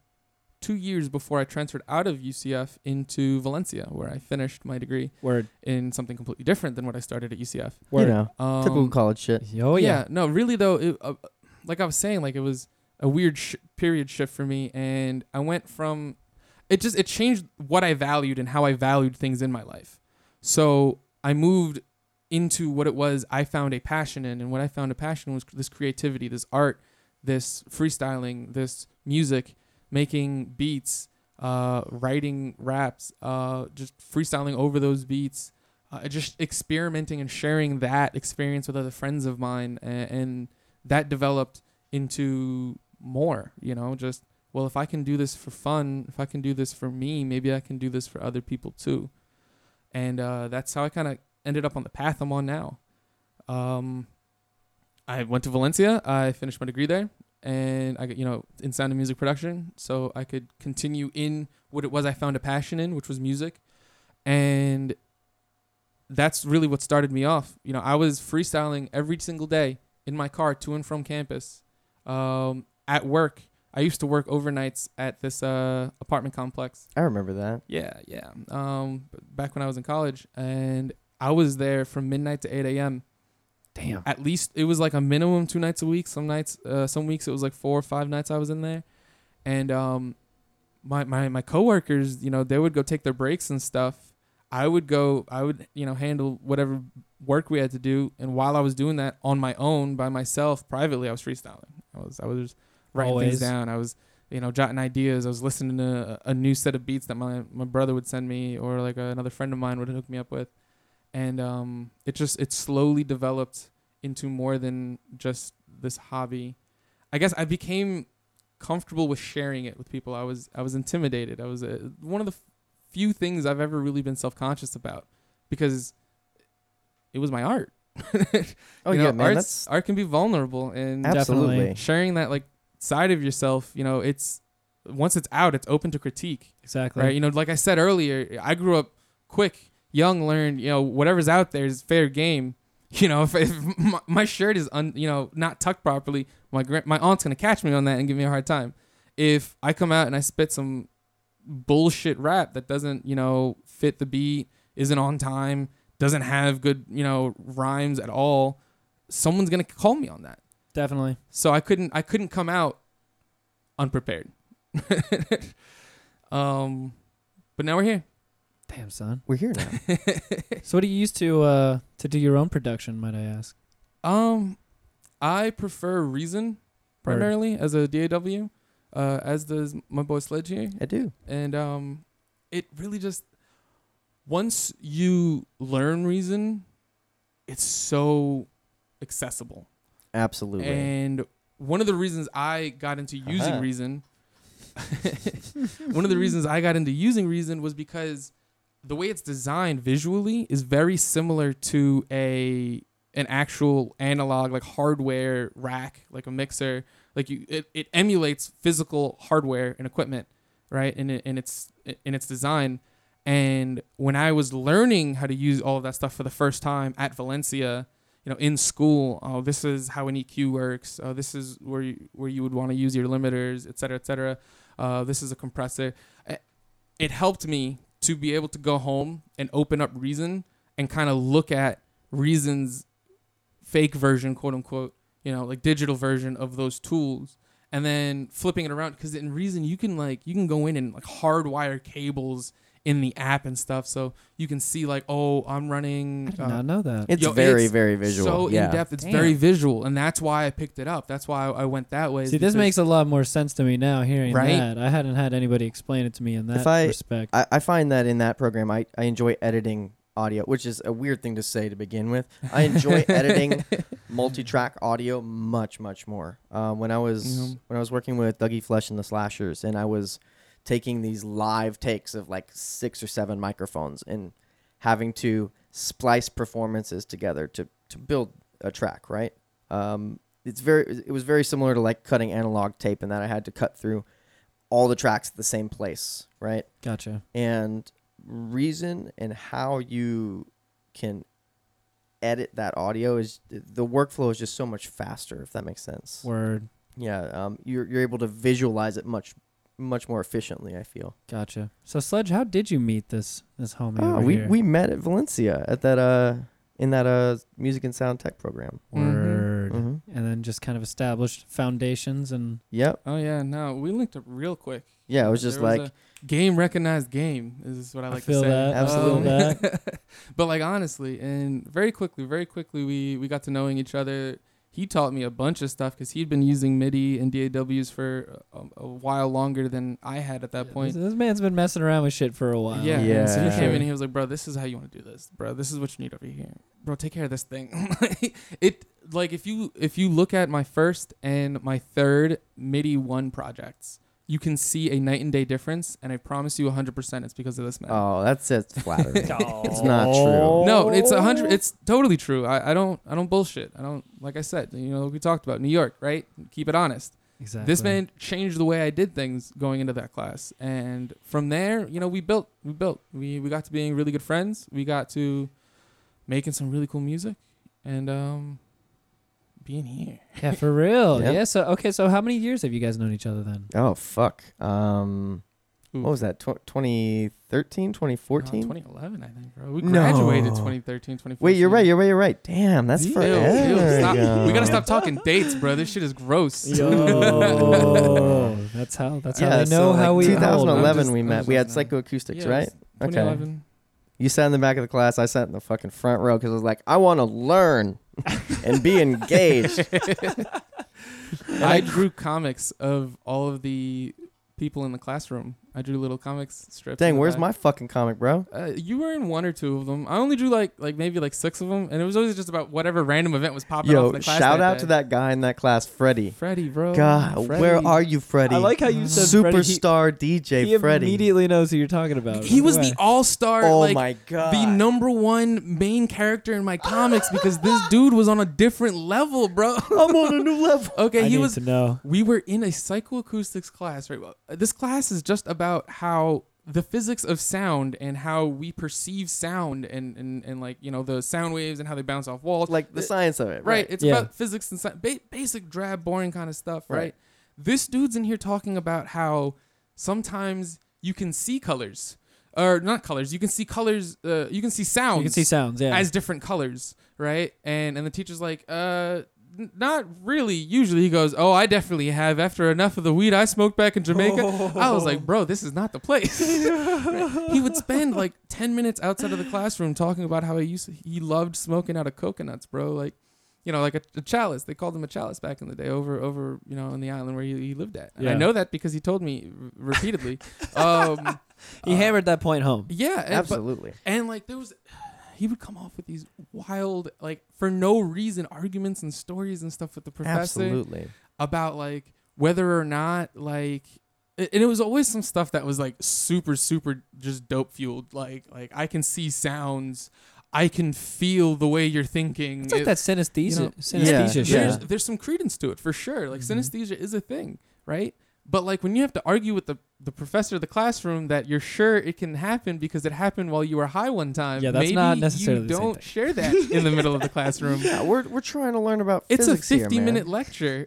Speaker 4: two years before I transferred out of UCF into Valencia, where I finished my degree
Speaker 2: Word.
Speaker 4: in something completely different than what I started at UCF.
Speaker 2: Word.
Speaker 3: You know,
Speaker 4: Um,
Speaker 3: typical college shit.
Speaker 2: Oh yeah.
Speaker 4: no, really though, it, uh, like I was saying, like it was a weird sh- period shift for me, and I went from it just it changed what I valued and how I valued things in my life. So I moved into what it was I found a passion in, and what I found a passion was this creativity, this art, this freestyling, this music, making beats, uh, writing raps, uh, just freestyling over those beats, uh, just experimenting and sharing that experience with other friends of mine, and, and that developed into more. You know, just well, if I can do this for fun, if I can do this for me, maybe I can do this for other people too, and uh, that's how I kind of ended up on the path I'm on now. Um, I went to Valencia. I finished my degree there, and I got you know in sound and music production, so I could continue in what it was I found a passion in, which was music, and that's really what started me off. You know, I was freestyling every single day in my car to and from campus, um, at work. I used to work overnights at this uh, apartment complex.
Speaker 3: I remember that.
Speaker 4: Yeah, yeah. Um, b- back when I was in college, and I was there from midnight to eight a.m.
Speaker 2: Damn.
Speaker 4: At least it was like a minimum two nights a week. Some nights, uh, some weeks it was like four or five nights I was in there, and um, my my my coworkers, you know, they would go take their breaks and stuff. I would go, I would, you know, handle whatever work we had to do, and while I was doing that on my own by myself privately, I was freestyling. I was I was writing
Speaker 2: Always.
Speaker 4: things down. I was you know, jotting ideas. I was listening to a, a new set of beats that my, my brother would send me or like another friend of mine would hook me up with. And um, it just, it slowly developed into more than just this hobby. I guess I became comfortable with sharing it with people. I was, I was intimidated. I was uh one of the few things I've ever really been self-conscious about because it was my art. (laughs)
Speaker 3: Oh,
Speaker 4: You
Speaker 3: yeah,
Speaker 4: know,
Speaker 3: man.
Speaker 4: arts-
Speaker 3: that's
Speaker 4: art can be vulnerable and
Speaker 2: Definitely.
Speaker 3: absolutely.
Speaker 4: sharing that like side of yourself you know it's once it's out, it's open to critique
Speaker 2: Exactly.
Speaker 4: right? You know, like I said earlier, I grew up quick, young, learned. You know, whatever's out there is fair game. (laughs) You know, if, if my, my shirt is un, you know not tucked properly, my grand, my aunt's gonna catch me on that and give me a hard time. If I come out and I spit some bullshit rap that doesn't you know fit the beat, isn't on time, doesn't have good you know rhymes at all, someone's gonna call me on that.
Speaker 2: Definitely.
Speaker 4: So I couldn't I couldn't come out unprepared. (laughs) um but now we're here.
Speaker 2: Damn
Speaker 4: (laughs)
Speaker 2: son.
Speaker 3: We're here now.
Speaker 2: So what do you use to uh to do your own production, might I ask?
Speaker 4: Um I prefer Reason primarily as a DAW, uh as does my boy Sledge here.
Speaker 3: I do.
Speaker 4: And um it really just once you learn Reason, it's so accessible.
Speaker 3: Absolutely.
Speaker 4: And one of the reasons I got into using
Speaker 3: Uh-huh.
Speaker 4: Reason, (laughs) one of the reasons I got into using Reason was because the way it's designed visually is very similar to a an actual analog like hardware rack, like a mixer. Like you, it, it emulates physical hardware and equipment, right? In it, in its in its design. And when I was learning how to use all of that stuff for the first time at Valencia, you know, in school, oh, this is how an EQ works. Oh, this is where you, where you would want to use your limiters, et cetera, et cetera. Uh, this is a compressor. I- It helped me to be able to go home and open up Reason and kind of look at Reason's fake version, quote unquote, you know, like digital version of those tools. And then flipping it around because in Reason you can like you can go in and like hardwire cables in the app and stuff, so you can see like oh I'm running.
Speaker 2: I did
Speaker 4: uh,
Speaker 2: not know that.
Speaker 3: it's
Speaker 4: yo,
Speaker 3: very,
Speaker 4: it's
Speaker 3: very visual.
Speaker 4: so
Speaker 3: yeah.
Speaker 4: in depth. It's
Speaker 2: Damn.
Speaker 4: very visual, and that's why I picked it up. That's why I I went that way. is
Speaker 2: See, this
Speaker 4: because-
Speaker 2: makes a lot more sense to me now hearing
Speaker 4: Right?
Speaker 2: that. I hadn't had anybody explain it to me in that
Speaker 3: If I-
Speaker 2: respect.
Speaker 3: I, I find that in that program, I, I enjoy editing audio, which is a weird thing to say to begin with. I enjoy editing multi-track audio much, much more. Uh, when I was
Speaker 4: Mhm.
Speaker 3: when I was working with Dougie Flesh and the Slashers, and I was taking these live takes of like six or seven microphones and having to splice performances together to to build a track, right? Um, it's very it was very similar to like cutting analog tape in that I had to cut through all the tracks at the same place, right?
Speaker 2: gotcha.
Speaker 3: and reason and how you can edit that audio is the workflow is just so much faster if that makes sense
Speaker 2: Word.
Speaker 3: yeah um, you're, you're able to visualize it much much more efficiently i feel
Speaker 2: Gotcha. So Sledge, how did you meet this this homie?
Speaker 3: oh,
Speaker 2: over
Speaker 3: we,
Speaker 2: here?
Speaker 3: we met at valencia at that uh in that uh music and sound tech program
Speaker 2: Word.
Speaker 3: hmm
Speaker 2: And then just kind of established foundations and
Speaker 3: yep
Speaker 4: Oh yeah, no, we linked up real quick.
Speaker 3: yeah it was just
Speaker 4: There
Speaker 3: like
Speaker 4: was a game recognized game is what I
Speaker 2: I
Speaker 4: like
Speaker 2: feel
Speaker 4: to say. Um,
Speaker 2: that.
Speaker 3: I feel
Speaker 2: that.
Speaker 4: (laughs) but like honestly, and very quickly, very quickly, we we got to knowing each other. He taught me a bunch of stuff because he'd been using MIDI and DAWs for a, a while longer than I had at that
Speaker 2: Yeah,
Speaker 4: point.
Speaker 2: This, this man's been messing around with shit for a while.
Speaker 4: Yeah.
Speaker 3: Yeah.
Speaker 4: and So
Speaker 3: For
Speaker 4: he came
Speaker 2: sure.
Speaker 4: in and he was like, "Bro, this is how you want to do this, bro. This is what you need over here, bro. Take care of this thing." (laughs) it like if you if you look at my first and my third MIDI one projects, you can see a night and day difference, and I promise you, 100, percent it's because of this man.
Speaker 3: oh that's (laughs) it's flattering
Speaker 2: it's
Speaker 3: not true.
Speaker 4: No, it's a hundred. It's totally true. I, I don't. I don't bullshit. I don't. Like I said, you know, we talked about New York, right? Keep it honest.
Speaker 2: exactly.
Speaker 4: This man changed the way I did things going into that class, and from there, you know, we built, we built, we we got to being really good friends. We got to making some really cool music, and um, being here.
Speaker 2: Yeah, for
Speaker 3: (laughs)
Speaker 2: real.
Speaker 3: Yeah.
Speaker 2: yeah. So okay. So how many years have you guys known each other
Speaker 3: (laughs)
Speaker 2: then?
Speaker 3: oh fuck um what was that Tw- 2013 2014
Speaker 4: 2011, I think, bro. We
Speaker 3: No.
Speaker 4: graduated 2013, 2014.
Speaker 3: Wait, you're right. You're right. You're right. Damn, that's
Speaker 4: Ew, ew,
Speaker 3: forever.
Speaker 4: stop.
Speaker 3: ago.
Speaker 4: We gotta stop talking dates, bro. This shit is gross.
Speaker 2: Yo, (laughs) that's how. That's how
Speaker 3: Yeah,
Speaker 2: they know
Speaker 3: so
Speaker 2: how
Speaker 3: like
Speaker 2: we.
Speaker 3: 2011
Speaker 4: I'm
Speaker 3: we
Speaker 4: just-
Speaker 3: met.
Speaker 4: I'm
Speaker 3: We had
Speaker 4: just now.
Speaker 3: psychoacoustics,
Speaker 4: Yeah,
Speaker 3: right?
Speaker 4: it's 2011.
Speaker 3: You sat in the back of the class. I sat in the fucking front row because I was like, I want to learn and
Speaker 4: (laughs)
Speaker 3: be engaged.
Speaker 4: I drew comics of all of the people in the classroom I drew little comics strips. in
Speaker 3: Dang,
Speaker 4: the
Speaker 3: where's
Speaker 4: back.
Speaker 3: my fucking comic, bro?
Speaker 4: Uh, you were in one or two of them. I only drew like like maybe like six of them, and it was always just about whatever random event was popping off in
Speaker 3: Yo,
Speaker 4: the class.
Speaker 3: shout
Speaker 4: that
Speaker 3: out
Speaker 4: day.
Speaker 3: to that guy in that class, Freddie.
Speaker 4: Freddy, bro.
Speaker 3: God,
Speaker 4: Freddy.
Speaker 3: where are you, Freddie?
Speaker 2: I like how you said Freddie.
Speaker 3: superstar
Speaker 2: He,
Speaker 3: DJ
Speaker 2: he
Speaker 3: Freddie.
Speaker 2: immediately knows who you're talking about.
Speaker 4: He was
Speaker 2: Right
Speaker 4: the all star.
Speaker 3: oh
Speaker 4: like,
Speaker 3: my god,
Speaker 4: The number one main character in my comics because
Speaker 3: (laughs)
Speaker 4: this dude was on a different level, bro. (laughs)
Speaker 3: I'm on a new level.
Speaker 2: I
Speaker 4: okay, he
Speaker 2: need
Speaker 4: was
Speaker 2: to know.
Speaker 4: we were in a psychoacoustics class right Well, uh, this class is just about how the physics of sound and how we perceive sound and, and, and like you know the sound waves and how they bounce off walls
Speaker 3: Like
Speaker 4: (laughs)
Speaker 3: the
Speaker 4: Th-
Speaker 3: science of it,
Speaker 4: right
Speaker 3: right?
Speaker 4: it's
Speaker 2: Yeah.
Speaker 4: about physics and science ba- basic drab boring kind of stuff right.
Speaker 3: Right.
Speaker 4: this dude's in here talking about how sometimes you can see colors or not colors you can see colors uh, you can see sounds
Speaker 2: You can see sounds. Yeah.
Speaker 4: as different colors, right? And and the teacher's like, uh, n- not really. Usually he goes, oh, I definitely have after enough of the weed I smoked back in Jamaica. I was
Speaker 2: (laughs)
Speaker 4: like, bro, this is not the place. (laughs) Right? He would spend like ten minutes outside of the classroom talking about how he used he loved smoking out of coconuts, bro. Like. You know, like a, a chalice. They called him a chalice back in the day, over over you know on the island where he, he lived at. And I
Speaker 2: Yeah.
Speaker 4: know that because he told me r- repeatedly. (laughs) um,
Speaker 2: (laughs) he
Speaker 4: uh,
Speaker 2: hammered that point home.
Speaker 4: yeah, and, but-
Speaker 3: Absolutely.
Speaker 4: and like there was (sighs) he would come off with these wild like for no reason arguments and stories and stuff with the professor
Speaker 3: Absolutely.
Speaker 4: about like whether or not like a- and it was always some stuff that was like super super just dope fueled like like I can see sounds I can feel the way you're thinking
Speaker 2: It's like
Speaker 4: It-
Speaker 2: that synesthesia,
Speaker 4: you know,
Speaker 2: synesthesia
Speaker 3: yeah,
Speaker 2: shit.
Speaker 4: there's, there's some credence to it for sure. Like
Speaker 2: Mhm.
Speaker 4: synesthesia is a thing, right? But like when you have to argue with the, the professor of the classroom that you're sure it can happen because it happened while you were high one time.
Speaker 2: Yeah, that's
Speaker 4: maybe
Speaker 2: not necessarily
Speaker 4: You
Speaker 2: the same
Speaker 4: don't
Speaker 2: thing.
Speaker 4: share that in the middle of the
Speaker 3: (laughs)
Speaker 4: classroom.
Speaker 3: Yeah, we're we're trying to learn about
Speaker 4: It's a
Speaker 3: physics here,
Speaker 4: 50
Speaker 3: man. (laughs)
Speaker 4: minute lecture.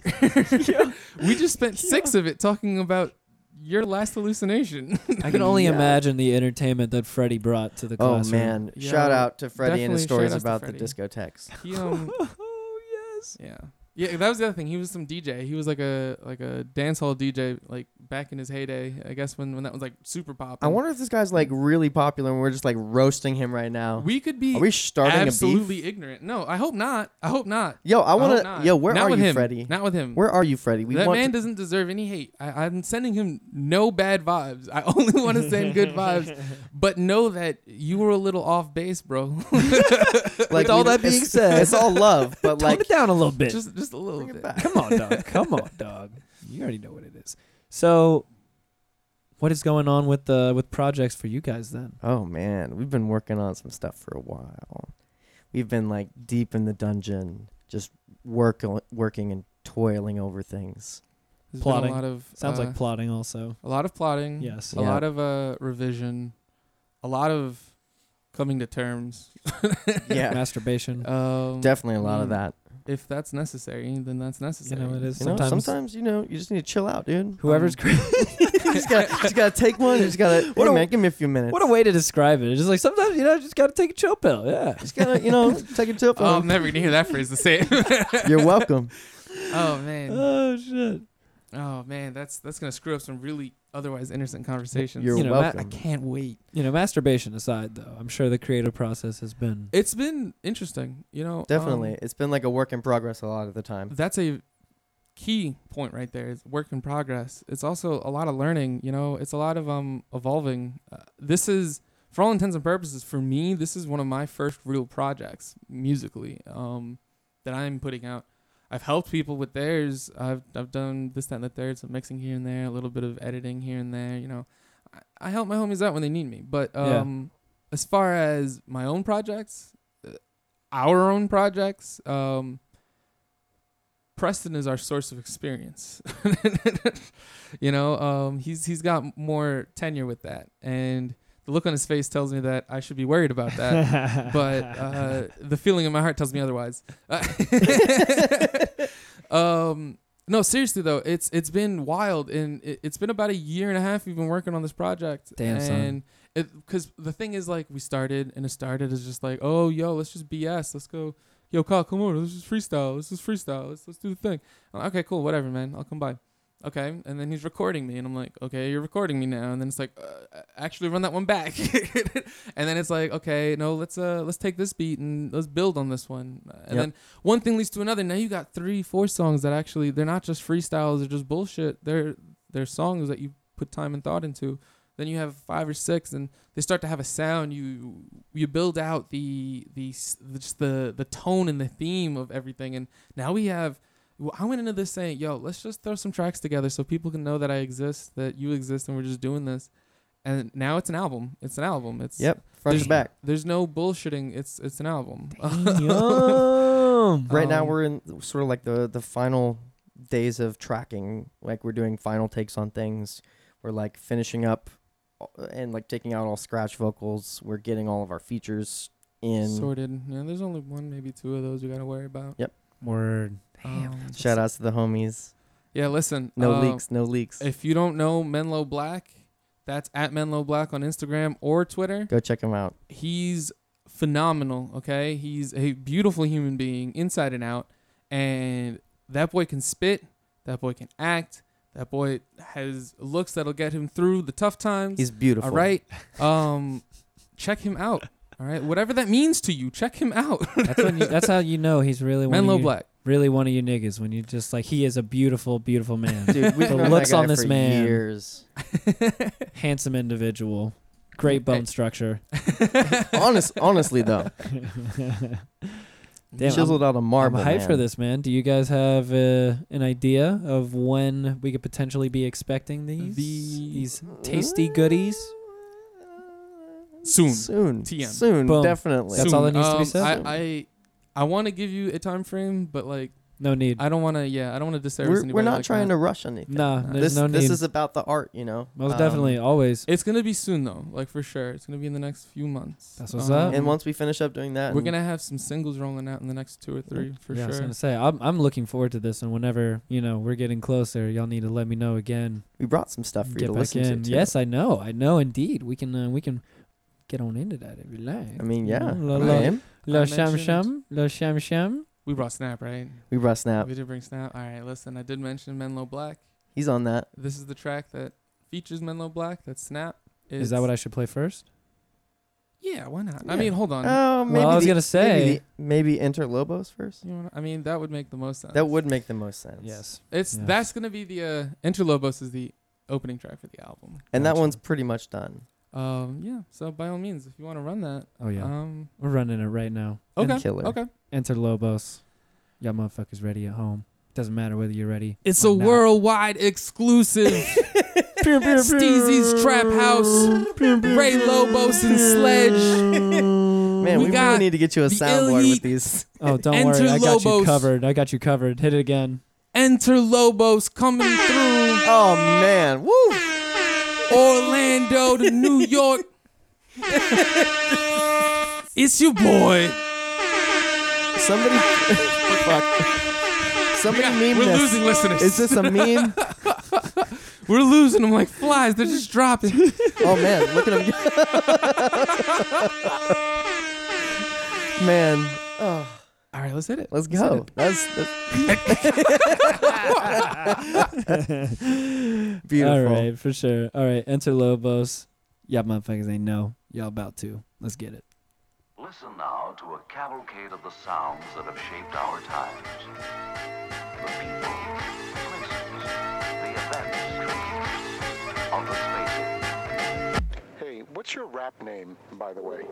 Speaker 4: we just spent six of it talking about your last hallucination.
Speaker 2: I can only (laughs)
Speaker 3: Yeah.
Speaker 2: imagine the entertainment that Freddie brought to the
Speaker 3: Oh
Speaker 2: classroom.
Speaker 3: man!
Speaker 4: Yeah,
Speaker 3: Shout out to Freddie and his
Speaker 4: definitely
Speaker 3: stories
Speaker 4: shout out
Speaker 3: about
Speaker 4: to
Speaker 3: the discotheques. (laughs)
Speaker 4: he, um,
Speaker 2: oh yes.
Speaker 4: yeah. Yeah, that was the other thing. He was some DJ. He was like a like a dance hall DJ, like back in his heyday. I guess when, when that was like super pop.
Speaker 3: I wonder if this guy's like really popular, and we're just like roasting him right now.
Speaker 4: We could be
Speaker 3: Are we starting a beef?
Speaker 4: absolutely ignorant. No, I hope not. I hope not.
Speaker 3: Yo, I want
Speaker 4: hope
Speaker 3: to.
Speaker 4: not.
Speaker 3: Yo, where
Speaker 4: not
Speaker 3: are
Speaker 4: with
Speaker 3: you,
Speaker 4: him.
Speaker 3: Freddie?
Speaker 4: Not with him.
Speaker 3: Where are you, Freddie? We
Speaker 4: that
Speaker 3: want.
Speaker 4: man
Speaker 3: to-
Speaker 4: doesn't deserve any hate. I, I'm sending him no bad vibes. I (laughs) only want to send
Speaker 3: (laughs)
Speaker 4: good vibes, but know that you were a little off base, bro. (laughs)
Speaker 2: With all
Speaker 3: we-
Speaker 2: that being
Speaker 3: it's-
Speaker 2: said-
Speaker 3: it's all love, but
Speaker 2: Tone
Speaker 3: like
Speaker 2: it down a little bit.
Speaker 4: just just a little
Speaker 3: Bring it
Speaker 4: bit.
Speaker 3: back.
Speaker 2: Come on,
Speaker 3: (laughs)
Speaker 2: dog. Come on, dog. You already know what it is. So, what is going on with the with projects for you guys then?
Speaker 3: Oh man, we've been working on some stuff for a while. We've been like deep in the dungeon, just work working and toiling over things.
Speaker 4: There's been
Speaker 2: Plotting.
Speaker 4: a lot of
Speaker 2: Sounds
Speaker 4: uh,
Speaker 2: like plotting also.
Speaker 4: a lot of plotting.
Speaker 2: Yes.
Speaker 4: A
Speaker 3: Yeah.
Speaker 4: lot of uh, revision. A lot of coming to terms.
Speaker 3: Yeah, Uh,
Speaker 2: Masturbation.
Speaker 4: (laughs) Um,
Speaker 3: definitely a lot of
Speaker 4: Mm.
Speaker 3: that.
Speaker 4: if that's necessary, then that's
Speaker 2: you
Speaker 4: necessary.
Speaker 2: know it is
Speaker 3: You
Speaker 2: sometimes.
Speaker 3: know, sometimes you know you just need to chill
Speaker 2: (laughs)
Speaker 3: out, dude. (laughs)
Speaker 2: Whoever's
Speaker 4: Um,
Speaker 2: cre-
Speaker 3: you just gotta, just gotta take one. You just gotta.
Speaker 2: What
Speaker 3: hey,
Speaker 2: a-
Speaker 3: man, give me a few minutes.
Speaker 2: what a way to describe it. It's just like sometimes you know you just got to take a chill pill. Yeah.
Speaker 3: just gotta, you know, take a tip.
Speaker 4: Oh, I'm never gonna hear that phrase the same.
Speaker 3: (laughs)
Speaker 4: (laughs)
Speaker 2: (laughs)
Speaker 3: You're welcome.
Speaker 4: oh man.
Speaker 2: Oh shit.
Speaker 4: Oh man, that's that's gonna screw up some really otherwise innocent conversations.
Speaker 3: You're
Speaker 2: You know, Matt,
Speaker 3: welcome.
Speaker 4: I can't wait.
Speaker 2: You know, masturbation aside though, I'm sure the creative process has been
Speaker 4: It's been interesting, you know. um,
Speaker 3: Definitely, it's been like a work in progress a lot of the time.
Speaker 4: that's a key point right there. It's work in progress. It's also a lot of learning, you know. It's a lot of um evolving. Uh, this is for all intents and purposes for me, this is one of my first real projects musically um that I'm putting out. I've helped people with theirs. I've I've done this that and the third, some mixing here and there, a little bit of editing here and there, you know. I, I help my homies out when they need me, but
Speaker 2: Yeah.
Speaker 4: um as far as my own projects, uh, our own projects, um Preston is our source of experience. (laughs) you know, um, he's he's got more tenure with that, and the look on his face tells me that I should be worried about
Speaker 2: (laughs)
Speaker 4: that. but uh, the feeling in my heart tells me otherwise. um, no, seriously though, it's it's been wild, and it, it's been about a year and a half we've been working on this project.
Speaker 2: Damn, son.
Speaker 4: and because the thing is, like, we started, and it started as just like, oh, yo, let's just BS, let's go yo, Kyle, come over. Let's just freestyle. Let's just freestyle. Let's let's do the thing. I'm like, okay, cool, whatever, man. I'll come by. Okay, and then he's recording me, and I'm like, okay, you're recording me now. And then it's like, uh, actually, run that one back. (laughs) and then it's like, okay, no, let's uh, let's take this beat and let's build on this one. And
Speaker 3: Yep.
Speaker 4: then one thing leads to another. Now you got three, four songs that actually they're not just freestyles. They're just bullshit. They're they're songs that you put time and thought into. Then you have five or six, and they start to have a sound. You you build out the the s- the- just the the tone and the theme of everything, and now we have. well, I went into this saying, "Yo, let's just throw some tracks together so people can know that I exist, that you exist, and we're just doing this." And now it's an album. It's an album. It's
Speaker 3: Yep, front to
Speaker 4: There's-
Speaker 3: back.
Speaker 4: There's no bullshitting. It's it's an album.
Speaker 2: (laughs)
Speaker 3: Yum. right now
Speaker 4: Um,
Speaker 3: we're in sort of like the the final days of tracking. Like we're doing final takes on things. We're like finishing up uh, and like taking out all scratch vocals. We're getting all of our features in.
Speaker 4: sorted. Yeah, there's only one, maybe two of those we gotta worry about.
Speaker 2: (laughs) Word.
Speaker 4: Um,
Speaker 3: Shout outs to the homies.
Speaker 4: Yeah, listen.
Speaker 3: No
Speaker 4: um,
Speaker 3: leaks, no leaks.
Speaker 4: If you don't know Menlo Black, that's at Menlo Black on Instagram or Twitter.
Speaker 3: Go check them out.
Speaker 4: He's phenomenal. Okay, he's a beautiful human being, inside and out. And that boy can spit. That boy can act. That boy has looks that'll get him through the tough times.
Speaker 3: He's beautiful.
Speaker 4: All right.
Speaker 2: (laughs)
Speaker 4: Um, check him out. All right. Whatever that means to you, check him
Speaker 2: (laughs)
Speaker 4: out.
Speaker 2: That's when you, that's how you know he's really one
Speaker 4: Menlo
Speaker 2: of you,
Speaker 4: Black.
Speaker 2: really one of you niggas when you just like he is a beautiful, beautiful (laughs) man,
Speaker 3: Dude, we've
Speaker 2: The
Speaker 3: known
Speaker 2: looks
Speaker 3: that guy
Speaker 2: on this
Speaker 3: for
Speaker 2: man.
Speaker 3: years.
Speaker 2: (laughs) handsome individual, great bone
Speaker 4: Hey.
Speaker 2: structure. (laughs)
Speaker 3: Honest, honestly though,
Speaker 2: Damn, I'm-
Speaker 3: chiseled out of marble.
Speaker 2: I'm hyped for
Speaker 3: man.
Speaker 2: this, man. Do you guys have uh, an idea of when we could potentially be expecting these?
Speaker 4: The-
Speaker 2: these tasty goodies.
Speaker 4: Soon.
Speaker 3: Soon.
Speaker 4: TM.
Speaker 3: Soon.
Speaker 2: Boom.
Speaker 3: Definitely.
Speaker 2: That's all that needs to be
Speaker 4: Um,
Speaker 2: said?
Speaker 4: I I, I want to give you a time frame, but like
Speaker 2: No need.
Speaker 4: I don't want to. Yeah, I don't want to disservice
Speaker 3: We're,
Speaker 4: anybody.
Speaker 3: we're not
Speaker 4: like
Speaker 3: trying
Speaker 4: that.
Speaker 3: to rush anything.
Speaker 2: nah, there's
Speaker 3: this
Speaker 2: no need.
Speaker 3: this is about the art, you know.
Speaker 2: Most
Speaker 3: Um,
Speaker 2: definitely, always.
Speaker 4: It's gonna be soon though, like for sure. It's gonna be in the next few months. Um,
Speaker 2: That's what's up.
Speaker 3: And once we finish up doing that,
Speaker 4: we're
Speaker 3: and-
Speaker 4: gonna have some singles rolling out in the next two or three for
Speaker 2: yeah, I was
Speaker 4: sure.
Speaker 2: gonna say I'm I'm looking forward to this, and whenever you know we're getting closer, y'all need to let me know again.
Speaker 3: we brought some stuff for you
Speaker 2: Get
Speaker 3: to
Speaker 2: back
Speaker 3: listen
Speaker 2: in.
Speaker 3: to. too.
Speaker 2: Yes, I know, I know indeed. We can uh, we can get on into that if you like.
Speaker 3: I mean, yeah.
Speaker 2: Mm, la,
Speaker 4: I
Speaker 2: la,
Speaker 3: man.
Speaker 2: la
Speaker 4: I
Speaker 2: sham
Speaker 4: mentioned-
Speaker 2: sham, la sham sham.
Speaker 4: We brought Snap, right?
Speaker 3: We brought Snap.
Speaker 4: We did bring Snap. All right, listen. I did mention Menlo Black.
Speaker 3: He's on that.
Speaker 4: This is the track that features Menlo Black. That's Snap.
Speaker 2: Is that what I should play first?
Speaker 4: Yeah, why not? I
Speaker 3: Yeah.
Speaker 4: mean, hold on.
Speaker 2: Uh,
Speaker 3: Oh, maybe
Speaker 2: well, I was
Speaker 3: the-
Speaker 2: gonna say.
Speaker 3: maybe, the- maybe Enter Lobos first.
Speaker 4: You wanna- I mean, that would make the most sense.
Speaker 3: That would make the most sense.
Speaker 2: yes.
Speaker 4: It's
Speaker 2: Yeah.
Speaker 4: that's gonna be the uh, Interlobos is the opening track for the album.
Speaker 3: And that
Speaker 2: Gotcha.
Speaker 3: one's pretty much done.
Speaker 4: Um, yeah. So by all means, if you want to run that,
Speaker 2: Oh yeah.
Speaker 4: um,
Speaker 2: We're running it right now.
Speaker 4: okay,
Speaker 3: killer.
Speaker 4: okay.
Speaker 2: Enter Lobos. Y'all motherfuckers ready at home. Doesn't matter whether you're
Speaker 4: (laughs)
Speaker 2: ready.
Speaker 4: It's
Speaker 2: or
Speaker 4: a
Speaker 2: not.
Speaker 4: worldwide
Speaker 2: (laughs)
Speaker 4: exclusive. Steezy's Trap House, Ray Lobos and Sledge.
Speaker 2: (laughs)
Speaker 3: Man,
Speaker 4: We
Speaker 3: we,
Speaker 4: got
Speaker 3: really need to get you a
Speaker 4: the
Speaker 3: soundboard
Speaker 4: elite-
Speaker 3: with these.
Speaker 2: Oh, don't
Speaker 4: Enter
Speaker 2: worry. I got you
Speaker 4: Lobos.
Speaker 2: covered. I got you covered. Hit it again.
Speaker 4: Enter Lobos coming through
Speaker 3: Oh man, woo!
Speaker 4: Orlando to New York. it's your boy.
Speaker 3: Somebody,
Speaker 4: (laughs)
Speaker 3: fuck. Somebody meme
Speaker 4: We're
Speaker 3: this.
Speaker 4: losing listeners.
Speaker 3: Is this a
Speaker 4: (laughs)
Speaker 3: meme?
Speaker 4: We're losing them like flies. They're just dropping.
Speaker 3: oh man, look at him. man, oh,
Speaker 4: All right, let's hit it.
Speaker 3: let's
Speaker 4: Let's hit
Speaker 3: go. That's,
Speaker 2: (laughs)
Speaker 3: that's- (laughs)
Speaker 2: All
Speaker 3: beautiful.
Speaker 2: right, for sure. All right, Enter Lobos. Y'all motherfuckers ain't know. Y'all about to. Let's get it.
Speaker 5: Listen now to a cavalcade of the sounds that have shaped our times. The people, places, the events of the space age.
Speaker 6: Hey, what's your rap name, by the way?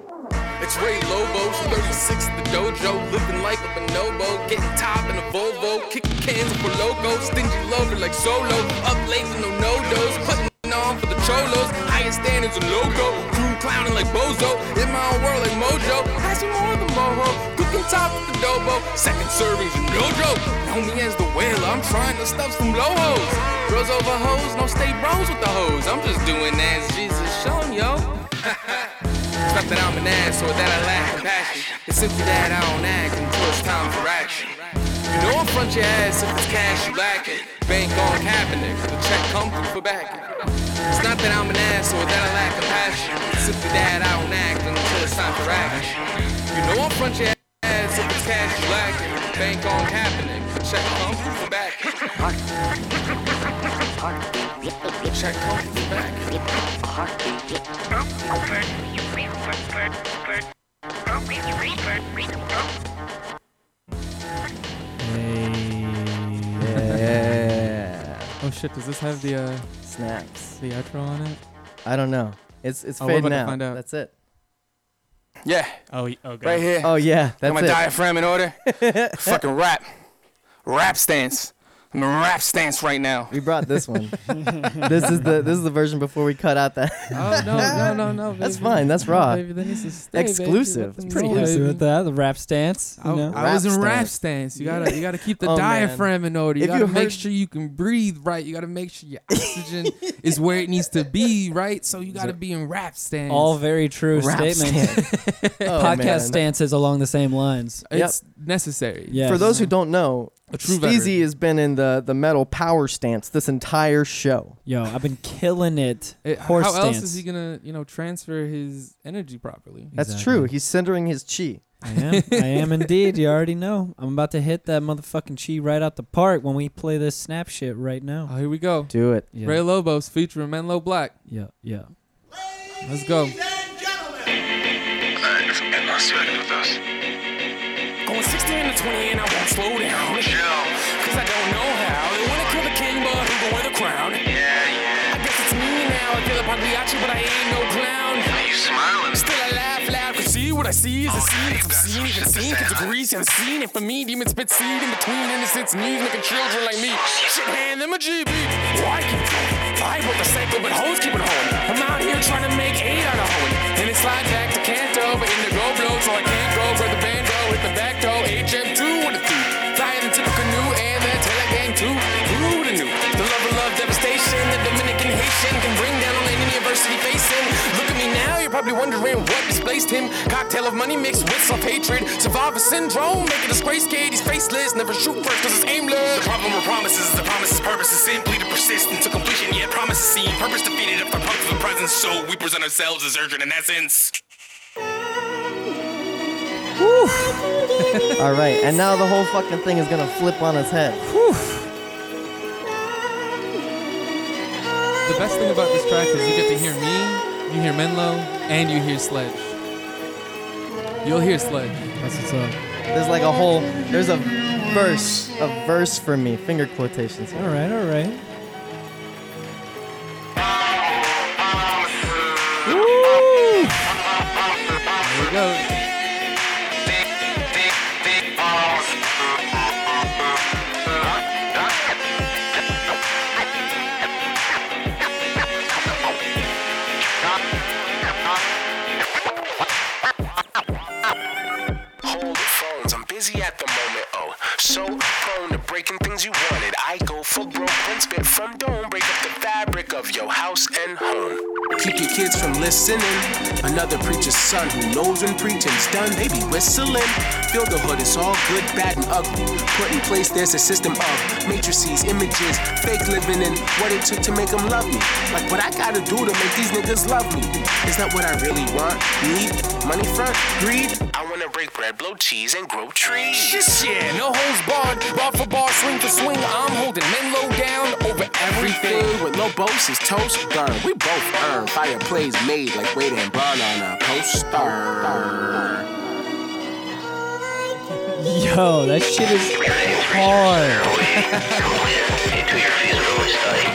Speaker 7: It's Ray Lobos, 36 the dojo, living like a bonobo, getting top in a Volvo, kicking cans for logo, stingy lover like solo, up late with no no-dos, putting on for the cholos, higher standards and logo, crew clowning like bozo, in my own world like mojo, has some more than moho, cooking top with the dobo, second servings and no joke, know me as the whaler, I'm trying to stuff some low hoes, bros over hoes, don't stay bros with the hoes, I'm just doing as Jesus shown, yo. It's not that I'm an ass or that I lack compassion. It's simply that I don't act until it's time for action. You know I'm front your ass if it's cash you lacking. Bank on Kaepernick, the check come through for backing. It's not that I'm an ass or that I lack compassion. It's simply that I don't act until it's time for action. You know I'm front your ass if it's cash you lacking. Bank on Kaepernick, the check come through for backing.
Speaker 4: (laughs)
Speaker 7: Check come through for backing.
Speaker 2: Hey.
Speaker 3: Yeah,
Speaker 4: Oh shit! Does this have the uh,
Speaker 3: snaps.
Speaker 4: Oh,
Speaker 3: (laughs)
Speaker 4: the uh, outro on it?
Speaker 3: I don't know. It's it's
Speaker 4: Oh, we're
Speaker 3: fading
Speaker 4: about to
Speaker 3: out.
Speaker 4: find out.
Speaker 3: That's it.
Speaker 7: Yeah,
Speaker 4: Oh, y- oh, God.
Speaker 7: right here.
Speaker 3: Oh yeah,
Speaker 7: Got
Speaker 3: that's
Speaker 7: my
Speaker 3: it.
Speaker 7: diaphragm in order.
Speaker 3: (laughs)
Speaker 7: Fucking rap. Rap stance. I'm in rap stance right now.
Speaker 3: We brought this one. this is the this is the version before we cut out that
Speaker 4: Oh no, no, no, no.
Speaker 3: That's
Speaker 4: baby.
Speaker 3: fine, that's raw.
Speaker 4: Baby, that needs to stay, baby.
Speaker 3: Exclusive.
Speaker 4: Let them
Speaker 3: It's
Speaker 2: Pretty
Speaker 4: know,
Speaker 2: happy
Speaker 4: baby.
Speaker 2: with that. The rap stance.
Speaker 4: I,
Speaker 2: You know?
Speaker 4: Oh, I was in
Speaker 3: Rap
Speaker 4: rap
Speaker 3: stance.
Speaker 4: stance. You gotta, you gotta keep
Speaker 3: (laughs)
Speaker 4: the
Speaker 3: Oh, man.
Speaker 4: diaphragm in order. You
Speaker 3: If you
Speaker 4: gotta make
Speaker 3: heard-
Speaker 4: sure you can breathe right. You gotta make sure
Speaker 3: (laughs)
Speaker 4: your oxygen is where it needs to be, right? So you gotta be in rap stance.
Speaker 2: All very true
Speaker 3: rap
Speaker 2: statements. (laughs)
Speaker 3: stand.
Speaker 4: (laughs)
Speaker 3: Oh,
Speaker 2: Podcast
Speaker 3: man.
Speaker 2: stances along the same lines.
Speaker 4: it's necessary.
Speaker 2: Yeah.
Speaker 3: For those who don't know,
Speaker 4: A true
Speaker 3: Steezy
Speaker 4: veteran.
Speaker 3: has been in the the metal power stance this entire show.
Speaker 2: Yo, I've been killing it.
Speaker 4: It-
Speaker 2: Horse
Speaker 4: how
Speaker 2: stance.
Speaker 4: else is he gonna, you know, transfer his energy properly?
Speaker 3: That's
Speaker 2: Exactly.
Speaker 3: true. He's centering his chi.
Speaker 2: I am. I am indeed. You already know. I'm about to hit that motherfucking chi right out the park when we play this snap shit right
Speaker 4: Oh,
Speaker 2: now.
Speaker 4: here we go.
Speaker 3: Do it.
Speaker 2: Yeah.
Speaker 4: Ray Lobos featuring Menlo Black.
Speaker 2: Yeah. Yeah.
Speaker 4: Let's go.
Speaker 7: Going 16 to 20 and I won't slow down. Cause I don't know how. They wanna kill the king, but who gon' wear the crown? Yeah, yeah. I guess it's me now. I feel like Pagliacci, but I ain't no clown. Are you smiling? Still I laugh loud. Cause see what I see is a scene. It's obscene. It's obscene. It's degrees. It's obscene. And for me, demons spit seed in between innocence knees. Making children like me. Should hand them a GB. Why keep going? I broke a cycle, but hoes keep it home. I'm out here trying to make eight out of hoeing. Then it slides back to Canto, but in the go blow, so I can't go. Grab the bando, hit the back toe, HM2 with a thief. Flying the typical new and the Taylor gang too. Who the new? The love of love, devastation, the Dominican Haitian can bring down on any adversity facing. Look at me now, you're probably wondering what displaced him. Cocktail of money mixed with self-hatred. Survivor syndrome, make a disgrace kid, he's faceless. Never shoot first cause it's aimless. The problem with promises is the promise's purpose is simply to persist into completion. Yet promises seen, purpose defeated after promise of presence. So we present ourselves as urgent in essence.
Speaker 3: All right, and now the whole fucking thing is gonna flip on its head.
Speaker 4: The best thing about this track is you get to hear me, you hear Menlo, and you hear Sledge. You'll hear Sledge.
Speaker 2: That's what's up.
Speaker 3: There's like a whole. There's a verse, a verse for me. Finger quotations.
Speaker 2: All right. All right.
Speaker 4: Here we go.
Speaker 5: Hold phones, I'm busy at the moment. Oh, so prone to breaking things you wanted. I go for broke, rinse bit from dome, break up the fabric of your house and home. Keep your kids from listening. Another preacher's son who knows when preaching's done, they be whistling. Feel the hood, it's all good, bad, and ugly. Put in place, there's a system of matrices, images, fake living, and what it took to make them love me. Like what I gotta do to make these niggas love me. Is that what I really want? Need? Money front? Greed? I wanna break bread, blow cheese, and grow trees.
Speaker 7: Yeah, no holds barred, bar for bar, swing for swing. I'm holding Menlo down over everything.
Speaker 5: everything with no is toast burn. We both earn fire plays made like waiting and burn on a poster.
Speaker 2: Yo, that shit is hard.
Speaker 8: into your funeral study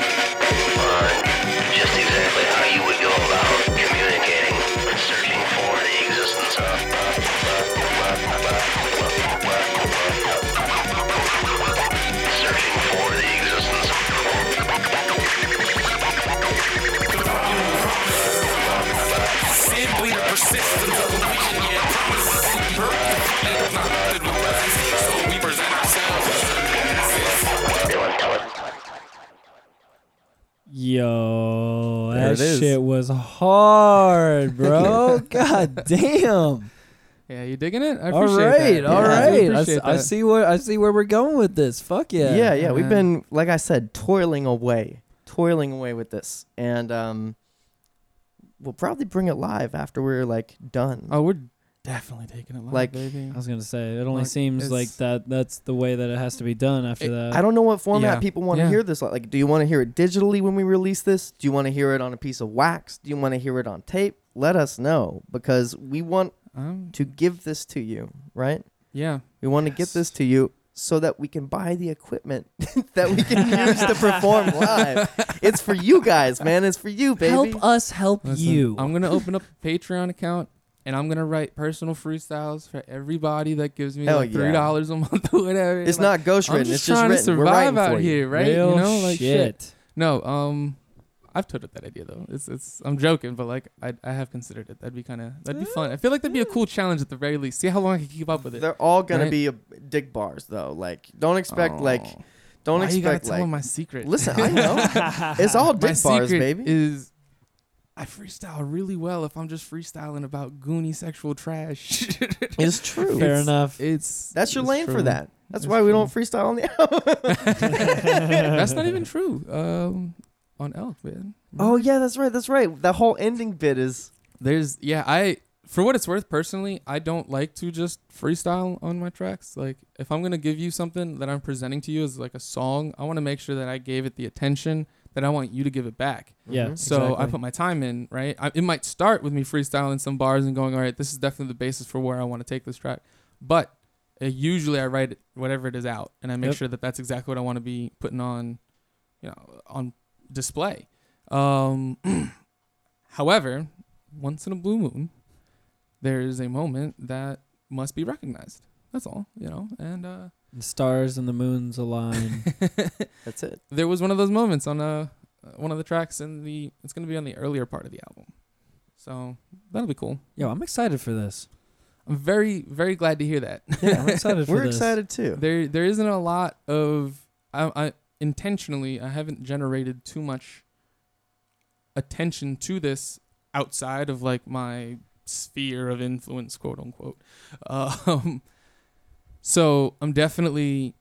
Speaker 8: on just exactly how you would go about communicating and searching for the existence of. Searching for the existence
Speaker 7: Simply the persistence of illusion, yeah, promises seem perfect. It's not nothing but presence, so we present ourselves as urgent essence.
Speaker 2: Yo,
Speaker 3: There
Speaker 2: that
Speaker 3: it is.
Speaker 2: shit was
Speaker 4: (laughs)
Speaker 2: hard, bro. God damn.
Speaker 4: Yeah, you digging it? I
Speaker 2: All
Speaker 4: appreciate
Speaker 2: right.
Speaker 4: that.
Speaker 2: All
Speaker 4: Yeah, I
Speaker 2: right. I,
Speaker 4: appreciate
Speaker 2: s- I
Speaker 4: that.
Speaker 2: see where I see where we're going with this. Fuck yeah.
Speaker 3: yeah, yeah. We've
Speaker 4: man.
Speaker 3: been, like I said, toiling away, toiling away with this, and um, we'll probably bring it live after we're like done.
Speaker 4: Oh, we're definitely taking it live,
Speaker 3: Like,
Speaker 4: baby.
Speaker 2: I was gonna say it only
Speaker 4: Like,
Speaker 2: seems
Speaker 4: it's-
Speaker 2: like that. That's the way that it has to be done. After
Speaker 4: It-
Speaker 2: that,
Speaker 3: I don't know what format
Speaker 4: Yeah.
Speaker 3: people want to
Speaker 4: Yeah.
Speaker 3: hear this. Like, do you want to hear it digitally when we release this? Do you want to hear it on a piece of wax? Do you want to hear it on tape? Let us know because we want
Speaker 4: Um,
Speaker 3: to give this to you, right?
Speaker 4: yeah.
Speaker 3: We want to get this to you so that we can buy the equipment (laughs) that we can use
Speaker 4: (laughs)
Speaker 3: to perform live. It's for you guys, man. It's for you, baby.
Speaker 2: Help us help
Speaker 4: Listen,
Speaker 2: you.
Speaker 4: I'm gonna open up a Patreon account and I'm gonna write personal freestyles for everybody that gives me
Speaker 3: Hell
Speaker 4: like
Speaker 3: yeah.
Speaker 4: three dollars a month (laughs) or whatever.
Speaker 3: It's
Speaker 4: Like,
Speaker 3: not ghost
Speaker 4: I'm
Speaker 3: written.
Speaker 4: just
Speaker 3: It's just
Speaker 4: trying
Speaker 3: written.
Speaker 4: to
Speaker 3: We're
Speaker 4: survive
Speaker 3: writing
Speaker 4: out
Speaker 3: for you.
Speaker 4: here, right?
Speaker 2: Real
Speaker 4: you know, like shit.
Speaker 2: shit.
Speaker 4: No, um, I've toted that idea though. It's it's. I'm joking, but like I I have considered it. That'd be kind of that'd be fun. I feel like that'd be a cool challenge at the very least. See how long I can keep up with it.
Speaker 3: They're all gonna
Speaker 4: Right?
Speaker 3: be uh, dick bars though. Like, don't expect like,
Speaker 4: Oh.
Speaker 3: don't
Speaker 4: Why you gotta
Speaker 3: expect
Speaker 4: tell
Speaker 3: like.
Speaker 4: them my
Speaker 3: (laughs)
Speaker 4: secret.
Speaker 3: listen, I
Speaker 4: (laughs)
Speaker 3: know it's all
Speaker 4: my
Speaker 3: dick bars,
Speaker 4: secret
Speaker 3: baby.
Speaker 4: is I freestyle really well if I'm just freestyling about goony sexual trash.
Speaker 3: (laughs) it's true.
Speaker 2: Fair
Speaker 4: (laughs) It's-
Speaker 2: enough.
Speaker 4: it's
Speaker 3: That's your
Speaker 4: it's
Speaker 3: lane
Speaker 4: true.
Speaker 3: for that. That's
Speaker 4: It's
Speaker 3: why we
Speaker 4: true.
Speaker 3: don't freestyle on the (laughs) album.
Speaker 4: That's not even true. Um, on elk, man.
Speaker 3: oh yeah, that's right. That's right. That whole ending bit is
Speaker 4: There's yeah, I for what it's worth personally, I don't like to just freestyle on my tracks. Like if I'm going to give you something that I'm presenting to you as like a song, I want to make sure that I gave it the attention that I want you to give it back.
Speaker 2: Yeah.
Speaker 4: mm-hmm. So I
Speaker 2: exactly.
Speaker 4: put my time in, right? I, it might start with me freestyling some bars and going, all right, this is definitely the basis for where I want to take this track. But uh, usually I write it- whatever it is out and I make
Speaker 2: Yep.
Speaker 4: sure that that's exactly what I want to be putting on, you know, on display. Um, (clears throat) however, once in a blue moon, there is a moment that must be recognized. That's all, you know, and, uh,
Speaker 2: The stars and the moons align.
Speaker 4: (laughs)
Speaker 3: that's it.
Speaker 4: there was one of those moments on uh, one of the tracks in the it's going to be on the earlier part of the album so that'll be cool
Speaker 2: Yo, I'm excited for this.
Speaker 4: i'm very very glad to hear that
Speaker 2: Yeah, (laughs) I'm excited for
Speaker 3: We're
Speaker 2: this.
Speaker 3: excited too.
Speaker 4: there there isn't a lot of I, I intentionally i haven't generated too much attention to this outside of like my sphere of influence quote unquote (laughs) um so i'm definitely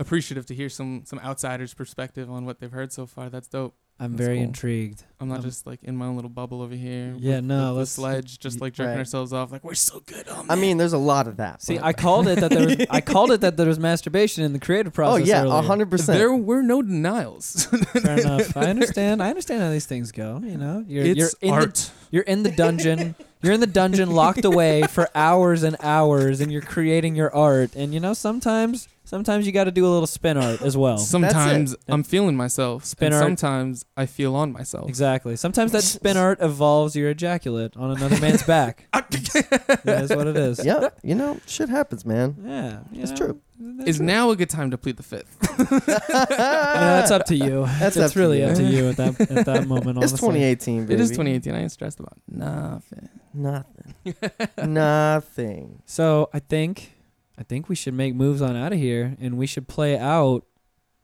Speaker 4: appreciative to hear some some outsiders perspective on what they've heard so far that's dope
Speaker 2: I'm
Speaker 4: That's
Speaker 2: very
Speaker 4: cool.
Speaker 2: intrigued.
Speaker 4: I'm not
Speaker 2: Um,
Speaker 4: just like in my own little bubble over here.
Speaker 2: Yeah,
Speaker 4: with-
Speaker 2: no,
Speaker 4: with the
Speaker 2: let's-
Speaker 4: sledge, just like jerking
Speaker 3: right.
Speaker 4: ourselves off, like we're so good. Oh,
Speaker 3: I
Speaker 4: man."
Speaker 3: mean, there's a lot of that.
Speaker 2: See,
Speaker 3: but-
Speaker 2: I called it that there was
Speaker 3: (laughs)
Speaker 2: I called it that there was masturbation in the creative
Speaker 3: oh
Speaker 2: process.
Speaker 3: yeah,
Speaker 2: earlier.
Speaker 3: hundred percent.
Speaker 4: there were no denials. (laughs)
Speaker 2: Fair enough. I understand. I understand how these things go. You know, you're you're
Speaker 4: it's
Speaker 2: in
Speaker 4: art.
Speaker 2: The, you're in the dungeon. You're in the dungeon, locked away for hours and hours, and you're creating your art. And you know, sometimes sometimes you got to do a little spin art as
Speaker 3: (laughs)
Speaker 2: well.
Speaker 4: sometimes I'm feeling myself,
Speaker 2: Spin
Speaker 4: and
Speaker 2: art.
Speaker 4: sometimes I feel on myself.
Speaker 2: Exactly. Sometimes that
Speaker 3: (laughs)
Speaker 2: spin art evolves your ejaculate on another man's back. that is what it is.
Speaker 3: Yep. You know, shit happens, man.
Speaker 2: Yeah, you
Speaker 3: It's
Speaker 2: know,
Speaker 3: true.
Speaker 2: that's
Speaker 4: Is
Speaker 2: true.
Speaker 4: now a good time to plead the fifth? (laughs)
Speaker 2: You know, that's up to you.
Speaker 3: That's
Speaker 2: it's
Speaker 3: up to
Speaker 2: really
Speaker 3: you.
Speaker 2: up to you at that at that moment.
Speaker 3: (laughs) It's
Speaker 2: honestly.
Speaker 3: 2018, baby.
Speaker 4: It is 2018. I ain't stressed about nothing.
Speaker 3: Nothing.
Speaker 4: (laughs)
Speaker 3: Nothing.
Speaker 2: So I think I think we should make moves on out of here, and we should play out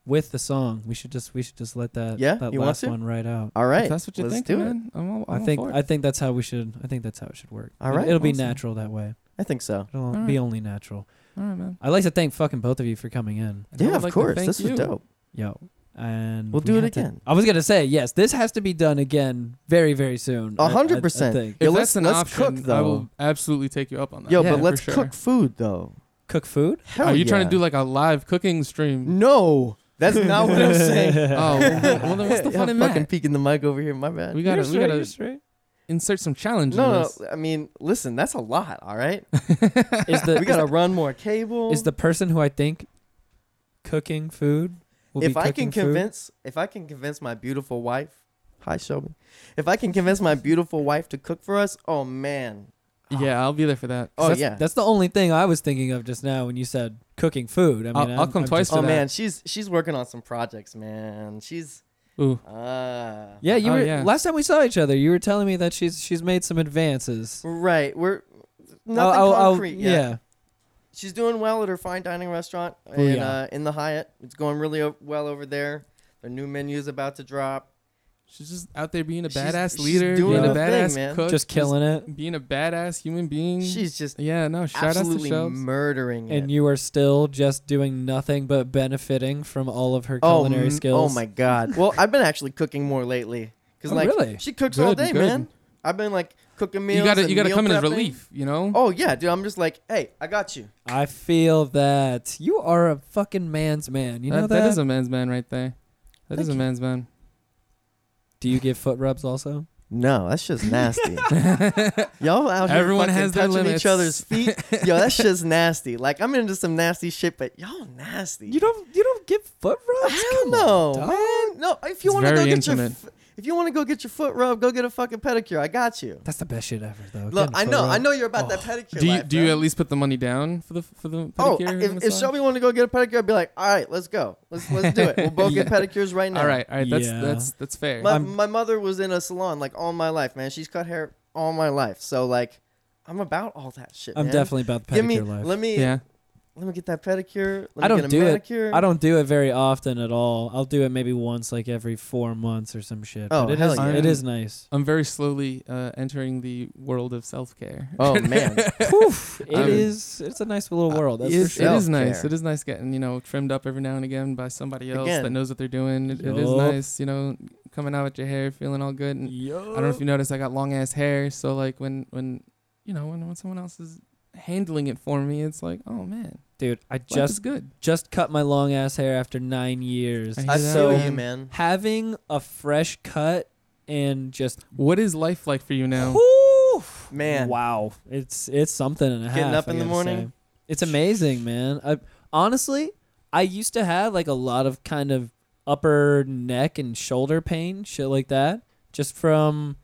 Speaker 2: with the song. We should just we should just let that
Speaker 3: Yeah,
Speaker 2: that
Speaker 3: you want
Speaker 2: last
Speaker 3: to?
Speaker 2: one right out.
Speaker 3: All right.
Speaker 4: If that's what you
Speaker 3: let's
Speaker 4: think,
Speaker 3: do it.
Speaker 4: man. I'm all,
Speaker 2: i
Speaker 4: I'm all
Speaker 2: think
Speaker 4: for it.
Speaker 2: I think that's how we should I think that's how it should work.
Speaker 3: All
Speaker 2: It-
Speaker 3: right,
Speaker 2: it'll be
Speaker 4: awesome.
Speaker 2: natural that way.
Speaker 3: I think so.
Speaker 2: It'll
Speaker 4: All
Speaker 2: be
Speaker 4: right.
Speaker 2: only natural.
Speaker 4: all right, man.
Speaker 2: I'd like to thank fucking both of you for coming in.
Speaker 4: And I
Speaker 3: Yeah,
Speaker 4: would
Speaker 3: of
Speaker 4: like to
Speaker 3: course.
Speaker 4: thank
Speaker 3: This was
Speaker 4: you.
Speaker 3: dope.
Speaker 2: Yo, and
Speaker 3: We'll
Speaker 2: we
Speaker 3: do it
Speaker 2: have to-
Speaker 3: again.
Speaker 2: I was gonna say yes. This has to be done again, very very soon. I-
Speaker 3: A
Speaker 2: I- I
Speaker 3: hundred percent.
Speaker 2: think.
Speaker 3: Yo,
Speaker 4: If
Speaker 3: let's
Speaker 4: that's an
Speaker 3: let's
Speaker 4: option,
Speaker 3: cook
Speaker 4: I
Speaker 3: though.
Speaker 4: will absolutely take you up on that.
Speaker 3: Yo,
Speaker 2: Yeah,
Speaker 3: but
Speaker 2: for
Speaker 3: let's
Speaker 4: sure.
Speaker 3: cook food though.
Speaker 2: Cook food.
Speaker 3: Hell
Speaker 4: Are you
Speaker 3: yeah.
Speaker 4: trying to do like a live cooking stream?
Speaker 3: No,
Speaker 4: (laughs)
Speaker 3: that's not what I'm saying.
Speaker 4: oh, well, then- well, then what's
Speaker 3: (laughs)
Speaker 4: the
Speaker 3: Yeah,
Speaker 4: fun in
Speaker 3: fucking
Speaker 4: that?
Speaker 3: peeking the mic over here. My bad.
Speaker 4: We gotta, we gotta insert some challenge. in
Speaker 3: no,
Speaker 4: this.
Speaker 3: no. I mean, listen, that's a lot. All right, (laughs)
Speaker 2: Is the
Speaker 3: we gotta run more cable.
Speaker 2: is the person who I think cooking food will
Speaker 3: if
Speaker 2: be
Speaker 3: I can
Speaker 2: cooking food.
Speaker 3: convince, if I can convince my beautiful wife, hi Shelby, if I can convince my beautiful wife to cook for us, oh man,
Speaker 4: Yeah, I'll be there for that.
Speaker 3: uh, oh
Speaker 4: That's-
Speaker 3: yeah,
Speaker 2: That's the only thing I was thinking of just now when you said cooking food. I mean,
Speaker 4: I'll- I'll
Speaker 2: I'm-
Speaker 4: come
Speaker 2: I'm
Speaker 4: twice
Speaker 2: just-
Speaker 3: oh
Speaker 4: that.
Speaker 3: man, she's she's working on some projects, man. She's
Speaker 4: Ooh.
Speaker 3: ah
Speaker 2: yeah, you
Speaker 4: Oh,
Speaker 2: were
Speaker 4: yeah.
Speaker 2: last time we saw each other. You were telling me that she's she's made some advances.
Speaker 3: right. We're nothing
Speaker 2: Oh, oh, oh,
Speaker 3: concrete yet.
Speaker 2: yeah.
Speaker 3: she's doing well at her fine dining restaurant in,
Speaker 2: yeah.
Speaker 3: uh, in the Hyatt. It's going really o- well over there. Their new menu's about to drop.
Speaker 4: She's just out there being a
Speaker 3: She's-
Speaker 4: badass
Speaker 3: she's
Speaker 4: leader,
Speaker 3: doing
Speaker 4: being a
Speaker 2: her
Speaker 4: badass
Speaker 3: thing, man.
Speaker 4: cook,
Speaker 2: just killing it.
Speaker 4: just being a badass human being.
Speaker 3: She's just
Speaker 4: yeah, no, shout out to
Speaker 3: absolutely
Speaker 4: Shelves.
Speaker 3: murdering it.
Speaker 2: And you are still just doing nothing but benefiting from all of her
Speaker 3: oh,
Speaker 2: culinary
Speaker 3: m-
Speaker 2: skills.
Speaker 3: oh my (laughs) god. well, I've been actually cooking more lately because
Speaker 2: Oh,
Speaker 3: like
Speaker 2: really?
Speaker 3: she cooks
Speaker 4: Good,
Speaker 3: all day,
Speaker 4: good.
Speaker 3: man. I've been like cooking meals.
Speaker 4: You gotta,
Speaker 3: and
Speaker 4: you gotta
Speaker 3: meal
Speaker 4: come in as
Speaker 3: prepping.
Speaker 4: relief, you know.
Speaker 3: Oh yeah, dude. I'm just like, hey, I got you.
Speaker 2: I feel that you are a fucking man's man. You know that.
Speaker 4: that is a man's man right there. That is
Speaker 2: Thank
Speaker 4: a
Speaker 2: you.
Speaker 4: man's man.
Speaker 2: Do you give foot rubs also?
Speaker 3: No, that's just (laughs) nasty. Y'all out here
Speaker 4: Everyone
Speaker 3: fucking
Speaker 4: has their
Speaker 3: touching
Speaker 4: limits.
Speaker 3: each other's (laughs) feet. Yo, that's just nasty. Like I'm into some nasty shit, but y'all nasty.
Speaker 2: You don't you don't give foot rubs?
Speaker 3: Hell
Speaker 2: Come
Speaker 3: no,
Speaker 2: on, dog.
Speaker 3: man. No, if you
Speaker 4: It's
Speaker 3: want to go
Speaker 4: very
Speaker 3: get your
Speaker 4: intimate.
Speaker 3: f- if you want to go get your foot rubbed, go get a fucking pedicure. I got you.
Speaker 2: That's the best shit ever, though.
Speaker 3: Look,
Speaker 2: Getting a
Speaker 3: I
Speaker 2: foot Oh.
Speaker 3: know, I
Speaker 2: rub.
Speaker 3: know you're about that pedicure.
Speaker 4: Do you
Speaker 3: life,
Speaker 4: do you
Speaker 3: right?
Speaker 4: at least put the money down for the for the
Speaker 3: Oh,
Speaker 4: pedicure? and
Speaker 3: if, if
Speaker 4: massage?
Speaker 3: Shelby wanted to go get a pedicure, I'd be like, all right, let's go. Let's let's do it. We'll
Speaker 2: (laughs)
Speaker 3: both get pedicures right now.
Speaker 4: all right, all right, that's
Speaker 2: Yeah.
Speaker 4: that's that's fair.
Speaker 3: My,
Speaker 2: I'm-
Speaker 3: my mother was in a salon like all my life, man. She's cut hair all my life, so like, I'm about all that shit.
Speaker 2: I'm
Speaker 3: man.
Speaker 2: definitely about the pedicure
Speaker 3: Give me,
Speaker 2: life.
Speaker 3: let me,
Speaker 4: yeah,
Speaker 3: let me get that pedicure. Let
Speaker 2: I
Speaker 3: me
Speaker 2: don't
Speaker 3: get a
Speaker 2: do
Speaker 3: manicure.
Speaker 2: it. I don't do it very often at all. I'll do it maybe once, like every four months or some shit.
Speaker 3: Oh,
Speaker 2: but it
Speaker 3: hell
Speaker 2: is-
Speaker 4: yeah.
Speaker 2: it is nice.
Speaker 4: I'm very slowly uh, entering the world of self care. (laughs)
Speaker 3: Oh man,
Speaker 2: Poof! It
Speaker 4: I'm-
Speaker 2: is. It's a nice little world. That's
Speaker 4: it
Speaker 2: for
Speaker 4: is,
Speaker 2: sure.
Speaker 4: it is nice.
Speaker 3: Self-care.
Speaker 4: It is nice getting you know trimmed up every now and again by somebody else
Speaker 3: Again.
Speaker 4: that knows what they're doing. It, it is
Speaker 2: Yup.
Speaker 4: nice, you know, coming out with your hair feeling all good. And I
Speaker 2: Yo.
Speaker 4: don't know if you noticed, I got long ass hair. So like when when you know when, when someone else is handling it for me, it's like oh man,
Speaker 2: Dude, I
Speaker 4: just is
Speaker 2: just
Speaker 4: good.
Speaker 2: just cut my long ass hair after nine years.
Speaker 4: I hear
Speaker 3: I
Speaker 4: that.
Speaker 3: feel
Speaker 2: So-
Speaker 3: you,
Speaker 2: (laughs)
Speaker 3: man.
Speaker 2: Having a fresh cut and just
Speaker 4: What is life like for you now?
Speaker 2: Poof!
Speaker 3: Man.
Speaker 2: wow, it's it's something and a half.
Speaker 3: Getting up
Speaker 2: I
Speaker 3: in the
Speaker 2: gotta
Speaker 3: morning?
Speaker 2: say. it's amazing, man. I honestly, I used to have like a lot of kind of upper neck and shoulder pain, shit like that, just from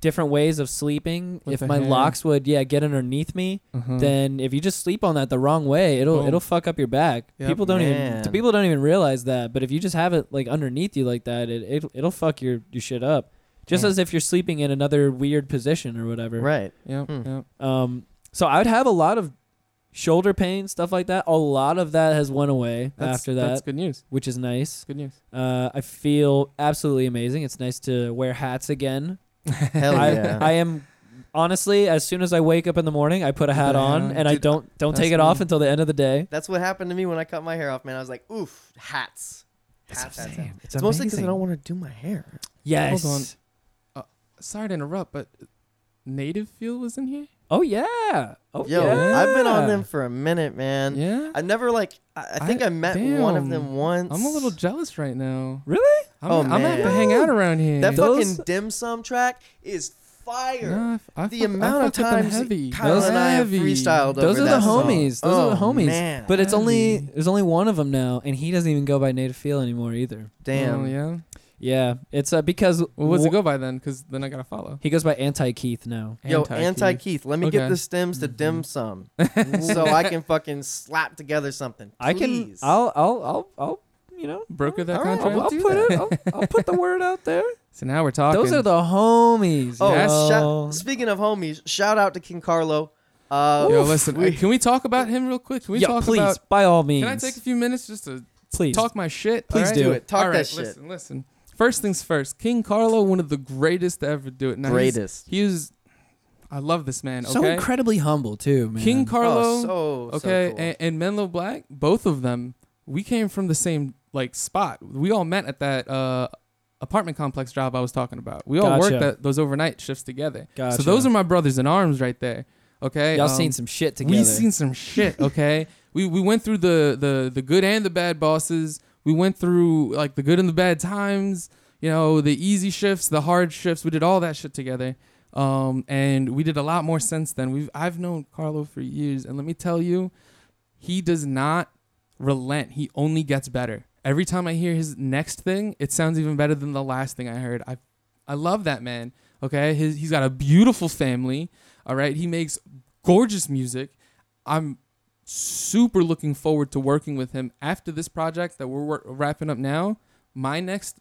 Speaker 2: different ways of sleeping.
Speaker 4: With
Speaker 2: if
Speaker 4: the
Speaker 2: my
Speaker 4: hair.
Speaker 2: locks would, yeah, get underneath me,
Speaker 4: Uh-huh.
Speaker 2: then if you just sleep on that the wrong way, it'll
Speaker 4: Boom.
Speaker 2: it'll fuck up your back.
Speaker 4: Yep.
Speaker 2: people don't even
Speaker 3: Man.
Speaker 2: t- people don't even realize that. But if you just have it like underneath you like that, it it'll, it'll fuck your your shit up. Just
Speaker 4: Damn.
Speaker 2: as if you're sleeping in another weird position or whatever.
Speaker 3: Right.
Speaker 4: Yep,
Speaker 3: Hmm.
Speaker 4: yep.
Speaker 2: Um. So I would have a lot of shoulder pain, stuff like that. A lot of that has went away
Speaker 4: That's,
Speaker 2: after
Speaker 4: that's
Speaker 2: that,
Speaker 4: good news.
Speaker 2: which is nice.
Speaker 4: Good news.
Speaker 2: Uh, I feel absolutely amazing. It's nice to wear hats again.
Speaker 3: Hell
Speaker 2: I,
Speaker 3: (laughs) yeah.
Speaker 2: I am honestly, as soon as I wake up in the morning, I put a hat
Speaker 4: a hat
Speaker 2: on
Speaker 4: on.
Speaker 2: and I
Speaker 4: Dude,
Speaker 2: don't don't take
Speaker 4: that's
Speaker 2: it off
Speaker 4: me.
Speaker 2: until the end of the day.
Speaker 3: That's what happened to me when I cut my hair off, man. I was like, oof, hats.
Speaker 2: That's
Speaker 3: Hats,
Speaker 2: what I'm
Speaker 3: hats,
Speaker 2: saying.
Speaker 3: hats.
Speaker 2: It's
Speaker 3: It's mostly because I
Speaker 2: amazing.
Speaker 3: don't want to do my hair.
Speaker 2: Yes.
Speaker 4: Hold on. Sorry to interrupt, but Native Fuel was in here.
Speaker 2: Oh yeah. Oh
Speaker 3: Yo,
Speaker 2: yeah.
Speaker 3: I've been on them for a minute, man.
Speaker 4: Yeah,
Speaker 3: I never like. I, I think I,
Speaker 4: I-
Speaker 3: met one of
Speaker 4: damn.
Speaker 3: them once.
Speaker 4: I'm a little jealous right now.
Speaker 2: Really?
Speaker 4: I'm,
Speaker 3: Oh,
Speaker 4: I'm gonna have to
Speaker 3: man.
Speaker 4: hang out around here.
Speaker 3: That
Speaker 2: Those-
Speaker 3: fucking dim sum track is fire.
Speaker 4: Nah, I f- I
Speaker 3: the
Speaker 4: fuck- I
Speaker 3: amount of
Speaker 4: fuck with them
Speaker 3: times
Speaker 4: heavy.
Speaker 3: Kyle
Speaker 4: Those
Speaker 3: and I have
Speaker 4: heavy.
Speaker 3: freestyled
Speaker 2: Those
Speaker 3: over
Speaker 2: are the
Speaker 3: that song.
Speaker 2: homies. Those are the
Speaker 3: Oh,
Speaker 2: homies.
Speaker 3: man.
Speaker 2: But it's only
Speaker 4: Heavy.
Speaker 2: there's only one of them now, and he doesn't even go by Native Feel anymore either.
Speaker 3: damn.
Speaker 4: Oh, yeah.
Speaker 2: Yeah, it's uh, because
Speaker 4: Well, what's
Speaker 2: wh-
Speaker 4: it go by then? Because then I gotta follow.
Speaker 2: He goes by Anti Keith now.
Speaker 3: Yo, anti
Speaker 4: Anti-Keith.
Speaker 3: Keith, let me
Speaker 4: Okay. Mm-hmm.
Speaker 3: get the stems to dim some,
Speaker 4: (laughs)
Speaker 3: so I can fucking slap together something.
Speaker 2: I can.
Speaker 3: Please.
Speaker 2: I'll. I'll. I'll. I'll. You know.
Speaker 4: broker that
Speaker 3: All right,
Speaker 2: I'll,
Speaker 4: contract.
Speaker 2: I'll
Speaker 3: do
Speaker 2: put
Speaker 3: that.
Speaker 2: it. I'll, I'll put the word out there.
Speaker 4: so now we're talking.
Speaker 2: Those are the homies.
Speaker 3: Oh,
Speaker 4: Yes.
Speaker 2: yo.
Speaker 3: shout- speaking of homies, shout out to King Carlo. Uh,
Speaker 4: Yo, listen.
Speaker 3: we-
Speaker 4: can we talk about him real quick? Can we
Speaker 2: Yeah,
Speaker 4: talk
Speaker 2: please,
Speaker 4: about?
Speaker 2: by all means.
Speaker 4: Can I take a few minutes just to
Speaker 2: please
Speaker 4: talk my shit?
Speaker 2: Please
Speaker 4: alright?
Speaker 2: do
Speaker 3: it. Talk that
Speaker 4: Alright,
Speaker 3: shit.
Speaker 4: Listen, listen. First things first. King Carlo, one of the greatest to ever do it. Now, he's-
Speaker 3: Greatest.
Speaker 4: He was. I love this man. Okay.
Speaker 2: So incredibly humble too, man.
Speaker 4: King Carlo.
Speaker 3: oh, so so
Speaker 4: okay
Speaker 3: cool.
Speaker 4: and, and menlo black both of them we came from the same like spot we all met at that uh apartment complex job i was talking about we all
Speaker 2: Gotcha.
Speaker 4: worked that, those overnight shifts together
Speaker 2: Gotcha.
Speaker 4: so those are my brothers in arms right there okay
Speaker 2: Y'all
Speaker 4: um,
Speaker 2: seen some shit together.
Speaker 4: we seen some shit, okay? we we went through the the the good and the bad bosses. We went through like the good and the bad times, you know, the easy shifts, the hard shifts. We did all that shit together. Um and we did a lot more since then. We've I've known Carlo for years and let me tell you, he does not relent. He only gets better. Every time I hear his next thing, it sounds even better than the last thing I heard. I I love that man. Okay? His, he's got a beautiful family. All right? He makes gorgeous music. I'm super looking forward to working with him after this project that we're wor- wrapping up now. My next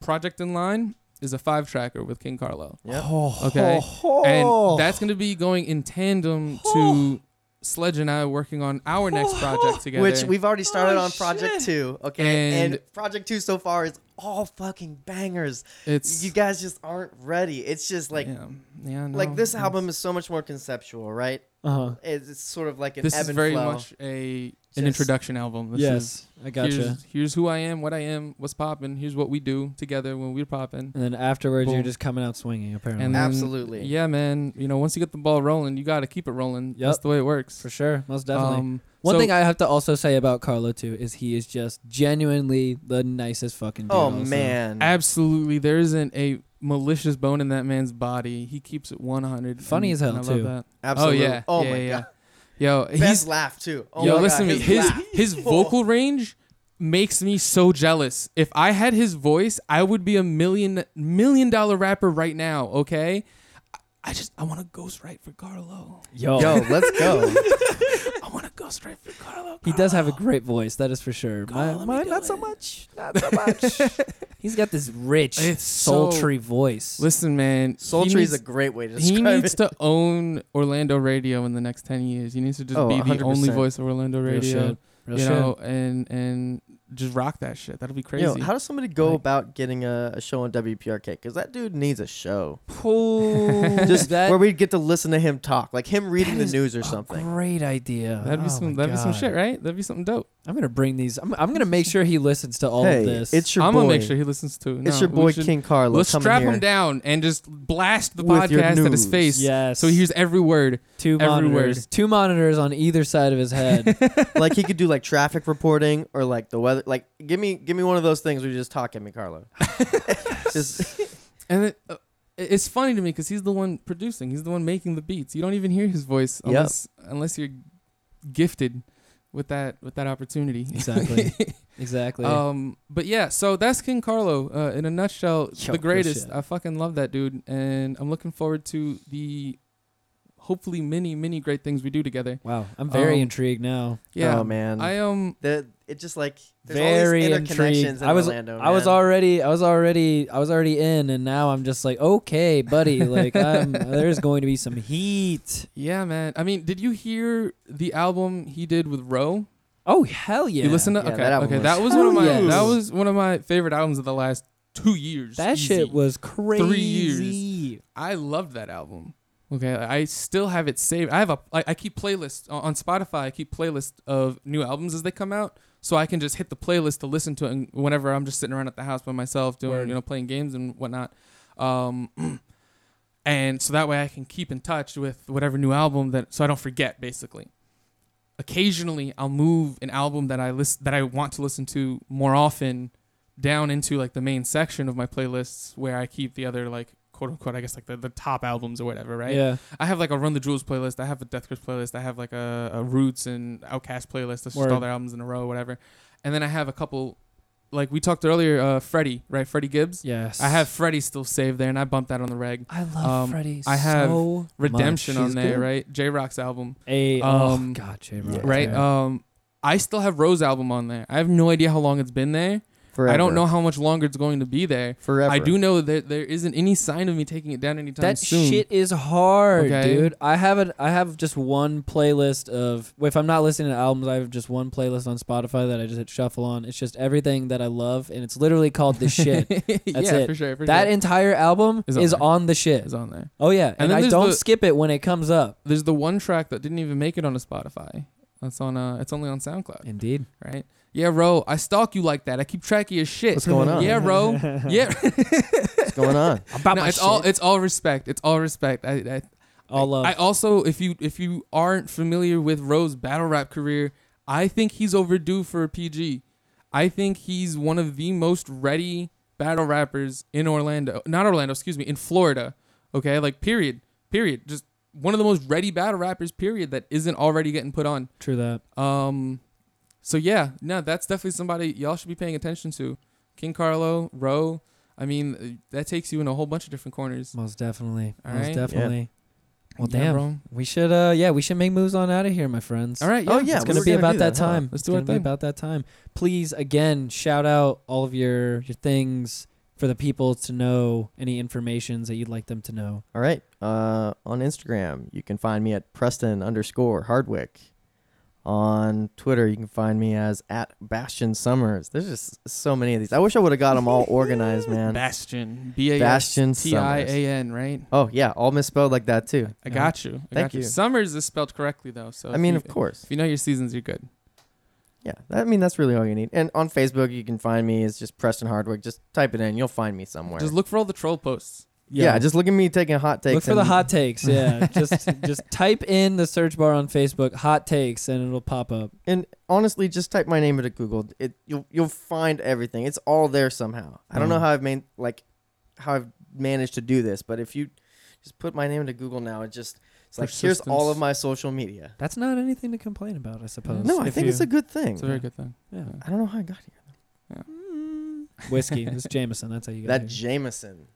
Speaker 4: project in line is a five tracker with King Carlo.
Speaker 3: Yep.
Speaker 2: Oh,
Speaker 4: Okay. And that's going to be going in tandem to Sledge and I working on our next project together.
Speaker 3: Which we've already started
Speaker 2: Oh,
Speaker 3: on Project
Speaker 2: shit.
Speaker 3: Two, okay? And,
Speaker 4: And-
Speaker 3: Project Two so far is all fucking bangers.
Speaker 4: It's-
Speaker 3: you guys just aren't ready. It's just like
Speaker 4: yeah, yeah, no,
Speaker 3: like this
Speaker 4: no.
Speaker 3: album is so much more conceptual, right?
Speaker 2: Uh huh.
Speaker 3: It's, it's sort of like an
Speaker 4: This
Speaker 3: ebb
Speaker 4: is
Speaker 3: and
Speaker 4: very
Speaker 3: flow.
Speaker 4: much a an
Speaker 2: Yes.
Speaker 4: introduction album. This is,
Speaker 2: yes, I gotcha.
Speaker 4: Here's, here's who I am, what I am, what's popping. Here's what we do together when we're popping.
Speaker 2: and then afterwards, you're
Speaker 4: Boom.
Speaker 2: just coming out swinging, apparently.
Speaker 4: And then-
Speaker 3: Absolutely.
Speaker 4: Yeah, man. You know, once you get the ball rolling, you got to keep it rolling.
Speaker 2: Yep.
Speaker 4: That's the way it works.
Speaker 2: for sure, most definitely.
Speaker 4: Um,
Speaker 2: One
Speaker 4: so-
Speaker 2: thing I have to also say about Carlo too is he is just genuinely the nicest fucking. Dude
Speaker 3: Oh
Speaker 2: also.
Speaker 3: man.
Speaker 4: Absolutely. There isn't a malicious bone in that man's body. He keeps it 100.
Speaker 2: Funny
Speaker 4: and-
Speaker 2: as hell,
Speaker 4: and I love
Speaker 2: too.
Speaker 4: that.
Speaker 3: Absolutely.
Speaker 4: Oh, yeah.
Speaker 3: Oh
Speaker 4: yeah,
Speaker 3: my
Speaker 4: yeah.
Speaker 3: god.
Speaker 4: Yo,
Speaker 3: Best
Speaker 4: he's,
Speaker 3: laugh too. Oh
Speaker 4: yo
Speaker 3: my
Speaker 4: listen
Speaker 3: god.
Speaker 4: to me. His, (laughs)
Speaker 3: laugh.
Speaker 4: his vocal range makes me so jealous. If I had his voice, I would be a million million dollar rapper right now, okay? I- I just I want to ghostwrite for Carlo.
Speaker 2: yo,
Speaker 3: Yo, let's (laughs) go.
Speaker 4: I want to ghostwrite for Carlo.
Speaker 2: he does have a great voice, that is for sure.
Speaker 4: Carlo, let
Speaker 2: My,
Speaker 4: me
Speaker 2: my,
Speaker 4: do
Speaker 2: not so
Speaker 4: it.
Speaker 2: much, not so much. (laughs) He's got this rich,
Speaker 4: It's so-
Speaker 2: sultry voice.
Speaker 4: Listen, man. he
Speaker 3: Sultry is
Speaker 4: needs-
Speaker 3: a great way to
Speaker 4: he
Speaker 3: describe
Speaker 4: needs
Speaker 3: it.
Speaker 4: to own Orlando radio in the next 10 years. He needs to just
Speaker 3: Oh,
Speaker 4: be the only
Speaker 3: 100%.
Speaker 4: voice of Orlando
Speaker 2: Real
Speaker 4: radio,
Speaker 2: shit. Real
Speaker 4: you
Speaker 2: shit.
Speaker 4: know, and and just rock that shit. That'll be crazy.
Speaker 3: Yo, how does somebody go
Speaker 4: Like-
Speaker 3: about getting a, a show on WPRK? Because that dude needs a show.
Speaker 4: (laughs)
Speaker 2: Ooh,
Speaker 3: Just
Speaker 2: that,
Speaker 3: (laughs) where we'd get to listen to him talk, like him reading
Speaker 2: that
Speaker 3: the
Speaker 2: is
Speaker 3: news or
Speaker 2: a
Speaker 3: something.
Speaker 2: Great idea.
Speaker 4: that'd be
Speaker 2: Oh
Speaker 4: some
Speaker 2: my
Speaker 4: that'd be some
Speaker 2: God.
Speaker 4: shit, right? That'd be something dope.
Speaker 2: I'm gonna bring these. I'm, I'm gonna make sure he listens to all
Speaker 3: hey,
Speaker 2: of this.
Speaker 3: it's your
Speaker 4: I'm
Speaker 3: boy.
Speaker 4: gonna make sure he listens to. it.
Speaker 3: it's
Speaker 4: No,
Speaker 3: your
Speaker 4: we
Speaker 3: boy
Speaker 4: should-
Speaker 3: King Carlo.
Speaker 4: Let's
Speaker 3: coming
Speaker 4: strap
Speaker 3: here.
Speaker 4: him down and just blast the
Speaker 3: With your
Speaker 4: podcast at his
Speaker 3: news.
Speaker 4: face.
Speaker 2: yes.
Speaker 4: So he hears every word.
Speaker 2: two
Speaker 4: everywhere.
Speaker 2: monitors. Two monitors on either side of his
Speaker 4: (laughs)
Speaker 2: head.
Speaker 3: like he could do like traffic reporting or like the weather. Like give me give me one of those things where you just talk at me,
Speaker 4: (laughs)
Speaker 3: Carlo. (laughs) just
Speaker 4: And it, uh, it's funny to me because he's the one producing. He's the one making the beats. You don't even hear his voice
Speaker 3: Yep.
Speaker 4: unless unless you're gifted with that with that opportunity. (laughs)
Speaker 2: Exactly. (laughs) exactly.
Speaker 4: Um, but yeah, so that's King Carlo uh, in a nutshell.
Speaker 2: Yo,
Speaker 4: the
Speaker 2: good
Speaker 4: greatest.
Speaker 2: shit.
Speaker 4: I fucking love that dude, and I'm looking forward to the hopefully many many great things we do together.
Speaker 2: wow. I'm very
Speaker 4: um,
Speaker 2: intrigued now.
Speaker 4: Yeah,
Speaker 3: Oh man.
Speaker 4: I um,
Speaker 3: the, it just like there's
Speaker 2: very
Speaker 3: all these
Speaker 2: intrigued.
Speaker 3: interconnections in
Speaker 2: I was
Speaker 4: Oh,
Speaker 3: Orlando.
Speaker 2: I was
Speaker 3: man.
Speaker 2: already I was already I was already in and now I'm just like, okay,
Speaker 4: (laughs)
Speaker 2: buddy, like I'm, there's going to be some heat.
Speaker 4: yeah, man. I mean, did you hear the album he did with Roe?
Speaker 2: Oh hell yeah.
Speaker 4: You listen to
Speaker 3: Yeah,
Speaker 4: okay,
Speaker 3: that album
Speaker 4: okay.
Speaker 3: was-
Speaker 4: that was one of my
Speaker 2: Hell
Speaker 4: that
Speaker 2: yes.
Speaker 4: was one of my favorite albums of the last two years.
Speaker 2: that
Speaker 4: Easy.
Speaker 2: shit was crazy.
Speaker 4: years. I loved that album. Okay, I still have it saved. I have a I, I keep playlists on on Spotify. I keep playlists of new albums as they come out, so I can just hit the playlist to listen to it and whenever I'm just sitting around at the house by myself doing
Speaker 2: Word.
Speaker 4: you know playing games and whatnot. Um, and so that way I can keep in touch with whatever new album that so I don't forget basically. Occasionally, I'll move an album that I list that I want to listen to more often down into like the main section of my playlists where I keep the other like quote unquote I guess like the, the top albums or whatever, right?
Speaker 2: Yeah.
Speaker 4: I have like a Run the Jewels playlist, I have a Death Grips playlist, I have like a, a Roots and Outcast playlist. That's just
Speaker 2: Word.
Speaker 4: all their albums in a row, whatever. And then I have a couple like we talked earlier, uh Freddie, right? Freddie Gibbs.
Speaker 2: Yes.
Speaker 4: I have Freddie still saved there and I bumped that on the reg.
Speaker 2: I love
Speaker 4: um,
Speaker 2: Freddy
Speaker 4: I have
Speaker 2: so
Speaker 4: Redemption
Speaker 2: much.
Speaker 4: on there,
Speaker 2: good.
Speaker 4: right? J Rock's album.
Speaker 2: A oh
Speaker 4: Um,
Speaker 2: god, J-Rock,
Speaker 4: Right?
Speaker 2: yeah.
Speaker 4: Um I still have Rose album on there. I have no idea how long it's been there.
Speaker 3: forever.
Speaker 4: I don't know how much longer it's going to be there.
Speaker 3: forever.
Speaker 4: I do know that there isn't any sign of me taking it down anytime
Speaker 2: That
Speaker 4: soon. (laughs)
Speaker 2: shit is hard,
Speaker 4: Okay.
Speaker 2: dude. I have an, I have just one playlist of if I'm not listening to albums, I have just one playlist on Spotify that I just hit shuffle on. It's just everything that I love, and it's literally called the
Speaker 4: (laughs)
Speaker 2: shit. That's
Speaker 4: yeah,
Speaker 2: it.
Speaker 4: for sure. For
Speaker 2: that
Speaker 4: sure.
Speaker 2: entire album
Speaker 4: Is
Speaker 2: is,
Speaker 4: on there.
Speaker 2: on the shit.
Speaker 4: is on there.
Speaker 2: Oh yeah, and,
Speaker 4: then
Speaker 2: I
Speaker 4: there's
Speaker 2: don't
Speaker 4: the-
Speaker 2: skip it when it comes up.
Speaker 4: There's the one track that didn't even make it on a Spotify. That's on. Uh, it's only on SoundCloud,
Speaker 2: Indeed.
Speaker 4: right? Yeah, bro. I stalk you like that. I keep track of your shit.
Speaker 3: What's going on?
Speaker 2: (laughs)
Speaker 4: Yeah, bro. Yeah.
Speaker 3: what's going on.
Speaker 2: About
Speaker 4: (laughs) (laughs) No, it's all. It's all respect. It's all respect. I, I
Speaker 2: all love.
Speaker 4: I also, if you if you aren't familiar with Rose's battle rap career, I think he's overdue for a PG. I think he's one of the most ready battle rappers in Orlando, not Orlando, excuse me, in Florida. Okay, like period, period. Just one of the most ready battle rappers, period, that isn't already getting put on.
Speaker 2: True that.
Speaker 4: Um, so yeah, no, that's definitely somebody y'all should be paying attention to. King Carlo, Roe. I mean, that takes you in a whole bunch of different corners.
Speaker 2: Most definitely.
Speaker 4: All
Speaker 2: Most
Speaker 4: right.
Speaker 2: definitely. Well,
Speaker 4: Yeah,
Speaker 2: damn.
Speaker 4: bro.
Speaker 2: We should. Uh, yeah, we should make moves on out of here, my friends.
Speaker 4: All right. Yeah.
Speaker 3: Oh, yeah,
Speaker 2: it's
Speaker 3: We're
Speaker 2: gonna be
Speaker 3: gonna
Speaker 2: about
Speaker 3: do
Speaker 2: that,
Speaker 3: that, huh?
Speaker 2: time. It's
Speaker 4: Let's do our
Speaker 2: gonna be
Speaker 4: thing.
Speaker 2: about that time. Please again shout out all of your your things for the people to know any informations that you'd like them to know.
Speaker 3: All right. Uh, on Instagram, you can find me at Preston underscore Hardwick. On Twitter, you can find me as at Bastion Summers. There's just so many of these. I wish I would have got them all
Speaker 4: (laughs)
Speaker 3: organized, man.
Speaker 4: Bastion. B A S
Speaker 3: Bastion
Speaker 4: T I
Speaker 3: Summers.
Speaker 4: A N, right?
Speaker 3: Oh yeah, all misspelled like that too.
Speaker 4: I got you. I
Speaker 3: Thank
Speaker 4: got you.
Speaker 3: you.
Speaker 4: Summers is spelled correctly though, so
Speaker 3: I
Speaker 4: if
Speaker 3: mean,
Speaker 4: you-
Speaker 3: of course.
Speaker 4: If you know your seasons, you're good.
Speaker 3: Yeah, that- I mean that's really all you need. And on Facebook, you can find me. It's just Preston Hardwick. Just type it in, you'll find me somewhere.
Speaker 4: Just look for all the troll posts.
Speaker 3: yeah, just look at me taking hot takes.
Speaker 2: Look for the
Speaker 3: and-
Speaker 2: hot takes.
Speaker 3: (laughs)
Speaker 2: Yeah, just just type in the search bar on Facebook "hot takes" and it'll pop up.
Speaker 3: And honestly, just type my name into Google. It you'll you'll find everything. It's all there somehow. I don't know
Speaker 4: Mm.
Speaker 3: how I've made like how I've managed to do this, but if you just put my name into Google now, it just it's like here's all
Speaker 4: Persistence.
Speaker 3: of my social media.
Speaker 2: That's not anything to complain about, I suppose.
Speaker 3: No, I
Speaker 4: if
Speaker 3: think it's
Speaker 4: you-
Speaker 3: a good thing.
Speaker 4: It's a very good thing.
Speaker 2: Yeah.
Speaker 3: I don't know how I got here.
Speaker 2: (laughs) Whiskey. It's Jameson. That's how you got
Speaker 3: That
Speaker 2: it.
Speaker 4: (laughs)
Speaker 3: Jameson.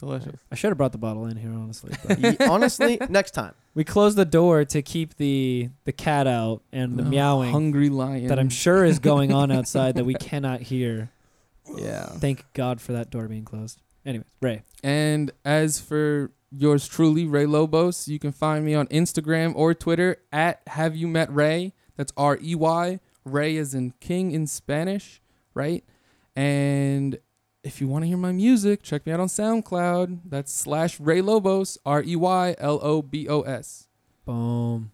Speaker 4: Delicious.
Speaker 2: I should have brought the bottle in here, honestly. but-
Speaker 3: Ye- honestly, next time.
Speaker 2: we closed the door to keep the the cat out and the
Speaker 4: Oh,
Speaker 2: meowing
Speaker 4: Hungry lion.
Speaker 2: that I'm sure is going
Speaker 4: (laughs)
Speaker 2: on outside that we cannot hear.
Speaker 4: Yeah.
Speaker 2: Thank God for that door being closed. Anyways, Ray.
Speaker 4: And as for yours truly, Ray Lobos, you can find me on Instagram or Twitter at Have You Met Ray? That's R E Y. Ray is in King in Spanish, right? And if you want to hear my music, check me out on SoundCloud. That's slash Ray Lobos, R E Y L O B O S.
Speaker 2: Boom.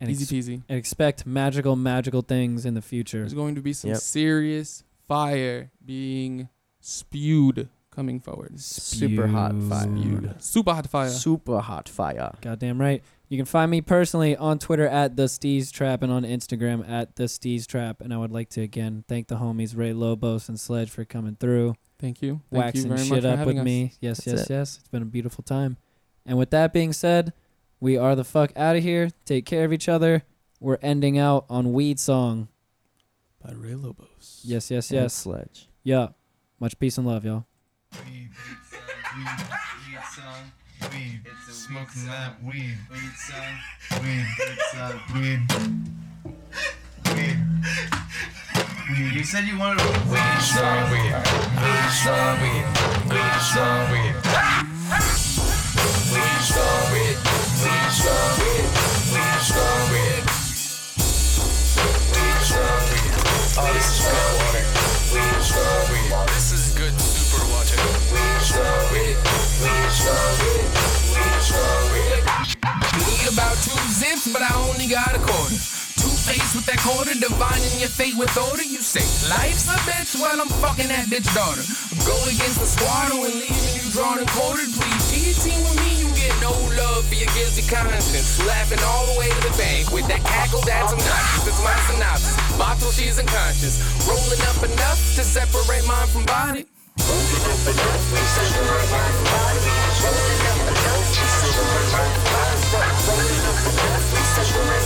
Speaker 2: And, ex-
Speaker 4: Easy peasy.
Speaker 2: and expect magical, magical things in the future.
Speaker 4: There's going to be some
Speaker 3: Yep.
Speaker 4: serious fire being spewed coming forward.
Speaker 3: Super hot fire.
Speaker 2: Spewed.
Speaker 4: Super hot fire.
Speaker 3: Super hot fire.
Speaker 2: Goddamn right. You can find me personally on Twitter at the Steez Trap and on Instagram at the Steez Trap. And I would like to again thank the homies Ray Lobos and Sledge for coming through,
Speaker 4: Thank you. Thank you
Speaker 2: waxing
Speaker 4: very much
Speaker 2: shit
Speaker 4: for
Speaker 2: up
Speaker 4: having
Speaker 2: with
Speaker 4: us.
Speaker 2: me. Yes,
Speaker 3: That's
Speaker 2: yes,
Speaker 3: it.
Speaker 2: yes. It's been a beautiful time. And with that being said, we are the fuck out of here. Take care of each other. We're ending out on Weed Song.
Speaker 4: By Ray Lobos.
Speaker 2: Yes, yes,
Speaker 3: And
Speaker 2: yes.
Speaker 3: Sledge.
Speaker 2: Yeah. Much peace and love,
Speaker 9: weed,
Speaker 2: y'all.
Speaker 9: weed, weed song, weed, smoking that weed, weed song, weed, weed song, weed, weed. weed. You said you wanted weed song, weed, weed song, weed, weed song, weed. Weed song, weed, weed song, weed, weed song, weed. Weed song, weed. Oh, this is good water. Weed song, weed. This is good super water. Weed song, weed, weed song, weed, weed song, weed.
Speaker 5: Need about two zips, but I only got a quarter. Two faced with that quarter, divining your fate with order. You say life's a bitch, well I'm fucking that bitch daughter. Go against the squad and leaving you drawn and quartered. Please be a team with me, you get no love for your guilty conscience. Laughing all the way to the bank with that cackle that's obnoxious. That's my synopsis. Bop till she's unconscious, rolling up enough to separate mind from body.
Speaker 10: Rolling up enough